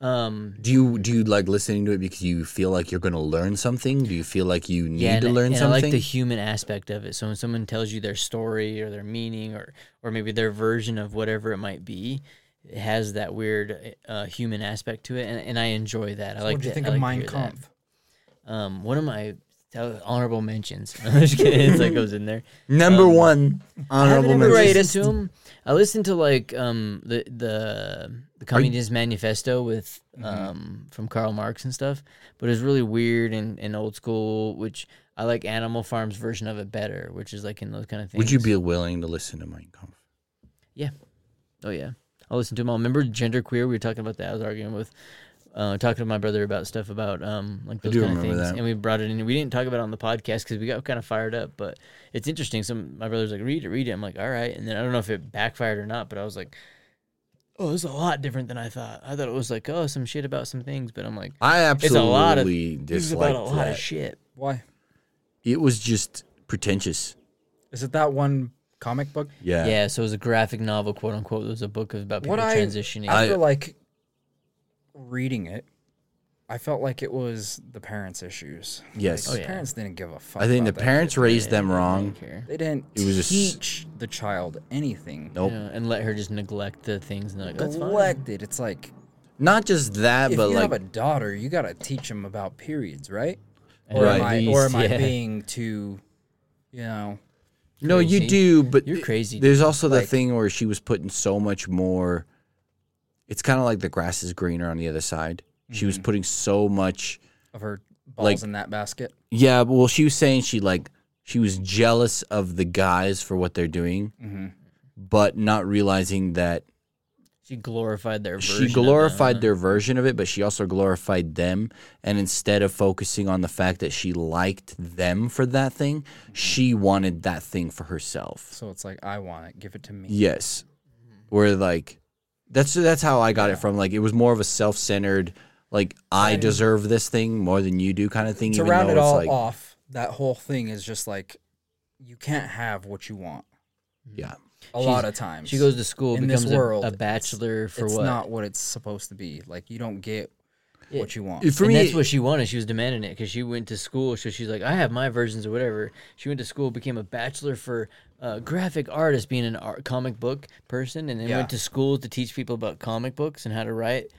Speaker 1: Um,
Speaker 2: Do you do you like listening to it because you feel like you're going to learn something? Do you feel like you need
Speaker 1: yeah,
Speaker 2: to
Speaker 1: and,
Speaker 2: learn
Speaker 1: and I
Speaker 2: something?
Speaker 1: like the human aspect of it. So when someone tells you their story or their meaning or or maybe their version of whatever it might be, it has that weird uh, human aspect to it, and, and I enjoy that. I like.
Speaker 3: what do
Speaker 1: that-
Speaker 3: you think
Speaker 1: I like
Speaker 3: of
Speaker 1: to
Speaker 3: Mein
Speaker 1: hear that.
Speaker 3: Kampf?
Speaker 1: Um, one of my uh, honorable mentions. I'm just kidding. It's like goes in there.
Speaker 2: Number
Speaker 1: um,
Speaker 2: one honorable
Speaker 1: I haven't ever
Speaker 2: mention.
Speaker 1: listened to 'em. I listened to like um the the the Communist Manifesto with
Speaker 2: Mm-hmm.
Speaker 1: um from Karl Marx and stuff, but it's really weird and, and old school, which I like Animal Farm's version of it better, which is like in those kind of things.
Speaker 2: Would you be willing to listen to Mein Kampf?
Speaker 1: Oh yeah, I'll listen to them all. Remember gender queer? We were talking about that. I was arguing with, uh, talking to my brother about stuff about um like those
Speaker 2: do
Speaker 1: kind of
Speaker 2: remember
Speaker 1: things,
Speaker 2: that.
Speaker 1: and we brought it in. We didn't talk about it on the podcast because we got kind of fired up, but it's interesting. Some my brother's like, read it, read it. I'm like, all right, and then I don't know if it backfired or not, but I was like. Oh, it's a lot different than I thought. I thought it was like, oh, some shit about some things, but I'm like,
Speaker 2: I
Speaker 1: it's a
Speaker 2: absolutely
Speaker 1: lot of this is about
Speaker 2: disliked
Speaker 1: a lot
Speaker 2: that.
Speaker 1: of shit.
Speaker 3: Why?
Speaker 2: it was just pretentious.
Speaker 3: Is it that one comic book?
Speaker 2: Yeah.
Speaker 1: Yeah, so it was a graphic novel, quote unquote. It was a book about people
Speaker 3: What I-
Speaker 1: transitioning.
Speaker 3: I
Speaker 2: I-
Speaker 3: feel like reading it, I felt like it was the parents' issues.
Speaker 2: Yes.
Speaker 3: Like,
Speaker 1: Oh,
Speaker 3: the
Speaker 1: yeah.
Speaker 3: parents didn't give a fuck.
Speaker 2: I think the
Speaker 3: about that
Speaker 2: parents raised them
Speaker 1: I
Speaker 2: wrong.
Speaker 1: don't care.
Speaker 3: shit. They didn't
Speaker 2: It was a s-
Speaker 3: teach the child anything.
Speaker 2: Nope.
Speaker 1: Yeah, and let her just neglect the things. And they're like, that's fine.
Speaker 3: Neglected. It's like
Speaker 2: Not just that,
Speaker 3: if
Speaker 2: but
Speaker 3: you
Speaker 2: like
Speaker 3: have a daughter, you gotta teach them about periods, right?
Speaker 1: At
Speaker 3: Or am I,
Speaker 1: least,
Speaker 3: or am I
Speaker 1: yeah.
Speaker 3: being too, you know?
Speaker 2: No,
Speaker 1: crazy.
Speaker 2: you do, but
Speaker 1: You're
Speaker 2: it-
Speaker 1: crazy,
Speaker 2: There's also the
Speaker 3: Like-
Speaker 2: thing where she was putting so much more. It's kind of like the grass is greener on the other side. She
Speaker 1: Mm-hmm.
Speaker 2: was putting so much.
Speaker 3: of her balls
Speaker 2: Like-
Speaker 3: in that basket.
Speaker 2: Yeah, but, well, she was saying she like she was jealous of the guys for what they're doing,
Speaker 1: Mm-hmm.
Speaker 2: but not realizing that
Speaker 1: She glorified their.
Speaker 2: she
Speaker 1: version of
Speaker 2: glorified
Speaker 1: them.
Speaker 2: their version of it, but she also glorified them. And instead of focusing on the fact that she liked them for that thing,
Speaker 1: Mm-hmm.
Speaker 2: she wanted that thing for herself.
Speaker 3: So it's like, I want it. Give it to me.
Speaker 2: Yes. Where like that's that's how I got it from. Like it was more of a self centered, like I deserve this thing more than you do kind of thing.
Speaker 3: to
Speaker 2: even
Speaker 3: round
Speaker 2: though
Speaker 3: it all
Speaker 2: it's like
Speaker 3: off, that whole thing is just like, you can't have what you want.
Speaker 2: Yeah.
Speaker 3: A
Speaker 1: She's-
Speaker 3: lot of times.
Speaker 1: She goes to school,
Speaker 3: In this
Speaker 1: becomes a-
Speaker 3: world,
Speaker 1: a,
Speaker 3: it's-
Speaker 1: bachelor for
Speaker 3: it's
Speaker 1: what?
Speaker 3: not what it's supposed to be. Like, you don't get
Speaker 1: Yeah.
Speaker 3: what you want.
Speaker 2: For
Speaker 1: and
Speaker 2: me
Speaker 1: that's what she wanted. She was demanding it because she went to school. So she's like, I have my versions or whatever. She went to school, became a bachelor for uh, graphic artist, being an art comic book person, and then
Speaker 3: Yeah.
Speaker 1: went to school to teach people about comic books and how to write.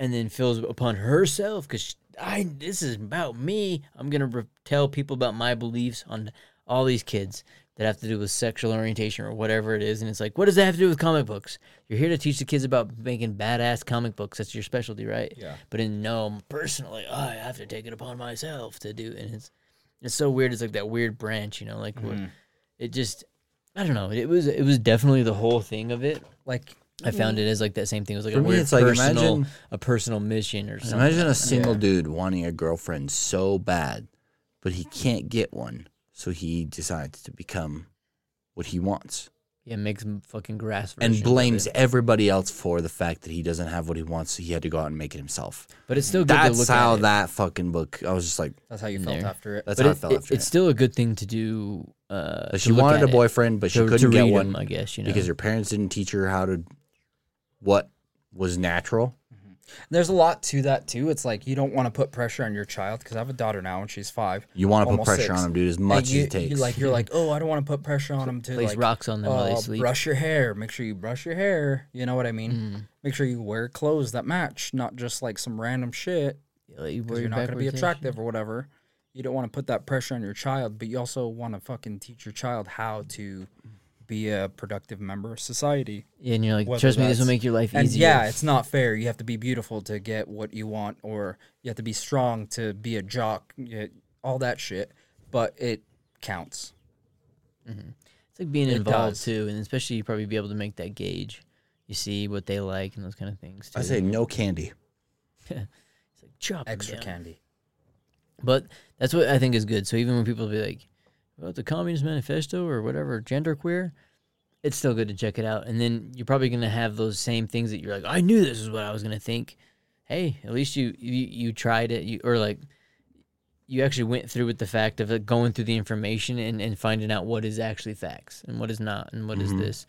Speaker 1: And then feels upon herself because I this is about me. I'm gonna re- tell people about my beliefs on all these kids that have to do with sexual orientation or whatever it is. And it's like, what does that have to do with comic books? You're here to teach the kids about making badass comic books. That's your specialty, right?
Speaker 3: Yeah.
Speaker 1: But in no, personally, I have to take it upon myself to do. And it's it's so weird. It's like that weird branch, you know, like what it just. I don't know. It was it was definitely the whole thing of it.
Speaker 3: like,
Speaker 1: I found it as like that same thing. It was like
Speaker 2: For
Speaker 1: a
Speaker 2: me,
Speaker 1: weird
Speaker 2: it's like,
Speaker 1: personal,
Speaker 2: imagine-
Speaker 1: a personal mission or something.
Speaker 2: Imagine a single dude wanting a girlfriend so bad, but he can't get one, so he decides to become what he wants
Speaker 1: Yeah, make some fucking grass version
Speaker 2: and
Speaker 1: of
Speaker 2: blames
Speaker 1: it.
Speaker 2: everybody else for the fact that he doesn't have what he wants, so he had to go out and make it himself.
Speaker 1: But it's still good to
Speaker 2: That's
Speaker 1: look
Speaker 2: how
Speaker 1: at it.
Speaker 2: that fucking book. I was just like,
Speaker 3: that's how you felt
Speaker 1: There.
Speaker 3: after it.
Speaker 2: that's
Speaker 1: But
Speaker 2: how I
Speaker 1: it-
Speaker 2: felt
Speaker 1: it-
Speaker 2: after
Speaker 1: it's
Speaker 2: it.
Speaker 1: still a good thing to do. Uh,
Speaker 2: Like,
Speaker 1: to
Speaker 2: she
Speaker 1: look
Speaker 2: wanted
Speaker 1: at
Speaker 2: a
Speaker 1: it,
Speaker 2: boyfriend, but she
Speaker 1: to- to
Speaker 2: couldn't get
Speaker 1: read 'em,
Speaker 2: one.
Speaker 1: I guess you know
Speaker 2: because your parents didn't teach her how to what was natural.
Speaker 3: There's a lot to that, too. It's like, you don't want to put pressure on your child because I have a daughter now and she's five.
Speaker 2: You want to put
Speaker 3: Almost
Speaker 2: pressure
Speaker 3: six.
Speaker 2: on them, dude, as
Speaker 3: And
Speaker 2: much
Speaker 3: you-
Speaker 2: as it takes.
Speaker 3: You like you're like, oh, I don't want to put pressure on them to
Speaker 1: place
Speaker 3: like,
Speaker 1: rocks on them while they
Speaker 3: uh,
Speaker 1: sleep. Hmm.
Speaker 3: Brush your hair. Make sure you brush your hair. You know what I mean. Make sure you wear clothes that match, not just like some random shit.
Speaker 1: Yeah, like, you
Speaker 3: 'cause
Speaker 1: wear
Speaker 3: you're
Speaker 1: your
Speaker 3: not going to be
Speaker 1: backwards hat.
Speaker 3: attractive or whatever. You don't want to put that pressure on your child, but you also want to fucking teach your child how to be a productive member of society.
Speaker 1: Yeah, and you're like,
Speaker 3: Whether
Speaker 1: trust me, this will
Speaker 3: that's-
Speaker 1: make your life
Speaker 3: And
Speaker 1: easier.
Speaker 3: yeah, it's not fair. You have to be beautiful to get what you want, or you have to be strong to be a jock. yeah, All that shit, but it counts.
Speaker 1: It's like being
Speaker 3: It
Speaker 1: involved
Speaker 3: does.
Speaker 1: too, and especially you probably be able to make that gauge. You see what they like and those kind of things. Too.
Speaker 2: I say no candy.
Speaker 1: it's like chop 'em
Speaker 3: Extra
Speaker 1: down.
Speaker 3: candy.
Speaker 1: But that's what I think is good. So even when people be like, "About the Communist Manifesto" or whatever, genderqueer, it's still good to check it out. And then you're probably gonna have those same things that you're like, "I knew this is what I was gonna think." Hey, at least you you, you tried it. You or like. You actually went through with the fact of like, going through the information and, and finding out what is actually facts and what is not and what is this.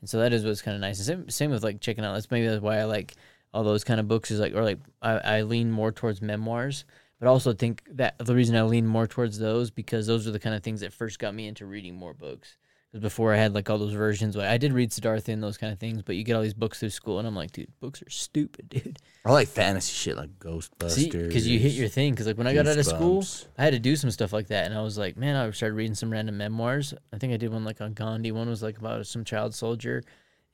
Speaker 1: And so that is what's kind of nice. And same, same with like checking out. That's maybe that's why I like all those kind of books is like, or like I, I lean more towards memoirs, but I also think that the reason I lean more towards those because those are the kind of things that first got me into reading more books. Because before I had like all those versions, like I did read Siddhartha and those kind of things, but you get all these books through school, and I'm like, dude, books are stupid, dude.
Speaker 2: I like fantasy shit like Ghostbusters.
Speaker 1: See, because you hit your thing. Because like when I got out of school,
Speaker 2: Goosebumps.
Speaker 1: I had to do some stuff like that, and I was like, man, I started reading some random memoirs. I think I did one like on Gandhi. One was like about some child soldier,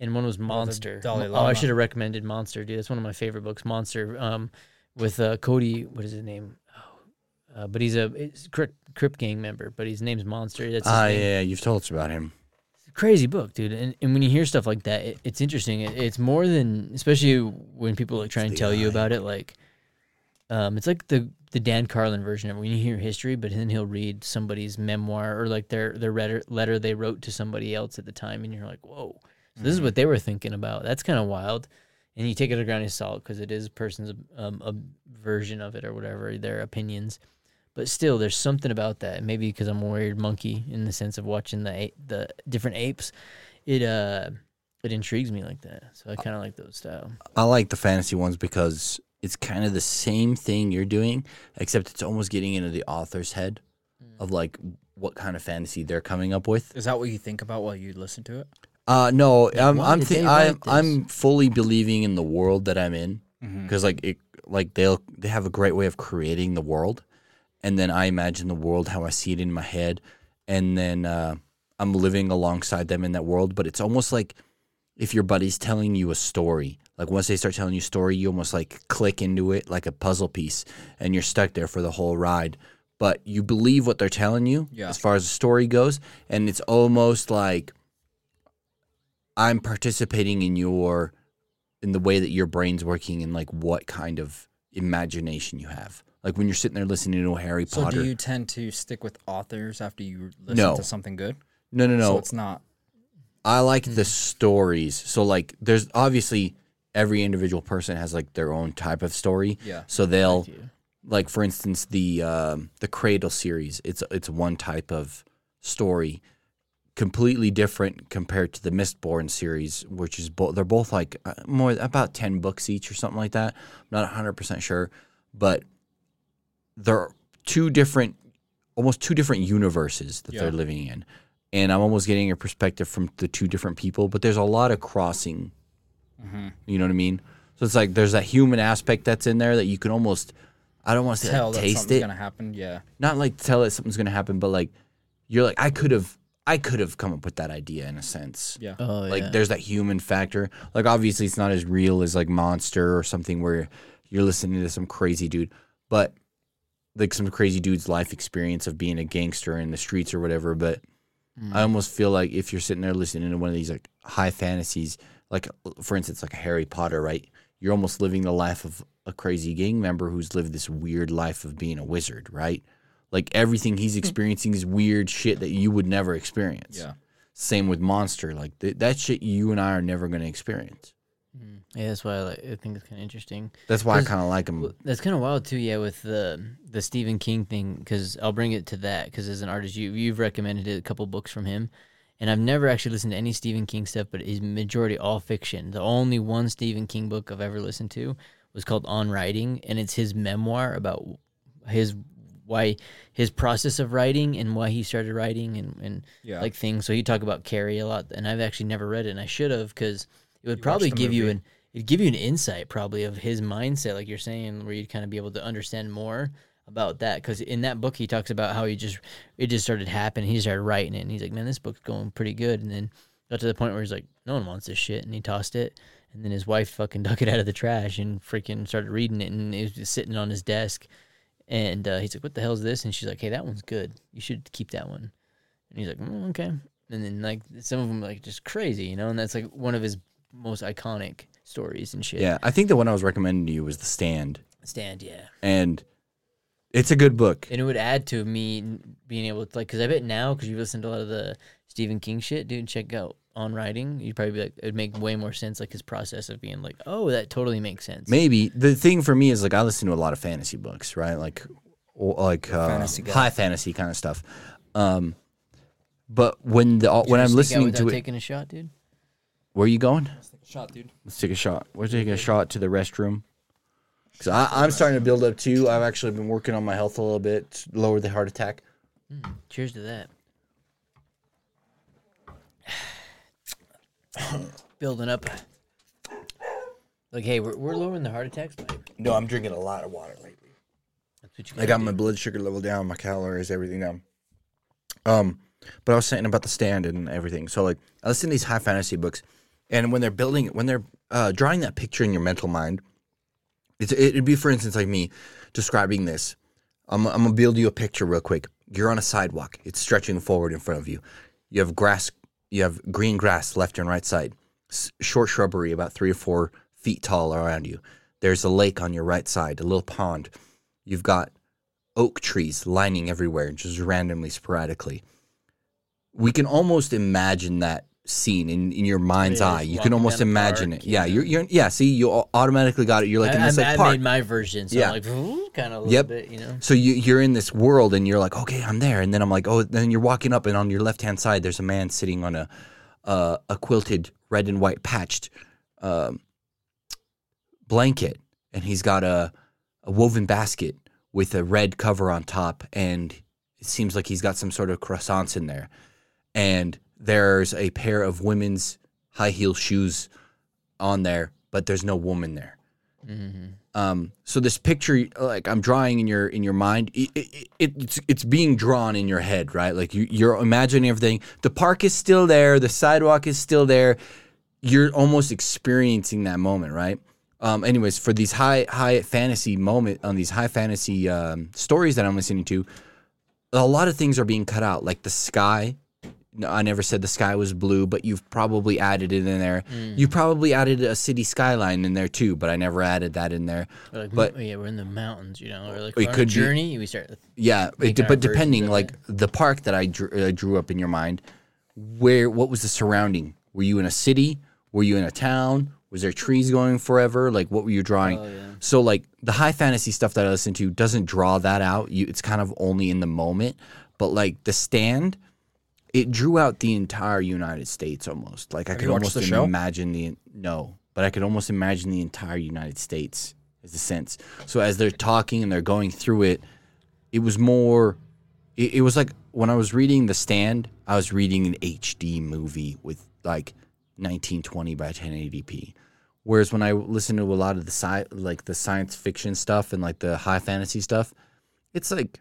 Speaker 1: and one was Monster.
Speaker 3: Dalai
Speaker 1: Mo- Oh, I
Speaker 3: Lama.
Speaker 1: should have recommended Monster, dude. That's one of my favorite books, Monster. Um, with uh, Cody, what is his name? Oh, Uh, but he's a it's Crip, Crip Gang member, but his name's Monster. That's his
Speaker 2: Ah,
Speaker 1: name.
Speaker 2: yeah, you've told us about him.
Speaker 1: crazy book, dude. And, and when you hear stuff like that, it, it's interesting. It, it's more than especially when people like try and tell you about it. Like, um, it's like the the Dan Carlin version of when you hear history, but then he'll read somebody's memoir or like their their letter, letter they wrote to somebody else at the time, and you're like, whoa, so this is what they were thinking about. That's kind of wild. And you take it with a ground of salt because it is a person's um, a version of it or whatever their opinions but still there's something about that maybe because i'm a weird monkey in the sense of watching the a- the different apes it uh it intrigues me like that so i kind of like those style
Speaker 2: I like the fantasy ones because it's kind of the same thing you're doing, except it's almost getting into the author's head of like what kind of fantasy they're coming up with.
Speaker 3: Is that what you think about while you listen to it?
Speaker 2: Uh, no, I'm
Speaker 1: why
Speaker 2: I'm,
Speaker 1: did
Speaker 2: thi-
Speaker 1: they
Speaker 2: I'm
Speaker 1: write
Speaker 2: I'm fully believing in the world that I'm in
Speaker 1: Mm-hmm.
Speaker 2: because like it like they'll they have a great way of creating the world, and then I imagine the world how I see it in my head, and then uh, I'm living alongside them in that world. But it's almost like if your buddy's telling you a story, like once they start telling you a story, you almost like click into it like a puzzle piece and you're stuck there for the whole ride. But you believe what they're telling you
Speaker 3: Yeah.
Speaker 2: as far as the story goes. And it's almost like I'm participating in your, in the way that your brain's working and like what kind of imagination you have. Like when you're sitting there listening to a Harry
Speaker 3: So
Speaker 2: Potter.
Speaker 3: do you tend to stick with authors after you listen
Speaker 2: No.
Speaker 3: to something good?
Speaker 2: no, no, no.
Speaker 3: So it's not.
Speaker 2: I like the stories. So like there's obviously every individual person has like their own type of story.
Speaker 3: Yeah.
Speaker 2: So they'll like for instance the um, the Cradle series. It's it's one type of story completely different compared to the Mistborn series, which is both they're both like uh, more about ten books each or something like that. I'm not hundred percent sure, but they're two different, almost two different universes that they're living in, and I'm almost getting a perspective from the two different people. But there's a lot of crossing.
Speaker 3: Mm-hmm.
Speaker 2: You know what I mean? So it's like there's that human aspect that's in there that you can almost. I don't want to say
Speaker 3: Tell
Speaker 2: like,
Speaker 3: that
Speaker 2: taste
Speaker 3: something's
Speaker 2: it,
Speaker 3: gonna happen. Yeah.
Speaker 2: not like tell it something's gonna happen, but like you're like I could have I could have come up with that idea in a sense.
Speaker 3: Yeah.
Speaker 1: oh
Speaker 2: Like
Speaker 1: yeah
Speaker 2: there's that human factor. Like obviously it's not as real as like Monster or something where you're listening to some crazy dude, but like some crazy dude's life experience of being a gangster in the streets or whatever. But I almost feel like if you're sitting there listening to one of these like high fantasies, like for instance, like a Harry Potter, right? You're almost living the life of a crazy gang member who's lived this weird life of being a wizard, right? Like everything he's experiencing is weird shit that you would never experience.
Speaker 3: Yeah.
Speaker 2: Same with Monster. Like th- that shit you and I are never going to experience.
Speaker 1: yeah that's why i, like, I think it's kind of interesting
Speaker 2: That's why I
Speaker 1: 'Cause-
Speaker 2: kind of like him.
Speaker 1: Well, that's kind of wild too, yeah, with the the Stephen King thing. Because I'll bring it to that. Because as an artist, you you've recommended a couple books from him, and I've never actually listened to any Stephen King stuff, but it's majority all fiction. The only one Stephen King book I've ever listened to was called On Writing, and it's his memoir about his why his process of writing and why he started writing and and
Speaker 3: Yeah.
Speaker 1: like things. So he talk about Carrie a lot, and I've actually never read it, and I should have because it would probably
Speaker 3: the
Speaker 1: give you
Speaker 3: movie.
Speaker 1: an it'd give you an insight probably of his mindset, like you're saying, where you'd kind of be able to understand more about that. Because in that book, he talks about how he just it just started happening. He started writing it, and he's like, "Man, this book's going pretty good." And then got to the point where he's like, "No one wants this shit," and he tossed it. And then his wife fucking took it out of the trash and freaking started reading it, and it was just sitting on his desk. And uh, he's like, "What the hell's this?" And she's like, "Hey, that one's good. You should keep that one." And he's like, "Mm, "Okay." And then like some of them like just crazy, you know. And that's like one of his most iconic stories and shit.
Speaker 2: yeah, I think the one I was recommending to you was The Stand,
Speaker 1: Stand, yeah.
Speaker 2: and it's a good book.
Speaker 1: And it would add to me n- being able to like, because I bet now, because you've listened to a lot of the Stephen King shit, dude. Check out on writing. You'd probably be like, it'd make way more sense, like his process of being like, oh, that totally makes sense.
Speaker 2: Maybe the thing for me is like I listen to a lot of fantasy books, right? Like, or, like uh,
Speaker 3: Fantasy guy.
Speaker 2: high fantasy kind of stuff. Um, but when the uh, when I'm
Speaker 1: Sneak out
Speaker 2: listening
Speaker 1: without
Speaker 2: to it,
Speaker 1: taking a shot, dude.
Speaker 2: where are you going?
Speaker 3: Shot, dude.
Speaker 2: Let's take a shot. We're taking a shot to the restroom. Cause I, I'm starting to build up too. I've actually been working on my health a little bit, to lower the heart attack.
Speaker 1: Cheers to that. Building up. Like, hey, we're, we're lowering the heart attacks. By,
Speaker 2: No, I'm drinking a lot of water lately.
Speaker 1: that's what you
Speaker 2: I got my blood sugar level down, my calories, everything down. Um, but I was saying about the stand and everything. So like, I listen to these high fantasy books, and when they're building, when they're uh, drawing that picture in your mental mind, it's, it'd be for instance like me describing this. I'm, I'm gonna build you a picture real quick. You're on a sidewalk. It's stretching forward in front of you. You have grass. You have green grass left and right side. S- short shrubbery about three or four feet tall around you. There's a lake on your right side. A little pond. You've got oak trees lining everywhere, just randomly, sporadically. We can almost imagine that scene in, in your mind's
Speaker 1: Yeah,
Speaker 2: eye.
Speaker 1: just
Speaker 2: You can
Speaker 1: walking
Speaker 2: almost
Speaker 1: down a
Speaker 2: imagine
Speaker 1: park,
Speaker 2: it. Yeah,
Speaker 1: yeah.
Speaker 2: you're, you're yeah. See, you au- automatically got it. You're like in
Speaker 1: I,
Speaker 2: this
Speaker 1: I,
Speaker 2: like
Speaker 1: I
Speaker 2: park.
Speaker 1: made my version, so
Speaker 2: Yeah.
Speaker 1: I'm like, kind of a little
Speaker 2: Yep.
Speaker 1: bit, you know.
Speaker 2: So you, you're in this world and you're like, okay, I'm there. And then I'm like, oh, then you're walking up and on your left hand side, there's a man sitting on a uh, a quilted red and white patched um, blanket, and he's got a, a woven basket with a red cover on top, and it seems like he's got some sort of croissants in there. And there's a pair of women's high heel shoes on there, but there's no woman there. Um, so this picture, like I'm drawing in your in your mind, it, it, it, it's it's being drawn in your head, right? Like you, you're imagining everything. The park is still there. The sidewalk is still there. You're almost experiencing that moment, right? Um, anyways, for these high high fantasy moment on these high fantasy um, stories that I'm listening to, a lot of things are being cut out, like the sky. No, I never said the sky was blue, but you've probably added it in there. You probably added a city skyline in there too, but I never added that in there.
Speaker 1: We're like,
Speaker 2: But-
Speaker 1: "Mm, yeah, we're in the mountains, you know, or like
Speaker 2: It
Speaker 1: we could
Speaker 2: could be-
Speaker 1: journey. We start
Speaker 2: Yeah, it,
Speaker 1: Making
Speaker 2: de-
Speaker 1: our
Speaker 2: but
Speaker 1: versions
Speaker 2: depending,
Speaker 1: of
Speaker 2: like the park that I drew, uh, drew up in your mind, where what was the surrounding? Were you in a city? Were you in a town? Was there trees going forever? Like what were you drawing? So like the high fantasy stuff that I listen to doesn't draw that out. You, it's kind of only in the moment. But like the stand, it drew out the entire United States almost. Like I
Speaker 3: Have
Speaker 2: could
Speaker 3: you watched
Speaker 2: almost
Speaker 3: the show?
Speaker 2: imagine the no, but I could almost imagine the entire United States as a sense. So as they're talking and they're going through it, it was more. It, it was like when I was reading The Stand, I was reading an HD movie with like 1920 by 1080p. Whereas when I listen to a lot of the sci- like the science fiction stuff and like the high fantasy stuff, it's like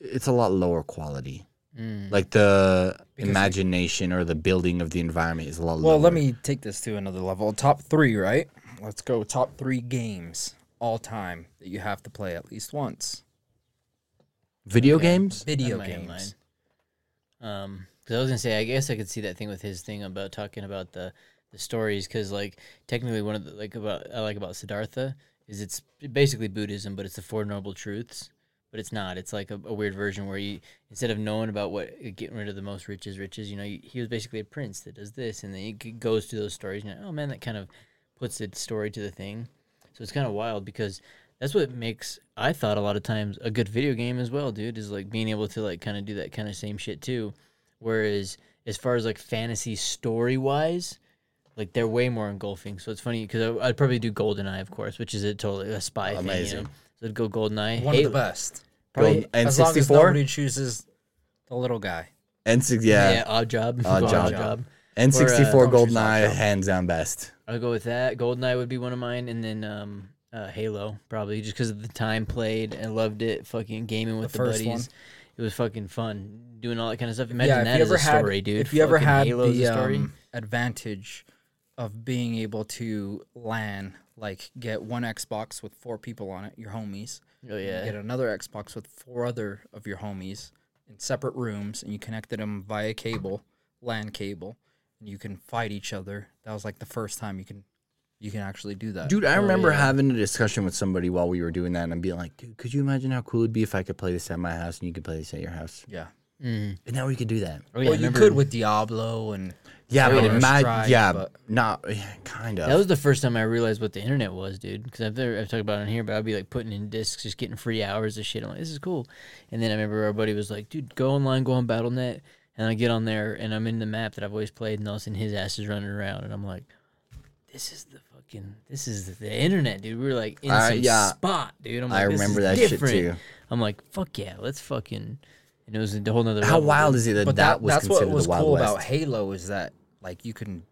Speaker 2: it's a lot lower quality.
Speaker 1: Mm.
Speaker 2: Like the imagination or the building of the environment is a lot lower.
Speaker 3: Well, let me take this to another level. Top three, right? Let's go. Top three games all time that you have to play at least once.
Speaker 2: video games.
Speaker 3: Video
Speaker 1: I might have
Speaker 3: games.
Speaker 1: mine. Um, because I was gonna say, I guess I could see that thing with his thing about talking about the the stories, because like technically one of the like about I like about Siddhartha is it's basically Buddhism, but it's the Four Noble Truths. But it's not. It's like a, a weird version where you instead of knowing about what uh, getting rid of the most riches, riches, you know, he he was basically a prince that does this, and then he g- goes to those stories, and you're like, oh man, that kind of puts its story to the thing. So it's kind of wild because that's what makes I thought a lot of times a good video game as well, dude, is like being able to like kind of do that kind of same shit too. Whereas as far as like fantasy story wise, like they're way more engulfing. So it's funny because I'd probably do GoldenEye, of course, which is a totally a spy thing. You
Speaker 2: Amazing.
Speaker 1: know? So I'd go GoldenEye.
Speaker 3: One
Speaker 1: Halo-
Speaker 3: of the best.
Speaker 2: Golden-
Speaker 3: Probably,
Speaker 2: and
Speaker 3: as long as
Speaker 2: 64?
Speaker 3: nobody chooses the little guy.
Speaker 2: N six
Speaker 1: Yeah.
Speaker 2: yeah.
Speaker 1: odd job.
Speaker 2: Odd
Speaker 1: Go
Speaker 2: Job. N sixty
Speaker 1: Or,
Speaker 2: four
Speaker 1: uh,
Speaker 2: GoldenEye hands down best.
Speaker 1: I'll go with that. GoldenEye would be one of mine, and then um, uh, Halo probably just because of the time played. I loved it. Fucking gaming with the,
Speaker 3: The first
Speaker 1: buddies.
Speaker 3: one.
Speaker 1: It was fucking fun doing all that kind of stuff. Imagine
Speaker 3: if
Speaker 1: that
Speaker 3: you
Speaker 1: as
Speaker 3: ever
Speaker 1: a story,
Speaker 3: had,
Speaker 1: dude.
Speaker 3: If you ever
Speaker 1: Fucking
Speaker 3: had
Speaker 1: Halo's
Speaker 3: the
Speaker 1: a story,
Speaker 3: um, advantage of being able to LAN, like get one Xbox with four people on it, your homies,
Speaker 1: oh
Speaker 3: and
Speaker 1: yeah,
Speaker 3: get another Xbox with four other of your homies in separate rooms, and you connected them via cable, LAN cable, and you can fight each other. That was like the first time you can, you can actually do that.
Speaker 2: Dude, I remember
Speaker 1: Oh, yeah.
Speaker 2: having a discussion with somebody while we were doing that, and I'm being like, dude, could you imagine how cool it'd be if I could play this at my house and you could play this at your house?
Speaker 3: yeah.
Speaker 2: And now we could do that.
Speaker 1: oh, yeah. I
Speaker 3: Well, you
Speaker 1: remember-
Speaker 3: could with Diablo and
Speaker 2: Yeah, but
Speaker 3: Counter
Speaker 2: imagine.
Speaker 3: Strike,
Speaker 2: yeah,
Speaker 3: but-
Speaker 2: not yeah, kind of.
Speaker 1: That was the first time I realized what the internet was, dude. Because I've never, I've talked about it on here, but I'd be like putting in discs, just getting free hours of shit. I'm like, this is cool. And then I remember our buddy was like, dude, go online, go on BattleNet, and I get on there and I'm in the map that I've always played, and all of a sudden his ass is running around, and I'm like, this is the fucking, this is the internet, dude. We were like in
Speaker 2: I-
Speaker 1: some
Speaker 2: yeah.
Speaker 1: spot, dude. I'm like,
Speaker 2: I
Speaker 1: this is
Speaker 2: remember that shit
Speaker 1: different.
Speaker 2: too.
Speaker 1: I'm like, fuck yeah, let's fucking. And it was a whole nother.
Speaker 2: How
Speaker 1: level,
Speaker 2: wild
Speaker 1: dude.
Speaker 2: is it that
Speaker 3: but
Speaker 2: that,
Speaker 3: that,
Speaker 2: was
Speaker 3: that's
Speaker 2: considered
Speaker 3: what was
Speaker 2: the Wild
Speaker 3: cool
Speaker 2: West?
Speaker 3: about Halo is that like you can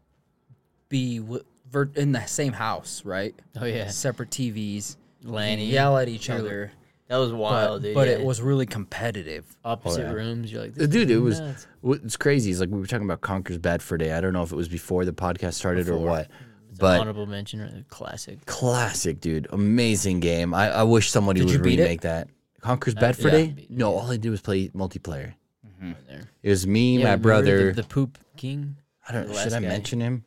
Speaker 3: be w- ver- in the same house, right?
Speaker 1: Oh yeah,
Speaker 3: Separate TVs, you can
Speaker 1: Lanny.
Speaker 3: yell at each
Speaker 1: You're
Speaker 3: other.
Speaker 1: that was
Speaker 3: But,
Speaker 1: wild, dude.
Speaker 3: but it
Speaker 1: yeah.
Speaker 3: was Oh, really competitive.
Speaker 1: opposite rooms. You're like, this
Speaker 2: dude,
Speaker 1: is
Speaker 2: it was
Speaker 1: nuts.
Speaker 2: it's crazy. It's like we were talking about Conker's Bedford Day. I don't know if it was before the podcast started or what,
Speaker 1: It's an
Speaker 2: but
Speaker 1: honorable mention, right? classic.
Speaker 2: classic, dude. Amazing game. I, I wish somebody
Speaker 3: Did
Speaker 2: would
Speaker 3: you beat it?
Speaker 2: remake that. Conquer's
Speaker 1: Uh,
Speaker 2: Bad for
Speaker 1: yeah.
Speaker 2: Day? No, all I did was play multiplayer.
Speaker 1: There.
Speaker 2: It was me,
Speaker 1: Yeah,
Speaker 2: my
Speaker 1: remember
Speaker 2: brother.
Speaker 1: the, the poop king.
Speaker 2: I don't.
Speaker 1: the
Speaker 2: Should
Speaker 1: last
Speaker 2: I
Speaker 1: guy.
Speaker 2: mention him?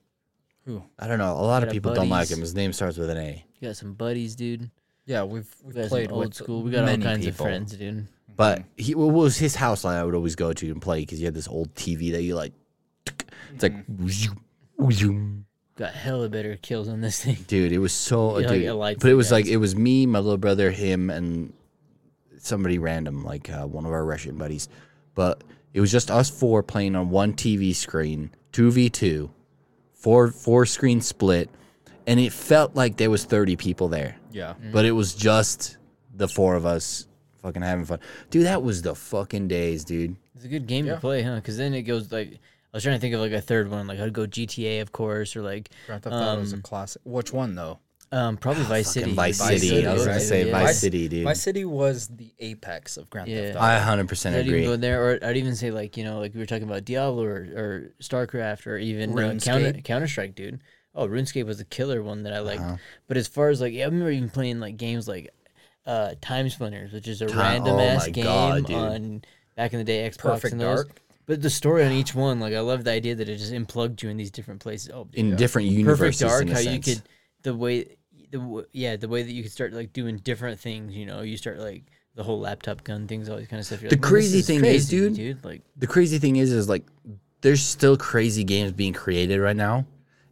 Speaker 3: Who?
Speaker 2: I don't know. A lot of
Speaker 1: Got
Speaker 2: people don't
Speaker 1: buddies.
Speaker 2: like
Speaker 1: Mm-hmm.
Speaker 2: him. His name starts with an A.
Speaker 1: You got some buddies, dude.
Speaker 3: Yeah, we've
Speaker 1: We
Speaker 3: we've
Speaker 1: got
Speaker 3: played
Speaker 1: some old
Speaker 3: with
Speaker 1: school. We got all
Speaker 3: many
Speaker 1: kinds
Speaker 3: people.
Speaker 1: of friends, dude.
Speaker 2: But he well, it was his house I would always go to and play because he had this old TV that you like. It's like, zoom, zoom.
Speaker 1: Got hella better kills on this thing.
Speaker 2: dude, it was so.
Speaker 1: Yeah, like,
Speaker 2: dude,
Speaker 1: it lights
Speaker 2: but
Speaker 1: it
Speaker 2: it was like
Speaker 1: guys.
Speaker 2: it was me, my little brother, him, and somebody random, like uh, one of our Russian buddies. But it was just us four playing on one TV screen, two v two, four four screen split, and it felt like there was thirty people there.
Speaker 3: Yeah.
Speaker 1: Mm.
Speaker 2: but it was just the four of us fucking having fun. Dude, that was the fucking days, dude.
Speaker 1: It's a good game to play, huh? Because then it goes like I was trying to think of like a third one. Like I'd go GTA, of course, or like
Speaker 3: Grand Theft Auto is a classic. Which one though?
Speaker 1: um probably Vice City.
Speaker 2: Ah, Fucking Vice,
Speaker 3: Vice
Speaker 2: City. I was
Speaker 3: City,
Speaker 2: gonna
Speaker 3: right?
Speaker 2: say
Speaker 1: Yeah.
Speaker 2: Vice
Speaker 1: Vice-
Speaker 2: City, dude.
Speaker 3: My city was the apex of Grand
Speaker 1: Yeah.
Speaker 3: Theft Auto.
Speaker 2: I 100%
Speaker 1: I'd even go
Speaker 2: agree.
Speaker 1: there, or I'd even say like you know, like we were talking about Diablo or, or StarCraft or even uh, Counter
Speaker 3: RuneScape.
Speaker 1: Counter Strike, dude. Oh, RuneScape was the killer one that I liked.
Speaker 2: Uh-huh.
Speaker 1: But as far as like, yeah, I remember even playing like games like uh Time Splinters, which is a random
Speaker 2: oh
Speaker 1: ass
Speaker 2: my
Speaker 1: game
Speaker 2: God, dude.
Speaker 1: on back in the day Xbox
Speaker 3: Perfect
Speaker 1: and those.
Speaker 3: Dark.
Speaker 1: But the story on each one, like I love the idea that it just unplugged you in these different places. Oh, dude,
Speaker 2: In different
Speaker 1: perfect
Speaker 2: universes,
Speaker 1: dark
Speaker 2: in a
Speaker 1: how
Speaker 2: sense.
Speaker 1: you could the way the w- yeah the way that you could start like doing different things you know you start like the whole laptop gun things all these kind of stuff You're
Speaker 2: The
Speaker 1: like, "Man,
Speaker 2: crazy
Speaker 1: this
Speaker 2: thing is,
Speaker 1: crazy,
Speaker 2: dude-
Speaker 1: dude like
Speaker 2: the crazy thing is, is like there's still crazy games being created right now.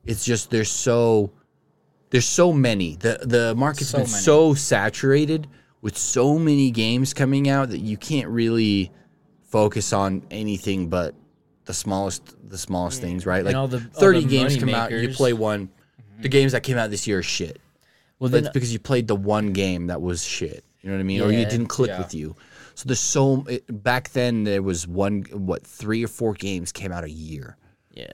Speaker 2: It's just there's so there's so many. The the market's
Speaker 3: So
Speaker 2: been
Speaker 3: many.
Speaker 2: so saturated with so many games coming out that you can't really focus on anything but the smallest the smallest things, right? Like
Speaker 1: all the- all
Speaker 2: thirty
Speaker 1: the Mm-hmm.
Speaker 2: games
Speaker 1: money
Speaker 2: come out, you
Speaker 1: makers.
Speaker 2: play one. The games that came out this year are shit.
Speaker 1: well
Speaker 2: But
Speaker 1: then
Speaker 2: it's because you played the one game that was shit. You know what I mean? or you
Speaker 1: Yeah,
Speaker 2: didn't click
Speaker 3: yeah.
Speaker 2: with you. So there's so it, back then there was one what three or four games came out a year.
Speaker 1: yeah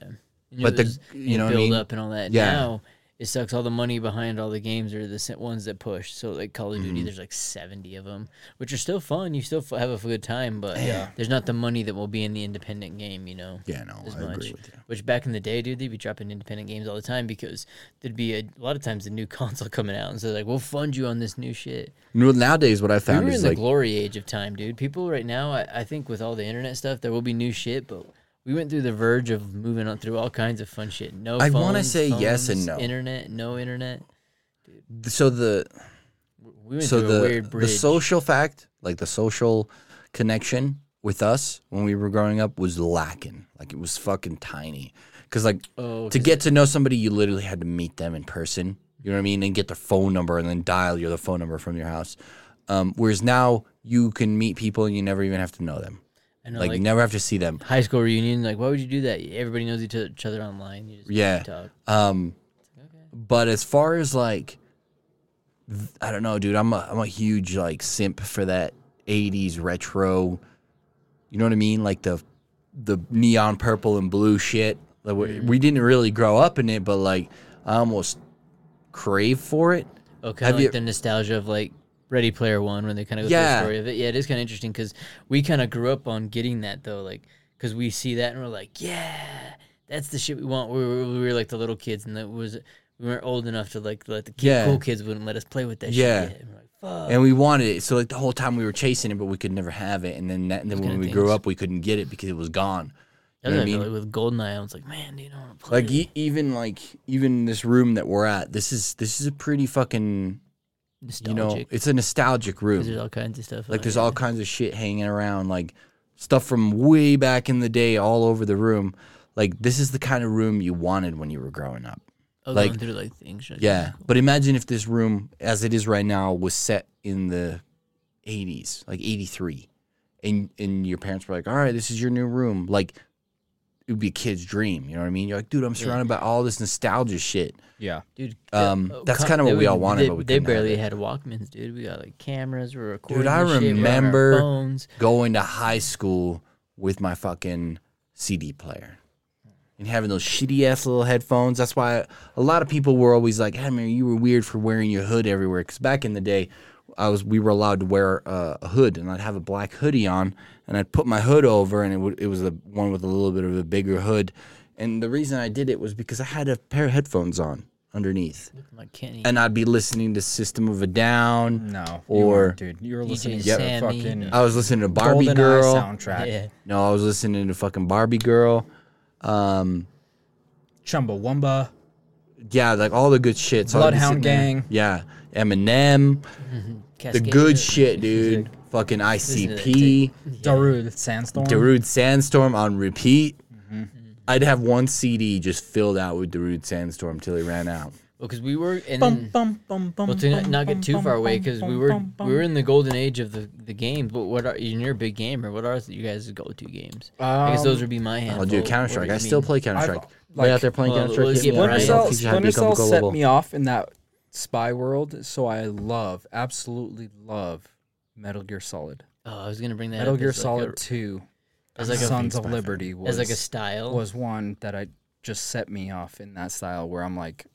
Speaker 1: You
Speaker 2: but the-
Speaker 1: there's-
Speaker 2: you know what I
Speaker 1: build
Speaker 2: mean?
Speaker 1: up and all that
Speaker 2: Yeah.
Speaker 1: now it sucks all the money behind all the games or the se- ones that push so like Call of
Speaker 2: Mm-hmm.
Speaker 1: Duty there's like 70 of them which are still fun you still f- have a good time but yeah. there's not the money that will be in the independent game you know
Speaker 2: Yeah, no,
Speaker 1: as
Speaker 2: I
Speaker 1: much.
Speaker 2: agree with you.
Speaker 1: Which back in the day, dude, they'd be dropping independent games all the time because there'd be a, a lot of times a new console coming out, and so like we'll fund you on this new shit.
Speaker 2: No- Nowadays, what I
Speaker 1: We
Speaker 2: found
Speaker 1: were in
Speaker 2: is
Speaker 1: the
Speaker 2: like
Speaker 1: glory age of time, dude. People right now, I, I think with all the internet stuff, there will be new shit, but we went through the verge of moving on through all kinds of fun shit. No,
Speaker 2: I
Speaker 1: want
Speaker 2: wanna say yes and no.
Speaker 1: Internet, no internet.
Speaker 2: th- so the
Speaker 1: We went
Speaker 2: so
Speaker 1: through a
Speaker 2: the
Speaker 1: weird
Speaker 2: the
Speaker 1: bridge.
Speaker 2: social fact like the social connection with us when we were growing up was lacking. Like it was fucking tiny. Because like
Speaker 1: oh,
Speaker 2: to
Speaker 1: 'cause
Speaker 2: get to know somebody, you literally had to meet them in person. You know what I mean? And get their phone number and then dial your the phone number from your house. Um, whereas now you can meet people and you never even have to know them.
Speaker 1: I know,
Speaker 2: like,
Speaker 1: like,
Speaker 2: you never have to see them.
Speaker 1: high school reunion. Like, why would you do that? Everybody knows each other, each other online. You just
Speaker 2: Yeah.
Speaker 1: talk.
Speaker 2: Um, but as far as like, th- I don't know, dude. I'm a I'm a huge like simp for that '80s retro. You know what I mean? Like the the neon purple and blue shit. Like we,
Speaker 1: Mm.
Speaker 2: we didn't really grow up in it, but like I almost crave for it.
Speaker 1: Oh, kind
Speaker 2: Have
Speaker 1: of like
Speaker 2: you-
Speaker 1: the nostalgia of like Ready Player One when they kind of go through
Speaker 2: Yeah.
Speaker 1: the story of it. Yeah, it is kind of interesting because we kind of grew up on getting that though, like because we see that and we're like, yeah, that's the shit we want. We were, we were like the little kids and that was we weren't old enough to like let the kid,
Speaker 2: Yeah.
Speaker 1: cool kids wouldn't let us play with that
Speaker 2: Yeah.
Speaker 1: shit. Yet. And we're like, fuck.
Speaker 2: and we wanted it. So like the whole time we were chasing it, but we could never have it. And then that, and then
Speaker 1: kinda
Speaker 2: when we grew
Speaker 1: things.
Speaker 2: up, we couldn't get it because it was gone. You
Speaker 1: That's what
Speaker 2: know what
Speaker 1: I
Speaker 2: I
Speaker 1: feel
Speaker 2: mean?
Speaker 1: like with Goldeneye, I was like, man, dude, I want to play.
Speaker 2: Like e- even like even this room that we're at, this is this is a pretty fucking
Speaker 1: nostalgic.
Speaker 2: you know, it's a nostalgic
Speaker 1: 'cause there's
Speaker 2: room.
Speaker 1: all kinds of stuff. on
Speaker 2: Like there's
Speaker 1: it.
Speaker 2: all kinds of shit hanging around, like stuff from way back in the day, all over the room. Like this is the kind of room you wanted when you were growing up.
Speaker 1: oh,
Speaker 2: like-
Speaker 1: going through like things. like-
Speaker 2: Yeah, but imagine if this room, as it is right now, was set in the '80s, like '83, and and your parents were like, "All right, this is your new room." Like, it would be a kid's dream. You know what I mean? You're like, "Dude, I'm surrounded by all this nostalgia shit."
Speaker 3: Yeah.
Speaker 1: dude. uh,
Speaker 2: Um, that's kinda what
Speaker 1: they-
Speaker 2: we all wanted,
Speaker 1: they-
Speaker 2: but we
Speaker 1: they
Speaker 2: couldn't have
Speaker 1: barely
Speaker 2: it.
Speaker 1: had Walkmans, dude. We got like cameras. We're recording.
Speaker 2: I
Speaker 1: this shit, we're on our
Speaker 2: remember-
Speaker 1: phones.
Speaker 2: Going to high school with my fucking CD player and having those shitty ass little headphones. That's why a lot of people were always like, "Hey, man, you were weird for wearing your hood everywhere." Because back in the day, I was we were allowed to wear uh, a hood, and I'd have a black hoodie on, and I'd put my hood over, and it would it was the one with a little bit of a bigger hood. And the reason I did it was because I had a pair of headphones on.
Speaker 5: underneath.
Speaker 1: Looking like Kenny.
Speaker 5: And I'd be listening to System of a Down.
Speaker 3: No,
Speaker 5: Or-
Speaker 3: you weren't, dude, you were
Speaker 1: DJ
Speaker 3: listening to
Speaker 1: Sammy.
Speaker 3: fucking
Speaker 5: I was listening to Barbie
Speaker 3: Barbie GoldenEye
Speaker 5: Girl.
Speaker 3: soundtrack,
Speaker 1: yeah.
Speaker 5: No, I was listening to fucking Barbie Girl. Um,
Speaker 3: Chumbawamba,
Speaker 5: yeah, like all the good shit. So I'd be sitting
Speaker 3: Bloodhound
Speaker 5: there-
Speaker 3: Gang.
Speaker 5: Yeah, Eminem, the
Speaker 1: Cascadia.
Speaker 5: good shit, dude. Fucking ICP,
Speaker 3: Darude Sandstorm.
Speaker 5: Darude Sandstorm on repeat.
Speaker 3: Mm-hmm.
Speaker 5: I'd have one CD just filled out with Darude Sandstorm till he ran out.
Speaker 1: Well, because we were and
Speaker 3: Bum,
Speaker 1: then,
Speaker 3: bum, bum, bum,
Speaker 1: well, to not,
Speaker 3: bum,
Speaker 1: not get
Speaker 3: bum,
Speaker 1: too
Speaker 3: bum,
Speaker 1: far away
Speaker 3: bum,
Speaker 1: because we
Speaker 3: bum,
Speaker 1: were
Speaker 3: bum,
Speaker 1: we were in the golden age of the the game. But what are and you're a big gamer? What are you guys' go to games? I guess
Speaker 3: Um,
Speaker 1: those would be
Speaker 2: Oh,
Speaker 1: my hand.
Speaker 5: I'll do Counter Strike. I still play Counter Strike. Lay
Speaker 3: like,
Speaker 5: out there playing
Speaker 1: well,
Speaker 5: Counter Strike.
Speaker 1: let's
Speaker 5: hit
Speaker 1: get
Speaker 5: me up,
Speaker 3: Splinter
Speaker 1: Brian.
Speaker 5: I'll
Speaker 3: Cell,
Speaker 5: teach you how to
Speaker 3: Splinter
Speaker 5: become
Speaker 3: Cell set
Speaker 5: global.
Speaker 3: me off in that spy world, so I love, absolutely love Metal Gear Solid.
Speaker 1: Oh, I was gonna bring that.
Speaker 3: Metal
Speaker 1: up
Speaker 3: Gear
Speaker 1: as
Speaker 3: Solid
Speaker 1: like
Speaker 3: 2,
Speaker 1: a, as like a
Speaker 3: Sons of Liberty was,
Speaker 1: as like a style.
Speaker 3: was one that I just set me off in that style where I'm like,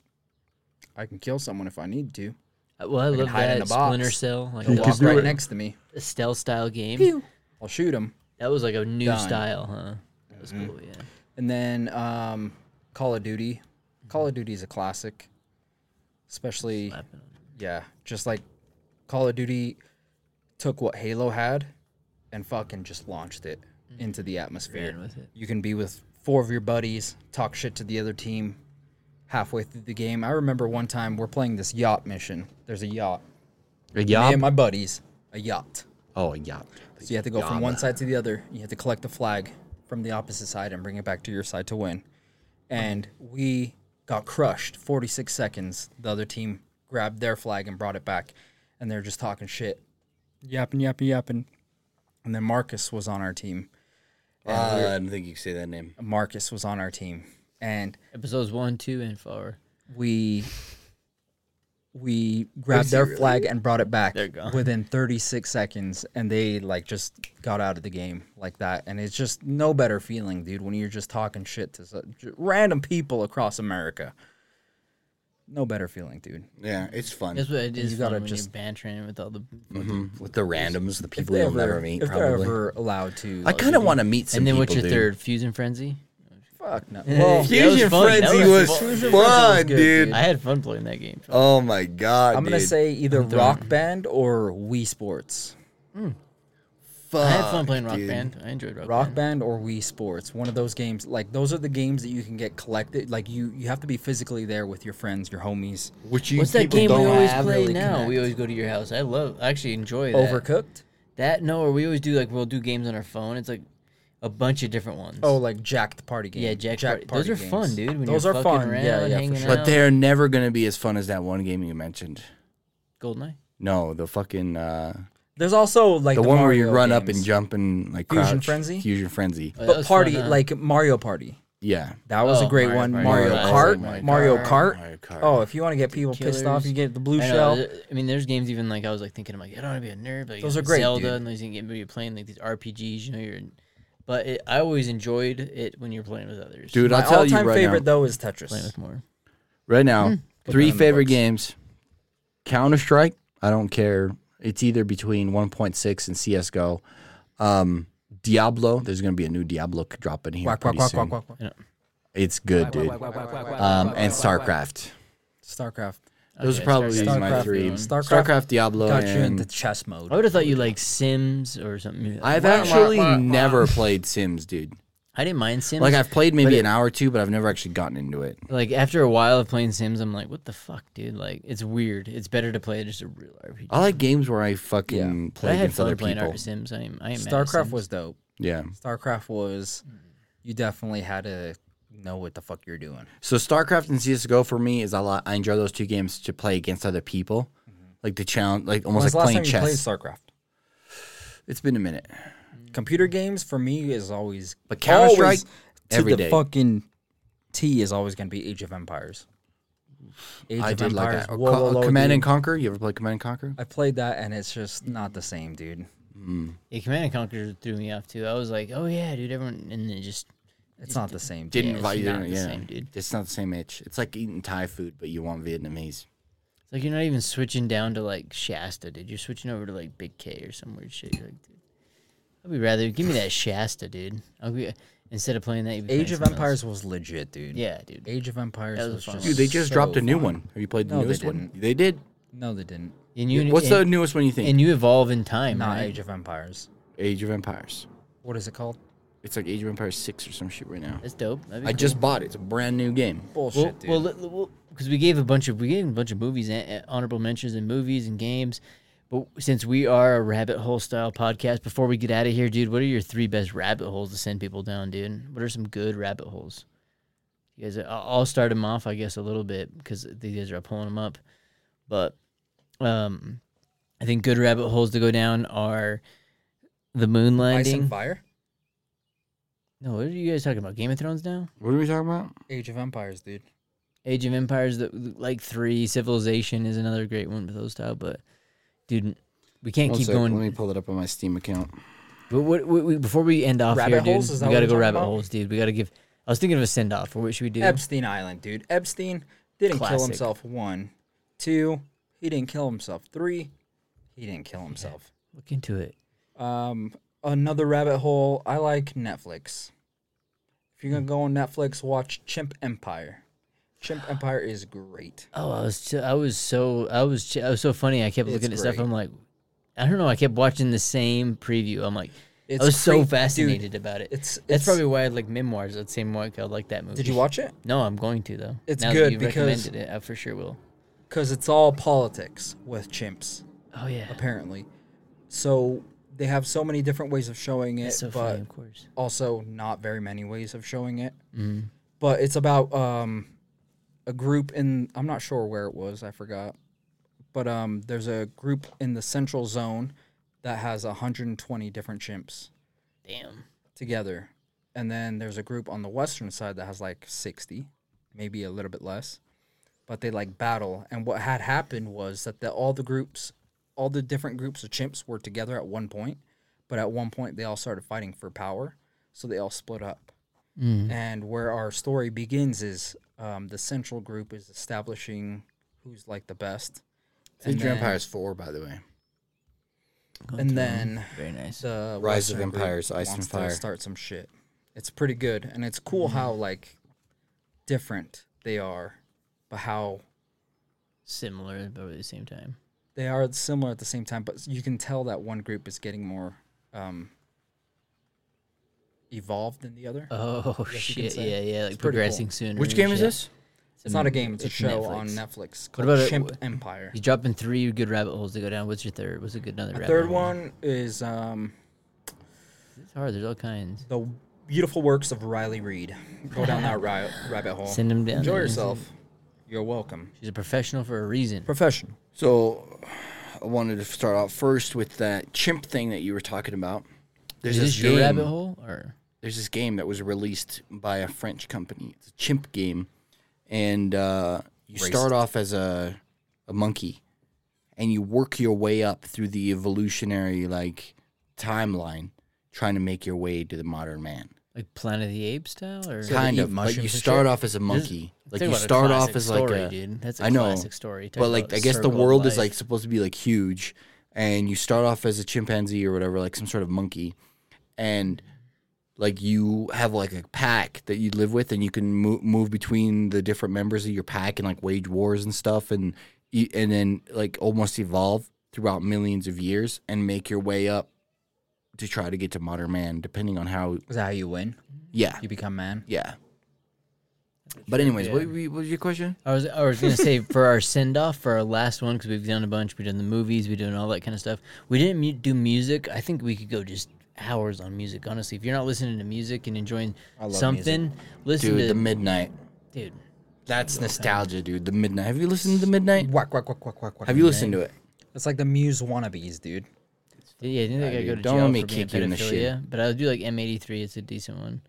Speaker 3: I can kill someone if I need to.
Speaker 1: Uh, well, I
Speaker 3: can
Speaker 1: love
Speaker 3: hide in
Speaker 1: that
Speaker 3: a box.
Speaker 1: Splinter Cell, like
Speaker 3: They'll
Speaker 1: a
Speaker 3: walk
Speaker 1: walk
Speaker 3: right
Speaker 1: right
Speaker 3: next to me.
Speaker 1: stealth style game.
Speaker 3: Pew. I'll shoot him.
Speaker 1: That was like a new
Speaker 3: Done.
Speaker 1: style, huh? Mm-hmm. That was cool. Yeah.
Speaker 3: And then um, Call of Duty. Call of Duty is a classic, especially
Speaker 1: Slapping on
Speaker 3: yeah, just like Call of Duty took what Halo had and fucking just launched it into the atmosphere.
Speaker 1: Ran with it.
Speaker 3: You can be with four of your buddies, talk shit to the other team halfway through the game. I remember one time we're playing this yacht mission. There's a yacht.
Speaker 5: A
Speaker 3: Me
Speaker 5: yacht?
Speaker 3: and my buddies, a yacht.
Speaker 5: Oh, a yacht.
Speaker 3: So you have to go from one side to the other. You have to collect the flag from the opposite side and bring it back to your side to win. And we got crushed 46 seconds. The other team grabbed their flag and brought it back. And they're just talking shit. Yapping, yapping, yapping. And then Marcus was on our team.
Speaker 2: Uh, I didn't think you could say that name.
Speaker 3: Marcus was on our team. And
Speaker 1: Episodes one, two, and four.
Speaker 3: we we grabbed their flag and brought it back within 36 seconds and they like just got out of the game like that and it's just no better feeling dude when you're just talking shit to su- j- random people across america no better feeling dude
Speaker 2: Yeah, it's fun.
Speaker 1: That's what it is.
Speaker 3: you
Speaker 1: You
Speaker 3: gotta
Speaker 1: gotta when
Speaker 3: just-
Speaker 1: you're bantering with all the
Speaker 5: Mm-hmm. With the randoms, the
Speaker 3: if
Speaker 5: people
Speaker 3: they're
Speaker 5: you'll
Speaker 3: ever,
Speaker 5: never meet,
Speaker 3: if they're
Speaker 5: probably.
Speaker 3: ever allowed to
Speaker 5: I kind of want to meet some
Speaker 1: And then
Speaker 5: people,
Speaker 1: what's your
Speaker 5: dude.
Speaker 1: third? Fusion Frenzy?
Speaker 3: fuck no well
Speaker 1: That was fun. That was fun.
Speaker 3: fun, dude.
Speaker 1: I had fun playing that game.
Speaker 2: Oh my god,
Speaker 3: i'm gonna
Speaker 2: dude.
Speaker 3: say either rock band or wii sports
Speaker 2: Fuck,
Speaker 1: I had fun playing Rock
Speaker 2: dude.
Speaker 1: Band. I enjoyed Rock,
Speaker 3: Rock
Speaker 1: Band.
Speaker 3: Band or Wii Sports, one of those games. Like those are the games that you can get collected. Like you, you have to be physically there with your friends, your homies.
Speaker 2: Which you
Speaker 1: What's that
Speaker 2: people
Speaker 1: game we
Speaker 2: don't
Speaker 1: always
Speaker 2: have
Speaker 1: play
Speaker 2: really
Speaker 1: now?
Speaker 2: connect.
Speaker 1: We always go to your house. I love. I actually enjoy that.
Speaker 3: Overcooked.
Speaker 1: That no, or we always do like we'll do games on our phone. It's like a bunch of different ones.
Speaker 3: Oh, like Jacked Party Game.
Speaker 1: yeah, Jack. Party. Those are
Speaker 3: games.
Speaker 1: fun, dude. When
Speaker 3: those
Speaker 1: you're
Speaker 3: are
Speaker 1: fucking
Speaker 3: fun.
Speaker 1: Around,
Speaker 3: yeah, yeah,
Speaker 1: hanging
Speaker 3: for sure.
Speaker 1: out.
Speaker 2: But they're never gonna be as fun as that one game you mentioned.
Speaker 1: Goldeneye. Oh,
Speaker 2: No, the fucking uh,
Speaker 3: There's also like
Speaker 2: the, one where you
Speaker 3: Mario
Speaker 2: run up
Speaker 3: games.
Speaker 2: and jump and like
Speaker 3: Fusion
Speaker 2: crouch.
Speaker 3: Frenzy?
Speaker 2: Fusion frenzy.
Speaker 1: Oh, that
Speaker 3: But
Speaker 1: was
Speaker 3: party
Speaker 1: fun, huh?
Speaker 3: like Mario Party.
Speaker 2: Yeah,
Speaker 3: That was
Speaker 1: Oh,
Speaker 3: a great
Speaker 1: Mario
Speaker 3: one.
Speaker 1: Party.
Speaker 3: Mario
Speaker 1: Mario
Speaker 3: Kart.
Speaker 1: Kart.
Speaker 3: Mario Kart.
Speaker 2: Mario Kart.
Speaker 3: Oh, if you want to get people pissed off,
Speaker 1: Killers.
Speaker 3: you get the blue
Speaker 1: I know,
Speaker 3: shell.
Speaker 1: I mean, there's games even like I was like thinking, I'm like, I don't want to be a nerd. But like,
Speaker 3: Those
Speaker 1: you
Speaker 3: are
Speaker 1: know,
Speaker 3: great,
Speaker 1: Zelda
Speaker 3: dude.
Speaker 1: and those things. Maybe you're playing like these RPGs. You know, you're. But it, I always enjoyed it when you're playing with others.
Speaker 2: dude,
Speaker 3: My
Speaker 2: I'll tell you
Speaker 3: all-time
Speaker 2: right
Speaker 3: favorite
Speaker 2: now.
Speaker 3: though is
Speaker 1: playing
Speaker 3: Tetris.
Speaker 1: with more.
Speaker 2: Right now, three
Speaker 3: in the
Speaker 2: favorite
Speaker 3: books.
Speaker 2: games: Counter Strike. I don't care. It's either between 1.6 and CS:GO. Um, Diablo. There's gonna be a new Diablo c- dropping here
Speaker 3: Quack quack
Speaker 2: pretty
Speaker 3: quack
Speaker 2: soon.
Speaker 3: quack quack. quack.
Speaker 2: It's good, dude. Um, and StarCraft.
Speaker 3: Starcraft.
Speaker 2: Those
Speaker 1: Okay,
Speaker 2: are probably
Speaker 1: StarCraft.
Speaker 2: my
Speaker 3: StarCraft.
Speaker 2: three.
Speaker 3: StarCraft.
Speaker 2: StarCraft, Diablo,
Speaker 3: Got you
Speaker 2: and
Speaker 3: into chess mode.
Speaker 1: I would have thought you like Sims or something.
Speaker 2: I've
Speaker 1: Why-
Speaker 2: actually never played Sims, dude.
Speaker 1: I didn't mind Sims.
Speaker 2: Like
Speaker 1: Like,
Speaker 2: I've played maybe an hour or two, but I've never actually gotten into it.
Speaker 1: after a while of playing Sims, I'm like, what the fuck, dude? Like, it's weird. It's better to play just a real RPG.
Speaker 2: I like games where Oh, I fucking
Speaker 1: But I
Speaker 2: play
Speaker 1: had
Speaker 2: against
Speaker 1: fun
Speaker 2: other
Speaker 1: playing
Speaker 2: people.
Speaker 1: Art Sims. I am. I ain't mad at
Speaker 3: StarCraft
Speaker 1: Sims.
Speaker 3: was dope.
Speaker 2: Yeah.
Speaker 3: StarCraft was you definitely had to know what the fuck you're doing.
Speaker 2: So StarCraft and CS:GO for me is a lot. I enjoy those two games to play against other people, like the challenge, like almost
Speaker 3: When's
Speaker 2: like
Speaker 3: the
Speaker 2: playing
Speaker 3: last time
Speaker 2: chess.
Speaker 3: you played StarCraft?
Speaker 2: it's been a minute,
Speaker 3: Computer games for me is always
Speaker 2: but Counter Strike
Speaker 3: always to
Speaker 2: every
Speaker 3: the
Speaker 2: day.
Speaker 3: fucking T is always gonna be Age of Empires. Age
Speaker 2: I
Speaker 3: of
Speaker 2: did like
Speaker 3: Empires.
Speaker 2: that. Or
Speaker 3: whoa,
Speaker 2: Co-
Speaker 3: whoa, whoa,
Speaker 2: Command
Speaker 3: dude.
Speaker 2: and Conquer. You ever play Command and Conquer?
Speaker 3: I played that and it's just not the same, dude.
Speaker 1: Yeah, Command and Conquer threw me off too. I was like, oh yeah, dude, everyone, and then just
Speaker 3: It's not the same. Dude.
Speaker 2: Didn't
Speaker 1: it's
Speaker 2: invite you.
Speaker 1: not
Speaker 2: in,
Speaker 1: the
Speaker 2: yeah,
Speaker 1: same, dude.
Speaker 2: It's not the same itch. It's like eating Thai food, but you want Vietnamese.
Speaker 1: it's like you're not even switching down to like Shasta, dude. You're switching over to like Big K or some weird shit. You're like, dude, I'd be rather give me that Shasta, dude. I'll be, Instead of playing that, you'd be playing
Speaker 3: Age of
Speaker 1: something else.
Speaker 3: Empires was legit, dude.
Speaker 1: Yeah, dude.
Speaker 3: Age of Empires
Speaker 1: That
Speaker 3: was,
Speaker 1: was fun.
Speaker 3: just
Speaker 2: Dude, they just
Speaker 3: so
Speaker 2: dropped a new
Speaker 3: fun.
Speaker 2: one. Have you played the
Speaker 3: No, they
Speaker 2: newest one?
Speaker 3: didn't.
Speaker 2: They did.
Speaker 3: No, they didn't.
Speaker 1: And you,
Speaker 2: What's the
Speaker 1: and,
Speaker 2: newest one you think?
Speaker 1: And you evolve in time,
Speaker 3: Not
Speaker 1: right?
Speaker 3: Age of Empires.
Speaker 2: Age of Empires.
Speaker 3: What is it called?
Speaker 2: It's like Age of Empires six or some shit right now.
Speaker 1: That's dope. That'd be
Speaker 2: I
Speaker 1: cool.
Speaker 2: just bought it. It's a brand new game.
Speaker 3: Bullshit,
Speaker 1: Well,
Speaker 3: dude.
Speaker 1: well, because we gave a bunch of we gave a bunch of movies, and, honorable mentions, and movies and games. But since we are a rabbit hole style podcast, before we get out of here, dude, what are your three best rabbit holes to send people down, dude? What are some good rabbit holes? You guys, I- I'll start them off, I guess, a little bit because these guys are pulling them up. But um, I think good rabbit holes to go down are the moon
Speaker 3: Ice
Speaker 1: landing.
Speaker 3: and Fire.
Speaker 1: No, what are you guys talking about? Game of Thrones now?
Speaker 2: What are we talking about?
Speaker 3: Age of Empires, dude.
Speaker 1: Age of Empires, the, like three. Civilization is another great one with those style, but dude, we can't
Speaker 2: One
Speaker 1: keep
Speaker 2: sec,
Speaker 1: going.
Speaker 2: Let me pull that up on my Steam account.
Speaker 1: But what, what, we- before we end off
Speaker 3: Rabbit
Speaker 1: here, dude,
Speaker 3: holes? Is that
Speaker 1: we
Speaker 3: what
Speaker 1: gotta
Speaker 3: we're
Speaker 1: go
Speaker 3: talking
Speaker 1: rabbit
Speaker 3: about?
Speaker 1: holes, dude. We gotta give. I was thinking of a send off. What should we do?
Speaker 3: Epstein Island, dude. Epstein didn't kill
Speaker 1: Classic.
Speaker 3: himself. One, two. He didn't kill himself. Three. He didn't kill himself.
Speaker 1: Look into it.
Speaker 3: Um, another rabbit hole. I like Netflix. If you're gonna go on Netflix, watch Chimp Empire. Chimp Empire is great.
Speaker 1: Oh, I was, ch- I was so, I was, ch- I was so funny. I kept
Speaker 3: It's
Speaker 1: looking at stuff.
Speaker 3: great.
Speaker 1: I'm like, I don't know. I kept watching the same preview. I'm like,
Speaker 3: It's
Speaker 1: I was so
Speaker 3: great, dude.
Speaker 1: fascinated about it.
Speaker 3: It's
Speaker 1: That's
Speaker 3: it's-
Speaker 1: probably why I like memoirs. That's the same why I like that movie.
Speaker 3: Did you watch it?
Speaker 1: No, I'm going to though.
Speaker 3: It's
Speaker 1: now
Speaker 3: good
Speaker 1: that you
Speaker 3: because-
Speaker 1: recommended it. I for sure will.
Speaker 3: Because it's all politics with chimps,
Speaker 1: Oh yeah,
Speaker 3: apparently. So they have so many different ways of showing it,
Speaker 1: That's so
Speaker 3: but
Speaker 1: funny, of course.
Speaker 3: also not very many ways of showing it. But it's about um, a group in I'm not sure where it was, I forgot. But um, there's a group in the central zone that has 120 different chimps
Speaker 1: Damn.
Speaker 3: together. And then there's a group on the western side that has like 60, maybe a little bit less. But they like battle. And what had happened was that the, all the groups, all the different groups of chimps were together at one point. But at one point, they all started fighting for power. So they all split up. And where our story begins is um, the central group is establishing who's like the best. And
Speaker 2: Age of
Speaker 3: then-
Speaker 2: Empires four, by the way.
Speaker 3: And then
Speaker 1: Very nice.
Speaker 3: the
Speaker 2: Rise of
Speaker 3: uh, Western group
Speaker 2: Empires, Ice and
Speaker 3: wants to
Speaker 2: Fire. Mm-hmm.
Speaker 3: start some shit. It's pretty good, and it's cool how like different they are, but how
Speaker 1: Similar, but at the same time.
Speaker 3: they are similar at the same time. But you can tell that one group is getting more um, evolved than the other.
Speaker 1: Oh
Speaker 3: guess you can
Speaker 1: shit!
Speaker 3: say.
Speaker 1: Yeah, yeah. Like
Speaker 3: It's pretty
Speaker 1: progressing
Speaker 3: cool.
Speaker 1: sooner.
Speaker 2: Which
Speaker 1: and
Speaker 2: game is
Speaker 1: shit.
Speaker 2: this?
Speaker 3: it's not a game; it's a
Speaker 1: it's
Speaker 3: show
Speaker 1: Netflix.
Speaker 3: on Netflix
Speaker 1: What
Speaker 3: called
Speaker 1: about it-
Speaker 3: Chimp
Speaker 1: wh-
Speaker 3: Empire.
Speaker 1: He's dropping three good rabbit holes to go down. What's your third? What's a good another
Speaker 3: The
Speaker 1: rabbit
Speaker 3: third
Speaker 1: hole?
Speaker 3: one is um,
Speaker 1: It's hard. There's all kinds.
Speaker 3: the beautiful works of Riley Reed. Go down that ri- rabbit hole.
Speaker 1: Send him down.
Speaker 3: Enjoy
Speaker 1: there.
Speaker 3: yourself. You're welcome.
Speaker 1: She's a professional for a reason.
Speaker 3: Professional.
Speaker 2: So I wanted to start out first with that chimp thing that you were talking about. There's
Speaker 1: is
Speaker 2: this
Speaker 1: this your
Speaker 2: game-
Speaker 1: rabbit hole or?
Speaker 2: There's this game that was released by a French company. It's a chimp game, and uh, you start off as a a monkey, and you work your way up through the evolutionary like timeline, trying to make your way to the modern man.
Speaker 1: Like Planet of the Apes style, or
Speaker 2: kind
Speaker 3: eat
Speaker 2: of, but you
Speaker 3: mushrooms and
Speaker 2: start
Speaker 3: shit?
Speaker 2: off as a monkey.
Speaker 1: Talk
Speaker 2: Like you
Speaker 1: about a
Speaker 2: start off
Speaker 1: classic
Speaker 2: as
Speaker 1: story,
Speaker 2: like a,
Speaker 1: dude. That's a
Speaker 2: I know,
Speaker 1: classic story. Talk
Speaker 2: but
Speaker 1: about
Speaker 2: like
Speaker 1: the
Speaker 2: I guess the
Speaker 1: circle of
Speaker 2: world is
Speaker 1: life.
Speaker 2: like supposed to be like huge, and you start off as a chimpanzee or whatever, like some sort of monkey, and like you have like a pack that you live with, and you can move, move between the different members of your pack and like wage wars and stuff, and e- and then like almost evolve throughout millions of years and make your way up to try to get to modern man, depending on how
Speaker 3: Is that how you win?
Speaker 2: yeah
Speaker 3: You become man.
Speaker 2: yeah. But anyways,
Speaker 1: good.
Speaker 2: what, what was your question?
Speaker 1: I was I was gonna say for our send off for our last one because we've done a bunch. We've done the movies. We've done all that kind of stuff. We didn't mu- do music. I think we could go just hours on music. Honestly, if you're not listening to music and enjoying something, listen
Speaker 2: Dude,
Speaker 1: to
Speaker 2: the midnight.
Speaker 1: dude.
Speaker 2: That's nostalgia, dude. The midnight. Have you listened to the midnight?
Speaker 3: Whack whack whack whack whack. whack.
Speaker 2: Have you listened to it?
Speaker 3: It's like the Muse wannabes, dude.
Speaker 1: Yeah, I think I gotta go
Speaker 2: dude,
Speaker 1: to
Speaker 2: don't
Speaker 1: jail
Speaker 2: let me
Speaker 1: for being
Speaker 2: kick you in the shin.
Speaker 1: pedophilia, But I'll do like M83. It's a decent one.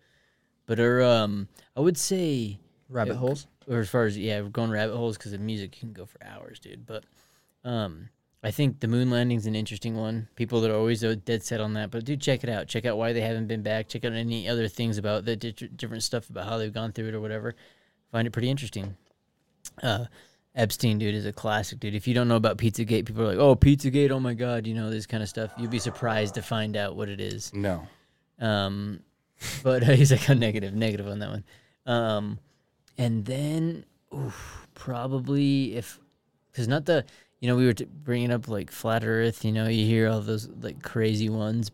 Speaker 1: But or um, I would say
Speaker 3: Rabbit
Speaker 1: uh,
Speaker 3: holes.
Speaker 1: Or as far as yeah, we're going rabbit holes because of music, you can go for hours, dude. But um, I think the moon landing's an interesting one. People that are always uh, dead set on that, but do check it out. Check out why they haven't been back. Check out any other things about the di- different stuff about how they've gone through it or whatever. Find it pretty interesting. Uh, Epstein, dude, is a classic, dude. If you don't know about Pizzagate, people are like, "Oh, Pizzagate! Oh my God!" You know this kind of stuff. You'd be surprised to find out what it is.
Speaker 2: No.
Speaker 1: Um, but uh, he's like a negative, negative on that one. Um, and then oof, probably if because not the you know we were t- bringing up like flat Earth. You know you hear all those like crazy ones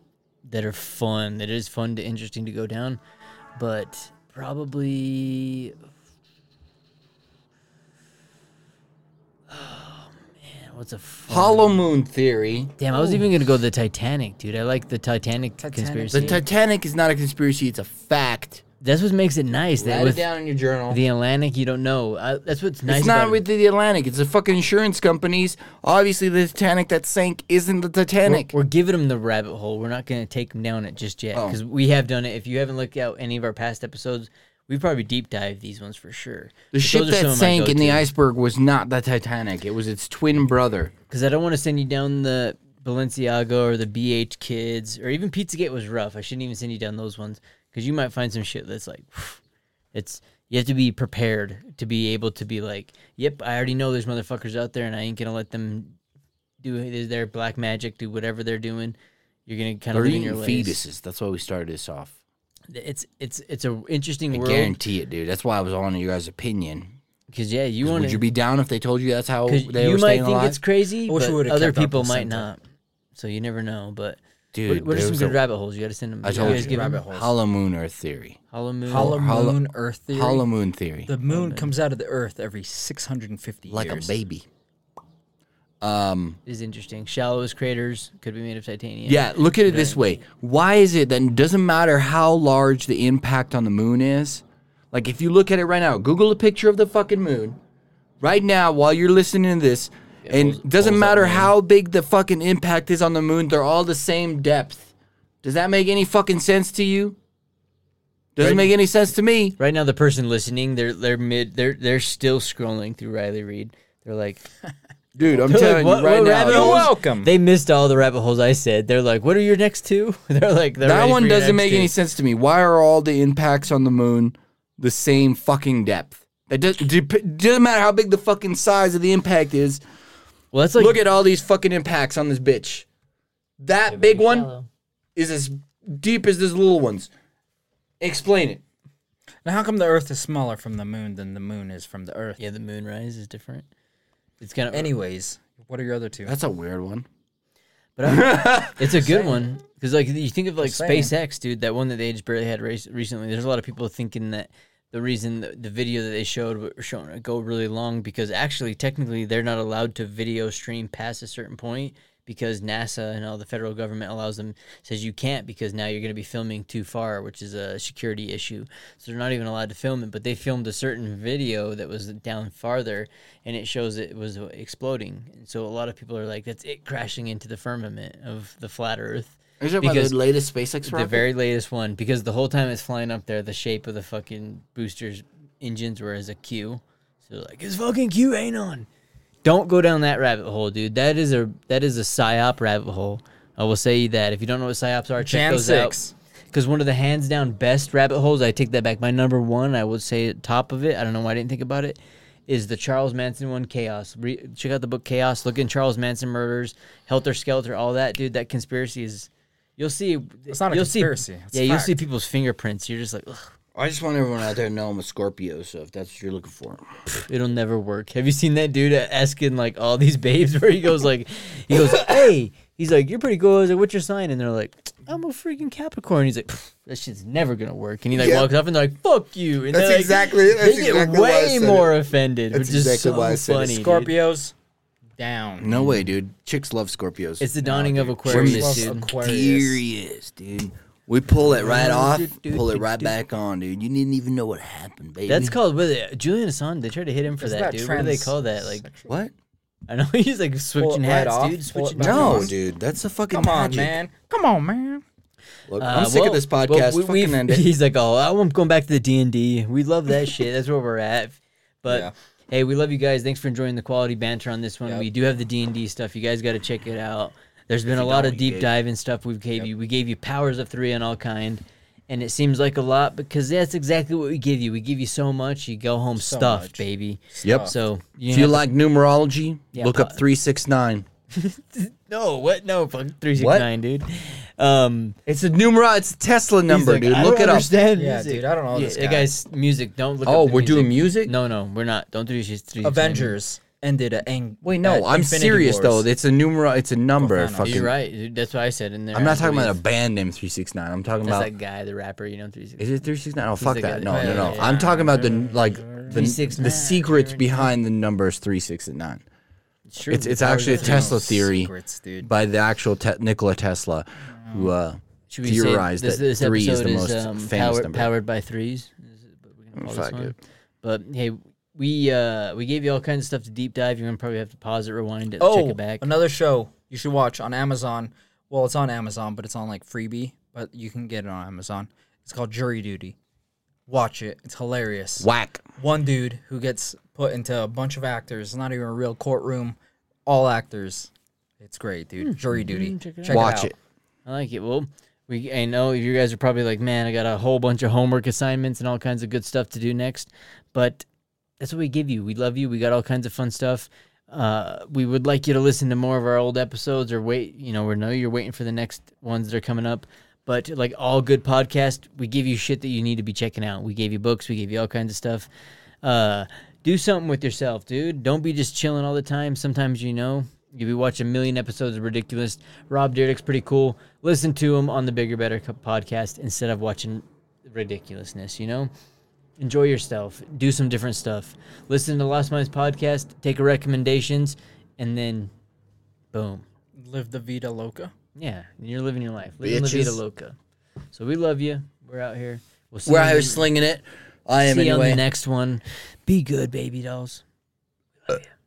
Speaker 1: that are fun. That is fun to interesting to go down, but probably. Oh man, What's a fun-
Speaker 2: Hollow Moon Theory.
Speaker 1: Damn, I was even gonna go the Titanic, dude. I like the Titanic, conspiracy.
Speaker 2: The Titanic is not a conspiracy; it's a fact.
Speaker 1: that's what makes it nice. That
Speaker 2: Write it
Speaker 1: with
Speaker 2: down in your journal.
Speaker 1: the Atlantic, you don't know. I, that's what's nice.
Speaker 2: It's not
Speaker 1: about
Speaker 2: with the Atlantic. It's the fucking insurance companies. Obviously, the Titanic that sank isn't the Titanic.
Speaker 1: We're giving them the rabbit hole. We're not gonna take them down it just yet
Speaker 2: Oh.
Speaker 1: because we have done it. If you haven't looked out any of our past episodes, we've probably deep dived these ones for sure.
Speaker 2: the ship that sank in the iceberg was not the Titanic. It was its twin brother.
Speaker 1: because I don't want to send you down the Balenciaga or the BH Kids or even Pizzagate was rough. I shouldn't even send you down those ones because you might find some shit that's like, it's you have to be prepared to be able to be like, yep, I already know there's motherfuckers out there and I ain't gonna let them do their black magic, do whatever they're doing. You're gonna kind of
Speaker 2: They're
Speaker 1: live in
Speaker 2: eating
Speaker 1: your ways.
Speaker 2: fetuses. That's why we started this off.
Speaker 1: It's it's it's a interesting
Speaker 2: I
Speaker 1: world
Speaker 2: guarantee it, dude. That's why I was on your guys' opinion.
Speaker 1: because yeah, you want
Speaker 2: Would you be down if they told you that's how they
Speaker 1: you
Speaker 2: were
Speaker 1: might
Speaker 2: staying
Speaker 1: think
Speaker 2: alive?
Speaker 1: it's crazy,
Speaker 3: I wish we
Speaker 1: but
Speaker 3: would've
Speaker 1: other
Speaker 3: kept our
Speaker 1: people might
Speaker 3: placenta.
Speaker 1: not. So you never know, but.
Speaker 2: dude,
Speaker 1: What, what are
Speaker 2: there
Speaker 1: some
Speaker 2: was
Speaker 1: good
Speaker 2: a
Speaker 1: rabbit holes? You got to send them.
Speaker 2: I
Speaker 1: you
Speaker 2: told
Speaker 1: guys
Speaker 2: you.
Speaker 1: give 'em
Speaker 3: Rabbit holes.
Speaker 2: hollow moon Earth theory.
Speaker 1: Hollow Moon.
Speaker 3: Hollow
Speaker 2: Hollow-
Speaker 3: moon Earth theory.
Speaker 2: Hollow moon theory,
Speaker 3: the moon comes out of the Earth every 650
Speaker 2: like
Speaker 3: years.
Speaker 2: a baby. Um.
Speaker 1: is interesting. Shallowest craters could be made of titanium.
Speaker 2: Yeah, look at it this way. Why is it that it doesn't matter how large the impact on the moon is? Like, if you look at it right now, Google a picture of the fucking moon right now while you're listening to this, and
Speaker 1: pulls-
Speaker 2: doesn't
Speaker 1: pulls up
Speaker 2: matter
Speaker 1: moon.
Speaker 2: how big the fucking impact is on the moon, they're all the same depth. Does that make any fucking sense to you? Doesn't
Speaker 1: Right.
Speaker 2: make any sense to me.
Speaker 1: Right now, the person listening, they're they're mid, they're they're still scrolling through Riley Reed. They're like,
Speaker 2: Dude, I'm
Speaker 1: they're like,
Speaker 2: telling
Speaker 1: what,
Speaker 2: you right
Speaker 1: what
Speaker 2: now.
Speaker 1: rabbit
Speaker 2: dude,
Speaker 1: holes?
Speaker 2: Mm.
Speaker 3: welcome.
Speaker 1: They missed all the rabbit holes I said. They're like, what are your next two? They're like, they're ready
Speaker 2: That
Speaker 1: for
Speaker 2: one
Speaker 1: your
Speaker 2: doesn't
Speaker 1: next
Speaker 2: make any
Speaker 1: two.
Speaker 2: sense to me. Why are all the impacts on the moon the same fucking depth? That does, dep- doesn't matter how big the fucking size of the impact is.
Speaker 1: Well, that's like
Speaker 2: Look at all these fucking impacts on this bitch. That big one
Speaker 1: shallow.
Speaker 2: is as deep as these little ones. Explain it.
Speaker 3: Now, how come the Earth is smaller from the moon than the moon is from the Earth?
Speaker 1: yeah, the moonrise is different. It's kind of
Speaker 3: Anyways, what are your other two?
Speaker 2: That's a weird one.
Speaker 1: But I, it's a good one because, like, you think of like
Speaker 3: Just saying.
Speaker 1: SpaceX, dude. That one that they just barely had race recently. There's a lot of people thinking that the reason the, the video that they showed w- were showing it go really long because actually, technically, they're not allowed to video stream past a certain point because NASA and all the federal government allows them says you can't because now you're going to be filming too far, which is a security issue. So they're not even allowed to film it. But they filmed a certain video that was down farther, and it shows it was exploding. And so a lot of people are like, "That's it crashing into the firmament of the flat Earth."
Speaker 2: Is it
Speaker 1: Because
Speaker 2: the latest SpaceX
Speaker 1: The very latest one, because the whole time it's flying up there, the shape of the fucking boosters engines were as a Q. So they're like, "It's fucking Q ain't on." Don't go down that rabbit hole, dude. That is a that is a psyop rabbit hole. I will say that if you don't know what psyops are, check
Speaker 3: Jan
Speaker 1: those out.
Speaker 3: six.
Speaker 1: Because one of the hands down best rabbit holes, I take that back. My number one, I would say top of it. I don't know why I didn't think about it. Is the Charles Manson one Chaos? Re- check out the book Chaos. Look in Charles Manson murders, Helter Skelter, all that, dude. That conspiracy is. You'll see.
Speaker 3: It's not a
Speaker 1: you'll See,
Speaker 3: conspiracy, it's
Speaker 1: yeah, you'll see
Speaker 3: fact.
Speaker 1: people's fingerprints. You're just like, Ugh,
Speaker 2: I just want everyone out there to know I'm a Scorpio, so if that's what you're looking for.
Speaker 1: it'll never work. Have you seen that dude asking like all these babes where he goes like, he goes, hey, he's like, you're pretty cool. He's like, what's your sign? And they're like, I'm a freaking Capricorn. He's like, "Pfft, that shit's never gonna work. And he like
Speaker 6: Yeah.
Speaker 1: walks up and they're like, fuck you. And
Speaker 6: That's
Speaker 1: they're like-
Speaker 6: exactly- that's
Speaker 1: they
Speaker 6: exactly
Speaker 1: get
Speaker 6: why I
Speaker 1: way
Speaker 6: said
Speaker 1: more offended,
Speaker 6: That's
Speaker 1: which is
Speaker 6: exactly
Speaker 1: so
Speaker 6: why I said it.
Speaker 1: funny. dude.
Speaker 3: Scorpios, down.
Speaker 2: No way, dude. Chicks love Scorpios.
Speaker 1: It's the dawning of
Speaker 2: Women
Speaker 1: Aquarius,
Speaker 2: love
Speaker 1: dude.
Speaker 2: Serious, dude. We pull it right off, pull it right back on, dude. You didn't even know what happened, baby.
Speaker 1: That's called what is it? Julian Assange. They tried to hit him for
Speaker 3: Isn't
Speaker 1: that,
Speaker 3: that
Speaker 1: dude. What do they
Speaker 3: trans-
Speaker 1: call that? Like,
Speaker 2: what?
Speaker 1: I know he's like switching
Speaker 3: right
Speaker 1: hats,
Speaker 3: off,
Speaker 1: dude.
Speaker 3: pull it
Speaker 1: Switching
Speaker 3: back
Speaker 1: hats.
Speaker 3: on.
Speaker 2: No,
Speaker 3: Magic.
Speaker 2: dude. That's the fucking
Speaker 3: Come on,
Speaker 2: magic.
Speaker 3: man. Come on, man.
Speaker 2: Look,
Speaker 1: Uh,
Speaker 2: I'm sick
Speaker 1: well-
Speaker 2: of this
Speaker 1: well,
Speaker 2: podcast.
Speaker 1: we-
Speaker 2: fucking
Speaker 1: we've-
Speaker 2: end it.
Speaker 1: He's like, oh, I'm going back to the D and D. We love that shit. That's where we're at. But
Speaker 3: Yeah.
Speaker 1: hey, we love you guys. Thanks for enjoying the quality banter on this one.
Speaker 3: Yep.
Speaker 1: We do have the D and D stuff. You guys got to check it out. There's been a lot of deep dive and stuff we've gave you. We gave you powers of three and all kind. And it seems like a lot because that's exactly what we give you. We give you so much, you go home stuffed,
Speaker 3: much.
Speaker 1: baby.
Speaker 2: Yep.
Speaker 1: So you
Speaker 2: If you
Speaker 1: have-
Speaker 2: like numerology,
Speaker 1: Yeah,
Speaker 2: look up
Speaker 1: but-
Speaker 2: 369.
Speaker 1: no, what? No, fuck three six nine, dude. Um,
Speaker 2: It's a numero. It's a Tesla number,
Speaker 1: he's like,
Speaker 2: dude.
Speaker 1: I
Speaker 2: Look
Speaker 1: don't
Speaker 2: it up.
Speaker 1: understand
Speaker 3: Yeah,
Speaker 1: music.
Speaker 3: dude, I don't know
Speaker 1: Yeah,
Speaker 3: this
Speaker 1: that
Speaker 3: guy.
Speaker 1: guy's music. Don't look.
Speaker 2: Oh,
Speaker 1: up the
Speaker 2: we're doing music?
Speaker 1: No, no, we're not. Don't do this. It's three
Speaker 3: Avengers ended at Ang. uh,
Speaker 2: Wait, no, I'm serious though. It's a numero. It's a number.
Speaker 3: Thanos.
Speaker 2: fucking.
Speaker 1: You're right. dude. That's what I said in there.
Speaker 2: I'm not
Speaker 1: I
Speaker 2: talking about a
Speaker 1: believe.
Speaker 2: band named 369. I'm talking
Speaker 1: That's
Speaker 2: about.
Speaker 1: that guy, the rapper. You know, three six.
Speaker 2: is it 369? Oh, fuck
Speaker 1: the guy
Speaker 2: that.
Speaker 1: that-
Speaker 2: No,
Speaker 1: Yeah,
Speaker 2: no, no.
Speaker 1: yeah,
Speaker 2: I'm
Speaker 1: yeah.
Speaker 2: talking about the like the,
Speaker 1: 369.
Speaker 2: the secrets behind the numbers 369.
Speaker 1: Sure,
Speaker 2: It's it's actually a Tesla theory
Speaker 3: Secrets, dude.
Speaker 2: by the actual te- Nikola Tesla, who uh,
Speaker 1: Should we say
Speaker 2: theorized
Speaker 1: this,
Speaker 2: that
Speaker 1: this
Speaker 2: three is
Speaker 1: episode
Speaker 2: the most
Speaker 1: um,
Speaker 2: famous
Speaker 1: powered,
Speaker 2: number.
Speaker 1: powered by threes? Is it what we're gonna call this
Speaker 2: fuck
Speaker 1: one?
Speaker 2: it.
Speaker 1: But hey, we uh, we gave you all kinds of stuff to deep dive. You're gonna probably have to pause it, rewind it, check
Speaker 3: Oh,
Speaker 1: it back.
Speaker 3: another show you should watch on Amazon. Well, it's on Amazon, but it's on like freebie, but you can get it on Amazon. It's called Jury Duty. Watch it. It's hilarious.
Speaker 2: Whack.
Speaker 3: One dude who gets put into a bunch of actors. It's not even a real courtroom. All actors. It's great,
Speaker 1: Hmm.
Speaker 3: dude. Jury Duty. Check it out.
Speaker 2: Watch it.
Speaker 1: I like it. Well, we I know you guys are probably like, man, I got a whole bunch of homework assignments and all kinds of good stuff to do next. But that's what we give you. We love you. We got all kinds of fun stuff. Uh, we would like you to listen to more of our old episodes or wait, you know, we know you're waiting for the next ones that are coming up. But like all good podcast, we give you shit that you need to be checking out. We gave you books, we gave you all kinds of stuff. Uh, do something with yourself, dude. Don't be just chilling all the time. Sometimes you know you be watching a million episodes of Ridiculous. Rob Dyrdek's pretty cool. Listen to him on the Bigger Better Co- podcast instead of watching ridiculousness. You know enjoy yourself, do some different stuff, listen to Lost Minds podcast, take recommendations, and then boom.
Speaker 3: Live the Vida Loca.
Speaker 1: Yeah, you're living your life. Living La
Speaker 2: Bitches.
Speaker 1: Vida Loca. So we love you. We're out here. We'll see
Speaker 2: We're
Speaker 1: you, on
Speaker 2: out
Speaker 1: the-
Speaker 2: here slinging it. I am
Speaker 1: see you on
Speaker 2: anyway.
Speaker 1: the next one. Be good, baby dolls. We love you.